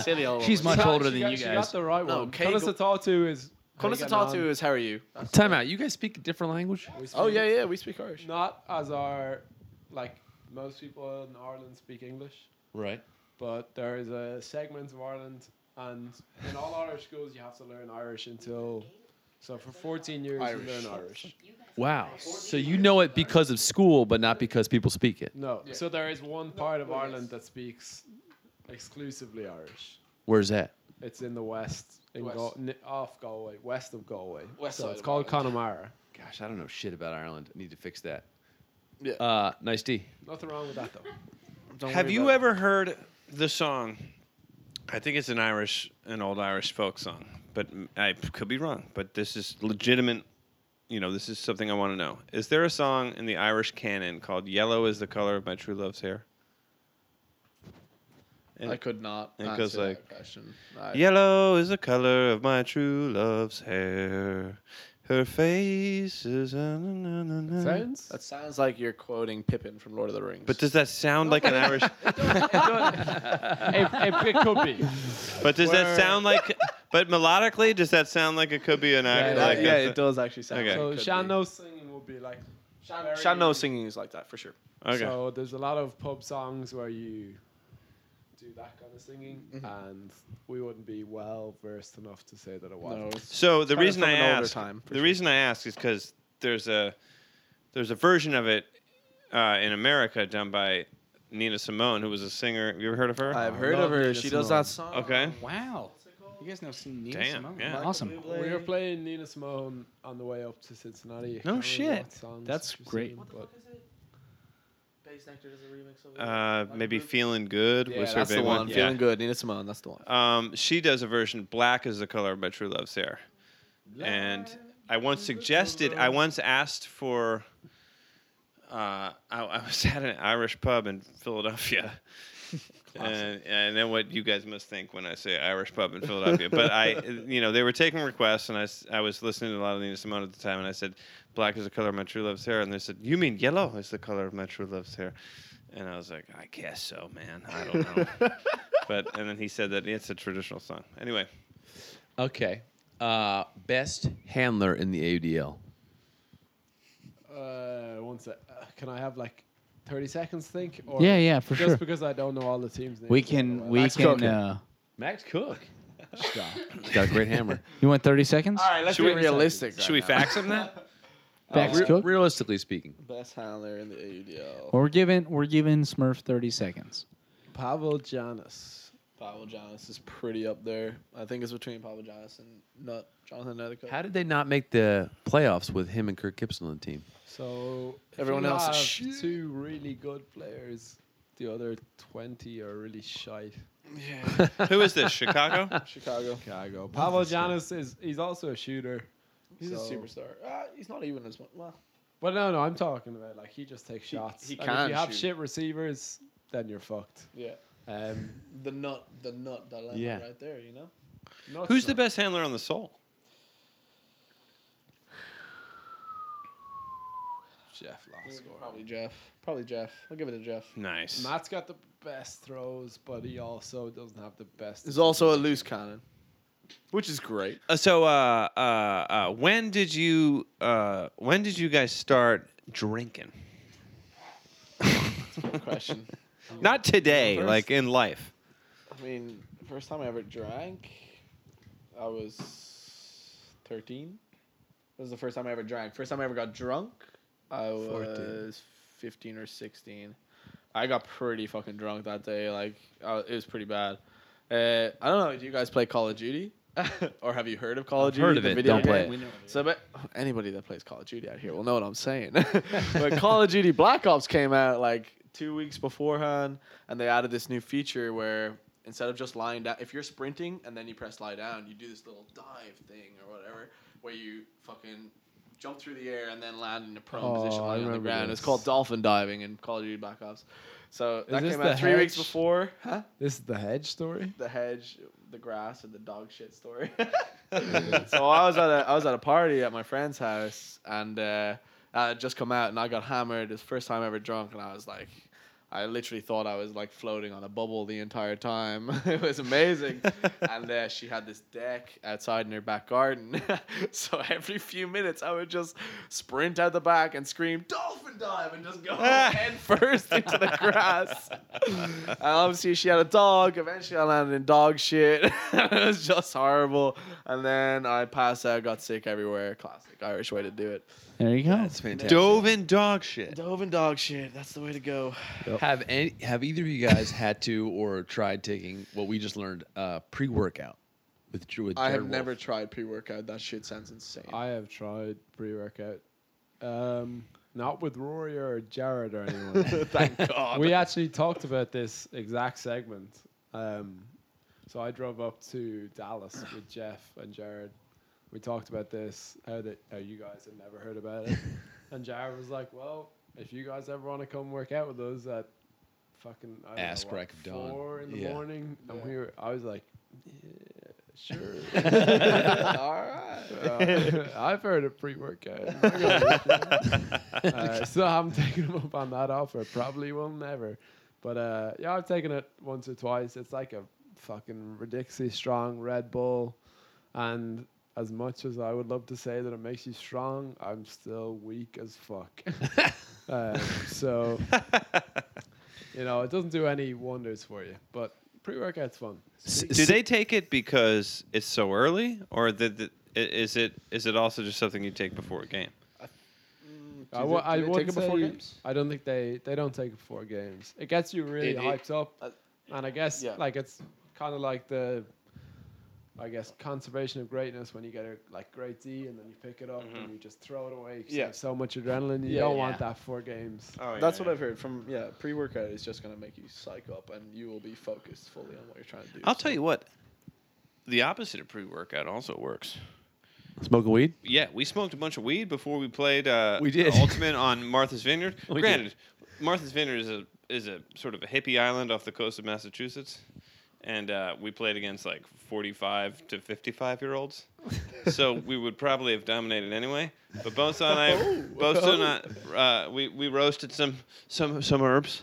Silly old
She's
woman.
much
She
older
got- she
than
got-
you
she
guys.
got the right
No,
one.
Kegel-
Caddis Tattoo is.
Connus the Tattoo is how are you?
Time out. You guys speak a different language?
Oh yeah, yeah, we speak Irish.
Not as our, like, most people in Ireland speak English,
Right.
but there is a segment of Ireland, and in all Irish schools, you have to learn Irish until. So for 14 years, you learn Irish.
Wow. So you know it because of school, but not because people speak it.
No. So there is one part of Ireland that speaks exclusively Irish.
Where's that?
It's in the west, in
West.
Gal- ni- off Galway, west of Galway.
West
so
side
it's
of
called
Ireland.
Connemara.
Gosh, I don't know shit about Ireland. I need to fix that.
Yeah.
Uh, nice D.
Nothing wrong with that though.
Don't
Have
worry
you
about it.
ever heard the song? I think it's an Irish, an old Irish folk song, but m- I p- could be wrong. But this is legitimate. You know, this is something I want to know. Is there a song in the Irish canon called "Yellow is the color of my true love's hair"? And
I could not
It
answer
goes
that
like-
question. I-
Yellow is the color of my true love's hair. Her face is. a na- na- na- na."
Sounds.
That sounds like you're quoting Pippin from Lord of the Rings.
But does that sound like an Irish?
it, it, it could be.
But does
Where-
that sound like? But melodically, does that sound like it could be an Irish?
yeah,
like
yeah,
a-
it does actually sound.
Okay.
Like
So
it could
Shannon singing would be like.
be.
very-
Shannon singing is like that for sure.
Okay.
So there's a lot of pub songs where you do that kind of singing, and we wouldn't be well versed enough to say that it was.
Mm-hmm. No.
So the
Kinda
reason
from
I
an older
ask,
time, for
the
sure.
reason I ask is because there's a there's a version of it uh, in America done by Nina Simone, who was a singer. You ever heard of her?
I've Oh, heard
love
of her.
Nina
She does
Simone.
that song.
okay.
Wow. You guys know Nina
Damn,
Simone.
yeah.
Awesome.
We were playing Nina Simone on the way up to Cincinnati. I
No
can't remember
shit.
what songs
That's
she was
great.
singing,
What
but-
Uh, maybe feeling good
Yeah,
was her
that's
big
the one.
Yeah.
Feeling good. Nina Simone. That's the one.
Um, she does a version "Black is the Color of My True Love's Hair," and I once suggested, I once asked for. Uh, I, I was at an Irish pub in Philadelphia, and I know what you guys must think when I say Irish pub in Philadelphia. but I, you know, they were taking requests, and I, s- I was listening to a lot of Nina Simone at the time, and I said, "Black is the color of my true love's hair," and they said, "You mean yellow is the color of my true love's hair?" And I was like, "I guess so, man. I don't know." but and then he said that it's a traditional song. Anyway,
Okay. Uh, best handler in the ADL.
Uh, one sec. Uh, can I have like 30 seconds to think? Or
Yeah, yeah, for
just
sure.
because I don't know all the teams.
We
names really
can.
well.
We
That's
can. Uh,
Max Cook. He's got a great hammer.
you want 30 seconds?
All right, let's
Should
be
we-
realistic.
should we fax him that?
Bax
Re-
Cook.
Uh, realistically speaking,
Best handler in the ADL.
Well, we're giving we're giving Smurf 30 seconds.
Pavel Janis.
Pavel Jonas is pretty up there. I think it's between Pavel Jonas and Nut Jonathan Nethercutt.
how did they not make the playoffs with him and Kirk Gibson on the team?
So if
Everyone
you
else is
have
shit.
two really good players. The other 20 are really shite.
Who is this? Chicago?
Chicago.
Chicago. Pavel Janis is he's also a shooter.
He's a
So-
superstar. Uh, he's not even as much. Well,
But no, no, I'm talking about like he just takes shots.
he
and
can
if you have
shoot.
shit receivers, then you're fucked.
yeah.
Um,
The nut, the nut dilemma
Yeah.
right there. You know.
not
Who's
so-
the best handler on the soul?
Jeff Lasko.
Probably Jeff. Probably Jeff. I'll give it to Jeff.
Nice.
Matt's got the best throws, but he also doesn't have the best.
There's also a loose cannon, which is great.
Uh, so, uh, uh, uh, when did you uh, when did you guys start drinking?
Good question.
Not today,
First-
like in life.
I mean, the first time I ever drank, I was 13. That was the first time I ever drank. First time I ever got drunk, I was 15 or 16. I got pretty fucking drunk that day. Like, uh, it was pretty bad. Uh, I don't know. Do you guys play Call of Duty? or have you heard of Call of Duty?
heard of
the
it,
video
don't play
game?
it.
So, but anybody that plays Call of Duty out here will know what I'm saying. but Call of Duty Black Ops came out like two weeks beforehand, and they added this new feature where instead of just lying down, if you're sprinting and then you press lie down, you do this little dive thing or whatever, where you fucking jump through the air and then land in a prone position
Oh, I
lying on the
remember
ground.
this.
It's called dolphin diving in Call of Duty Black Ops. So that
this
came
the
out three weeks
hedge?
before. Huh?
This is the hedge story.
the hedge, the grass, and the dog shit story. so I was at a I was at a party at my friend's house, and uh, I had just come out, and I got hammered. It was the first time ever drunk, and I was like, I literally thought I was like floating on a bubble the entire time. it was amazing. and uh, she had this deck outside in her back garden. so every few minutes, I would just sprint out the back and scream, Dolphin dive, and just go head first into the grass. and obviously, she had a dog. Eventually, I landed in dog shit. it was just horrible. And then I passed out, got sick everywhere. Classic Irish way to do it.
There you go.
That's fantastic.
Dove in dog shit.
Dove and dog shit. That's the way to go.
Have any, have either of you guys had to or tried taking what we just learned uh, pre workout with Drew? With
I
Jared
have
Wolff?
never tried pre workout. That shit sounds insane.
I have tried pre workout. Um, not with Rory or Jared or anyone.
Thank God.
we actually talked about this exact segment. Um, so I drove up to Dallas with Jeff and Jared. We talked about this, how that how you guys had never heard about it. and Jared was like, Well, if you guys ever want to come work out with us at fucking I don't
Ass
know,
crack
what,
of dawn.
four in the
Yeah.
morning and we were I was like, Yeah, sure.
All right.
Uh, I've heard of pre workout. uh, so I'm taking him up on that offer. Probably will never. But uh, yeah, I've taken it once or twice. It's like a fucking ridiculously strong Red Bull. And as much as I would love to say that it makes you strong, I'm still weak as fuck. um, so, you know, it doesn't do any wonders for you. But pre workout's fun.
Do they take it because it's so early, or that that- i- is it is it also just something you take before a game?
I
Do
wo-
they- do
I
they take
wouldn't
it before
say-
games?
I don't think they they don't take it before games. It gets you really
It- it-
hyped up,
uh,
and I guess
yeah.
like it's kind of like the, I guess conservation of greatness when you get a like great D and then you pick it up and you just throw it away. 'cause you
Mm-hmm. Yeah.
have so much adrenaline. You
Yeah,
don't
yeah. Uh,
want that before games.
Oh,
That's what I've heard from yeah. Pre workout is just gonna make you psych up, and you will be focused fully on what you're trying to do.
I'll tell you what. The opposite of pre-workout also works.
smoke a weed?
Yeah, we smoked a bunch of weed before we played. Uh,
We did.
Ultimate on Martha's Vineyard.
We
Granted, Martha's Vineyard is a is a sort of a hippie island off the coast of Massachusetts, and uh, we played against like forty five to fifty five year olds. so we would probably have dominated anyway. But Bosa and I,
Oh,
Bosa and I, uh, we we roasted some some some herbs.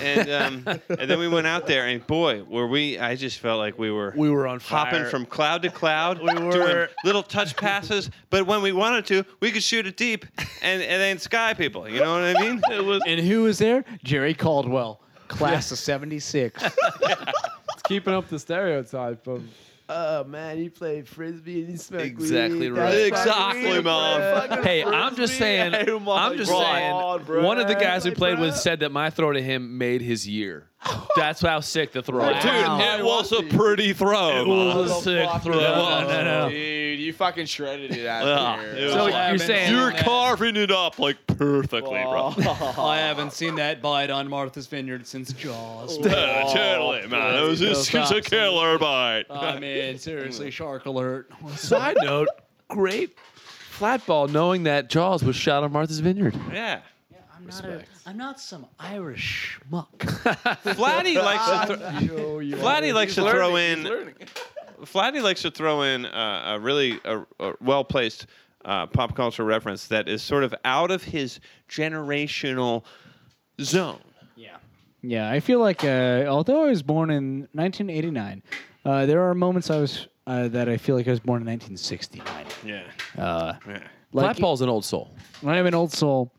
and um, and then we went out there, and boy, were we! I just felt like we were
We were on
hopping
fire.
from cloud to cloud, doing little touch passes. But when we wanted to, we could shoot it deep, and and then sky people. You know what I mean? It was
And who was there? Jerry Caldwell, class of '76.
It's keeping up the stereotype of. Oh man, he played frisbee and he smoked
Exactly weed. right. That's
exactly, mom.
Hey, I'm just saying. I'm just
God,
saying. one of the guys we played with said that my throw to him made his year. That's how sick the throw.
Dude,
was.
it was a pretty throw. Mom.
was a sick throw. No, no, no.
Dude, you fucking shredded it out
Yeah,
here.
it was
So
like-
you're saying
You're carving it up like perfectly, bro.
I haven't seen that bite on Martha's Vineyard since Jaws.
Uh, totally, man. It was just it's a killer bite.
I mean, seriously, shark alert.
Side note, great flat ball knowing that Jaws was shot on Martha's Vineyard.
Yeah.
I'm not, a, I'm not some Irish schmuck.
Flatty likes to, thro- Flatty likes to throw in. Flatty likes to throw in uh, a really uh uh well placed uh, pop culture reference that is sort of out of his generational zone.
Yeah, I feel like uh, although I was born in 1989, uh, there are moments I was uh, that I feel like I was born in 1969.
Yeah.
Uh,
yeah.
like
flat ball's an old soul.
when I'm an old soul,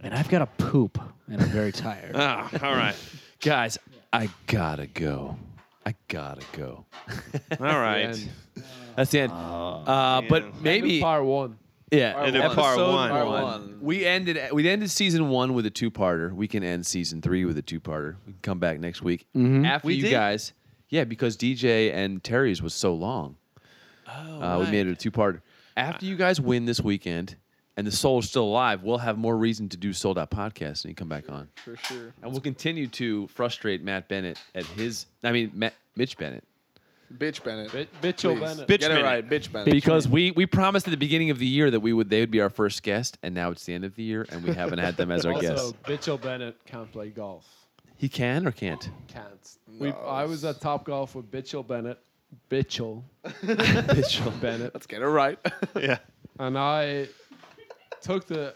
and I've got to poop, and I'm very tired.
Ah, all right.
Guys, I gotta go. I gotta go.
All right.
That's the end. uh,
yeah.
But maybe
Part one.
yeah.
End of part
episode
one. Part
one.
We ended. We ended season one with a two-parter. We can end season three with a two-parter. We can come back next week after
We
you
did?
guys. Yeah, because DJ and Terry's was so long. Oh, uh, we made it a two-parter. After you guys win this weekend, and the soul's still alive, we'll have more reason to do sold out podcast, and you come back on.
for sure.
And we'll continue to frustrate Matt Bennett at his, I mean, Matt, Mitch Bennett.
Bitch Bennett. Bitch,
Mitchell Bennett.
Bitch
Get
Bennett.
it right, bitch Bennett.
Because we, we promised at the beginning of the year that we would they would be our first guest, and now it's the end of the year, and we haven't had them as our guest.
Also, Mitchell Bennett can't play golf.
He can or can't?
can't. We, I was at Top Golf with Bitchel Bennett. Bitchel. Bitchel Bennett.
Let's get it right.
Yeah.
And I took the,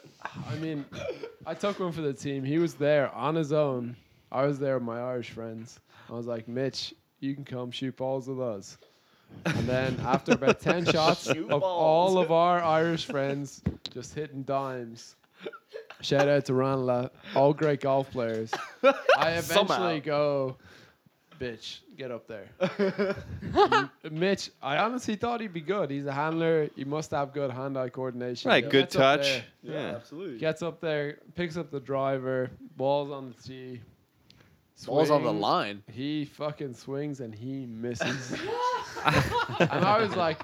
I mean, I took one for the team. He was there on his own I was there with my Irish friends. I was like, Mitch, you can come shoot balls with us. And then after about 10 shots of all of our Irish friends just hitting dimes, shout out to Ranla, all great golf players. I eventually
Somehow.
go, bitch, get up there. Mitch, I honestly thought he'd be good. He's a handler. He must have good hand-eye coordination.
Right, good
Gets up
touch.
there,
Yeah.
absolutely.
Gets up there, picks up the driver, balls on the tee.
Balls on the
swings.
line.
He fucking swings and he misses. and I was like,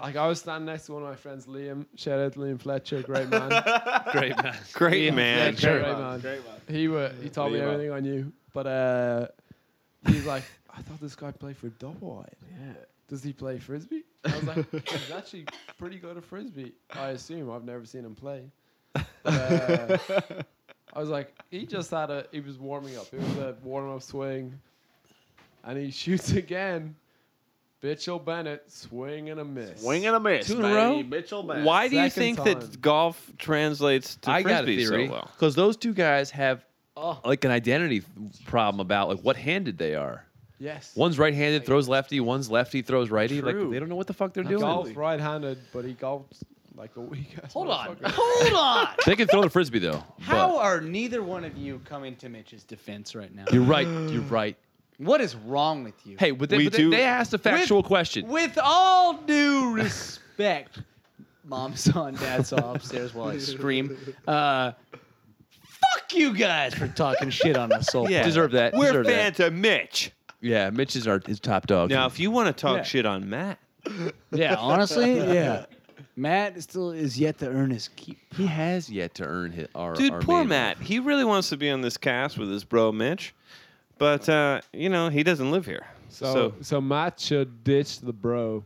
like I was standing next to one of my friends, Liam. Shout out to Liam Fletcher, great man.
Great man.
Great man.
Fletcher, great man. He wa he told me
Liam.
everything I knew. But uh, he's like, I thought this guy played for Double Yeah. Does he play frisbee? I was like, he's actually pretty good at frisbee. I assume I've never seen him play. But, uh, I was like, he just had a. He was warming up. It was a warm up swing, and he shoots again. Mitchell Bennett swing and a miss.
Wing and a miss.
Two in a
baby.
row?
Mitchell Bass.
Why do you
Second
think
time.
that golf translates to
I got a
frisbee
theory
so well?
because those two guys have like an identity problem about like what handed they are.
Yes.
One's right-handed, throws lefty. One's lefty, throws righty. Like
True.
they don't know what the fuck they're
He
doing.
golfed right-handed, but he golfed like a weak ass.
Hold on.
motherfucker.
Hold on.
They can throw the frisbee though.
How
but-
are neither one of you coming to Mitch's defense right now?
You're right. You're right.
What is wrong with you?
Hey, but they,
We
but they-
do-
they asked a factual question.
With all due respect, mom's on, dad's off upstairs while I scream. Uh, fuck you guys for talking shit on us. Soul
Yeah.
Deserve that.
We're
Deserve that.
fans of Mitch.
Yeah, Mitch is our his top dog.
Now, if you want to talk
Yeah.
shit on Matt,
Yeah, honestly, yeah. Matt still is yet to earn his keep.
he has yet to earn his, our
dude,
our
poor
maiden.
Matt. He really wants to be on this cast with his bro Mitch, but uh, you know he doesn't live here.
So, so, Matt should ditch the bro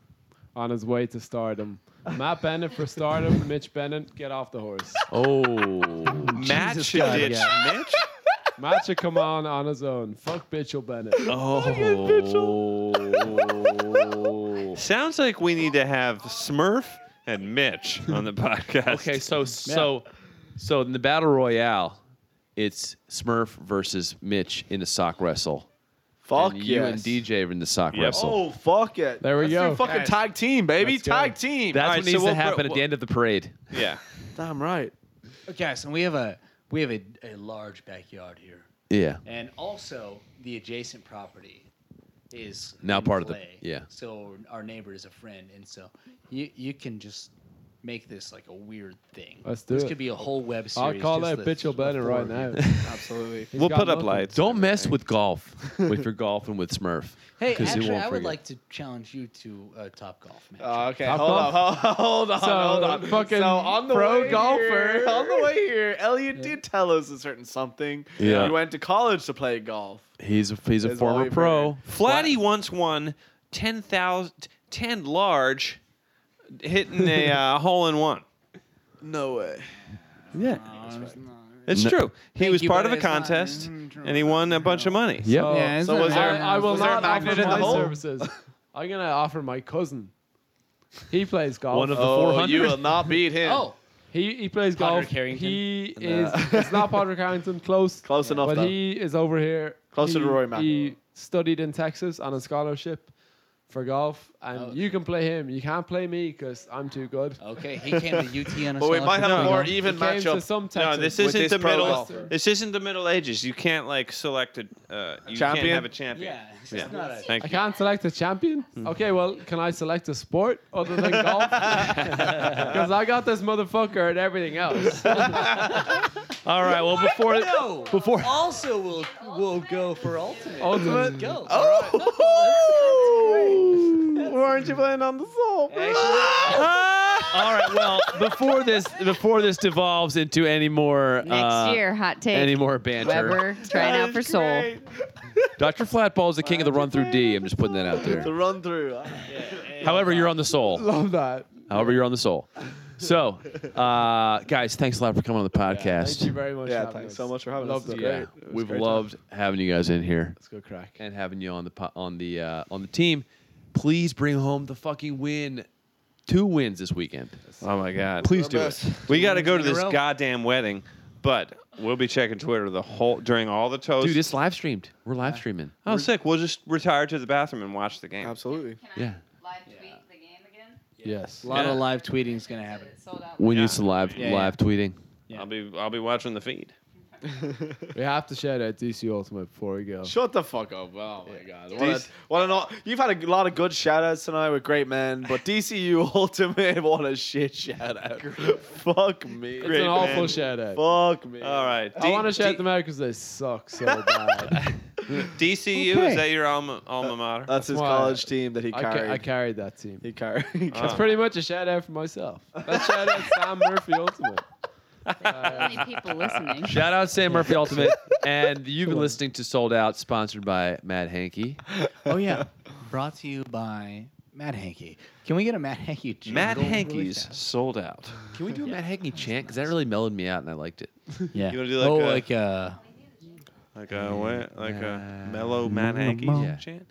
on his way to stardom. Matt Bennett for stardom. Mitch Bennett, get off the horse.
Oh,
Matt
Jesus
should
God,
ditch
yeah.
Mitch.
Matt should come on on his own. Fuck Mitchell Bennett.
oh.
Sounds like we need to have Smurf and Mitch on the podcast.
okay, so so so in the battle royale, it's Smurf versus Mitch in a sock wrestle.
Fuck
and you
yes.
and DJ are in the sock
Yep.
wrestle.
Oh fuck it.
There we
Let's
go.
do Fucking
Yes.
tag team, baby.
Let's go.
Tag team.
That's
All right,
what
so
needs
we'll
to happen
pro-
at the end of the parade.
yeah,
Damn right.
Okay, so we have a we have a, a large backyard here,
Yeah.
and also the adjacent property is
Now
in
part of the-
play.
yeah.
So our neighbor is a friend, and so you you can just make this like a weird thing.
Let's do
this
it.
could be a whole web
I'll
series.
call
just
out
the-
Mitchell
the
Bennett
four
right
of you.
now.
Absolutely.
He's
we'll
got
put up
nothing.
lights.
Don't mess with golf if you're golfing with Smurf.
Hey,
'cause it
actually,
won't
I would
forget.
like to challenge you to a top golf match.
Oh, Okay,
Top
hold on,
golf.
hold on,
So,
hold on.
fucking
so on the
pro
way
golfer.
here, on the way here, Elliot did tell us a certain something.
Yeah.
he went to college to play golf.
He's a, he's a
His
former
wife
pro.
Flatty once won 10,000 10 large hitting a uh, hole in one.
No way.
Yeah.
It's
No-
true. He
Thank
was
you,
part
but
of a
it's not-
contest
Mm,
and he won a bunch of money.
Yep.
So,
Yeah,
So was there-
I, I will
Oh, was there a
not offer
magnet in the
my
hole?
services. I'm gonna offer my cousin. He plays golf.
One of the
Oh,
400.
you will not beat him.
Oh,
he he plays
Padraig
golf.
Harrington?
He is. It's not Patrick Harrington. Close.
Close enough,
But
though.
he is over here.
Closer to
He-
Rory McIlroy.
He studied in Texas on a scholarship for golf, and you can play him. You can't play me because I'm too good.
okay. He came to UT on a
But we
scholarship.
might have a
No,
more E
no.
even
He came to
matchup.
some Texas.
No, this
With
isn't
this
the
pro
middle.
golfer.
This isn't the Middle Ages. You can't like select a. Uh, you
Champion?
can't have a champion.
Yeah, it's just not a-
Thank
I
you.
can't select a champion.
Hmm.
Okay, well, can I select a sport other than golf? Because I got this motherfucker and everything else.
All right. Well, before
No. Before also we'll we'll go for ultimate.
Ultimate.
Go. Oh!
Weren't you playing on the soul?
All right. Well, before this before this devolves into any more
Next
uh,
year, hot take.
any more banter,
Weber trying out for Soul.
Dr. Flatball is the king of the run through D. I'm just putting that out
The
there.
run through. huh?
However, you're on the soul.
Love that.
However, you're on the soul. So, uh, guys, thanks a lot for coming on the podcast.
Thank you very much. for
Yeah,
having
thanks
us.
so much for having
Loved
us.
it.
This is
yeah,
great. It was
we've
great
loved having you guys in here
Let's go crack.
and having you on the po- on the uh, on the team. Please bring home the fucking win. Two wins this weekend.
Oh my God.
Please do it.
We got to go to
in a
this
row.
goddamn wedding. But we'll be checking Twitter the whole during all the toast.
Dude, it's live streamed. We're live streaming.
oh, sick. We'll just retire to the bathroom and watch the game.
Absolutely.
Can
Yeah.
I live tweet the game again?
Yes.
A lot
Yeah.
of live tweeting is going to happen.
It sold out.
We need some live
Yeah, yeah.
live tweeting.
I'll be I'll be watching the feed.
We have to shout out DC Ultimate before we go.
Shut the fuck up. Oh my god. What,
These-
a, what an all, you've had a lot of good shout outs tonight with great men, but DCU Ultimate, what a shit shout out. fuck me.
It's an awful shout out.
Fuck me.
All right.
I want to shout
D-
them out because they suck so bad.
DCU is that your alma alma mater?
That's his
why
college team that he
I, ca-
carried.
I carried that team.
he carried. he
That's
carried-
pretty much a shout out for myself. That's shout out Sam Murphy Ultimate. Uh,
How many people listening?
Shout out Sam Murphy Ultimate. And you've been listening to Sold Out, sponsored by Matt Hankey.
Oh yeah, brought to you by Matt Hankey. Can we get a Matt Hankey? jingle
Matt
really
Hankey's
fast?
sold out.
Can we do a Matt Hankey chant? Because that really mellowed me out and I liked it.
Yeah.
You wanna do like
oh,
a-
like uh,
Like a what? Like a mellow Matt Hankey
Um,
Yeah.
chant.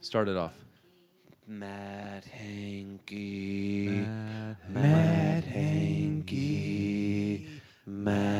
Start it off.
Matt Hankey. Matt Hankey. Matt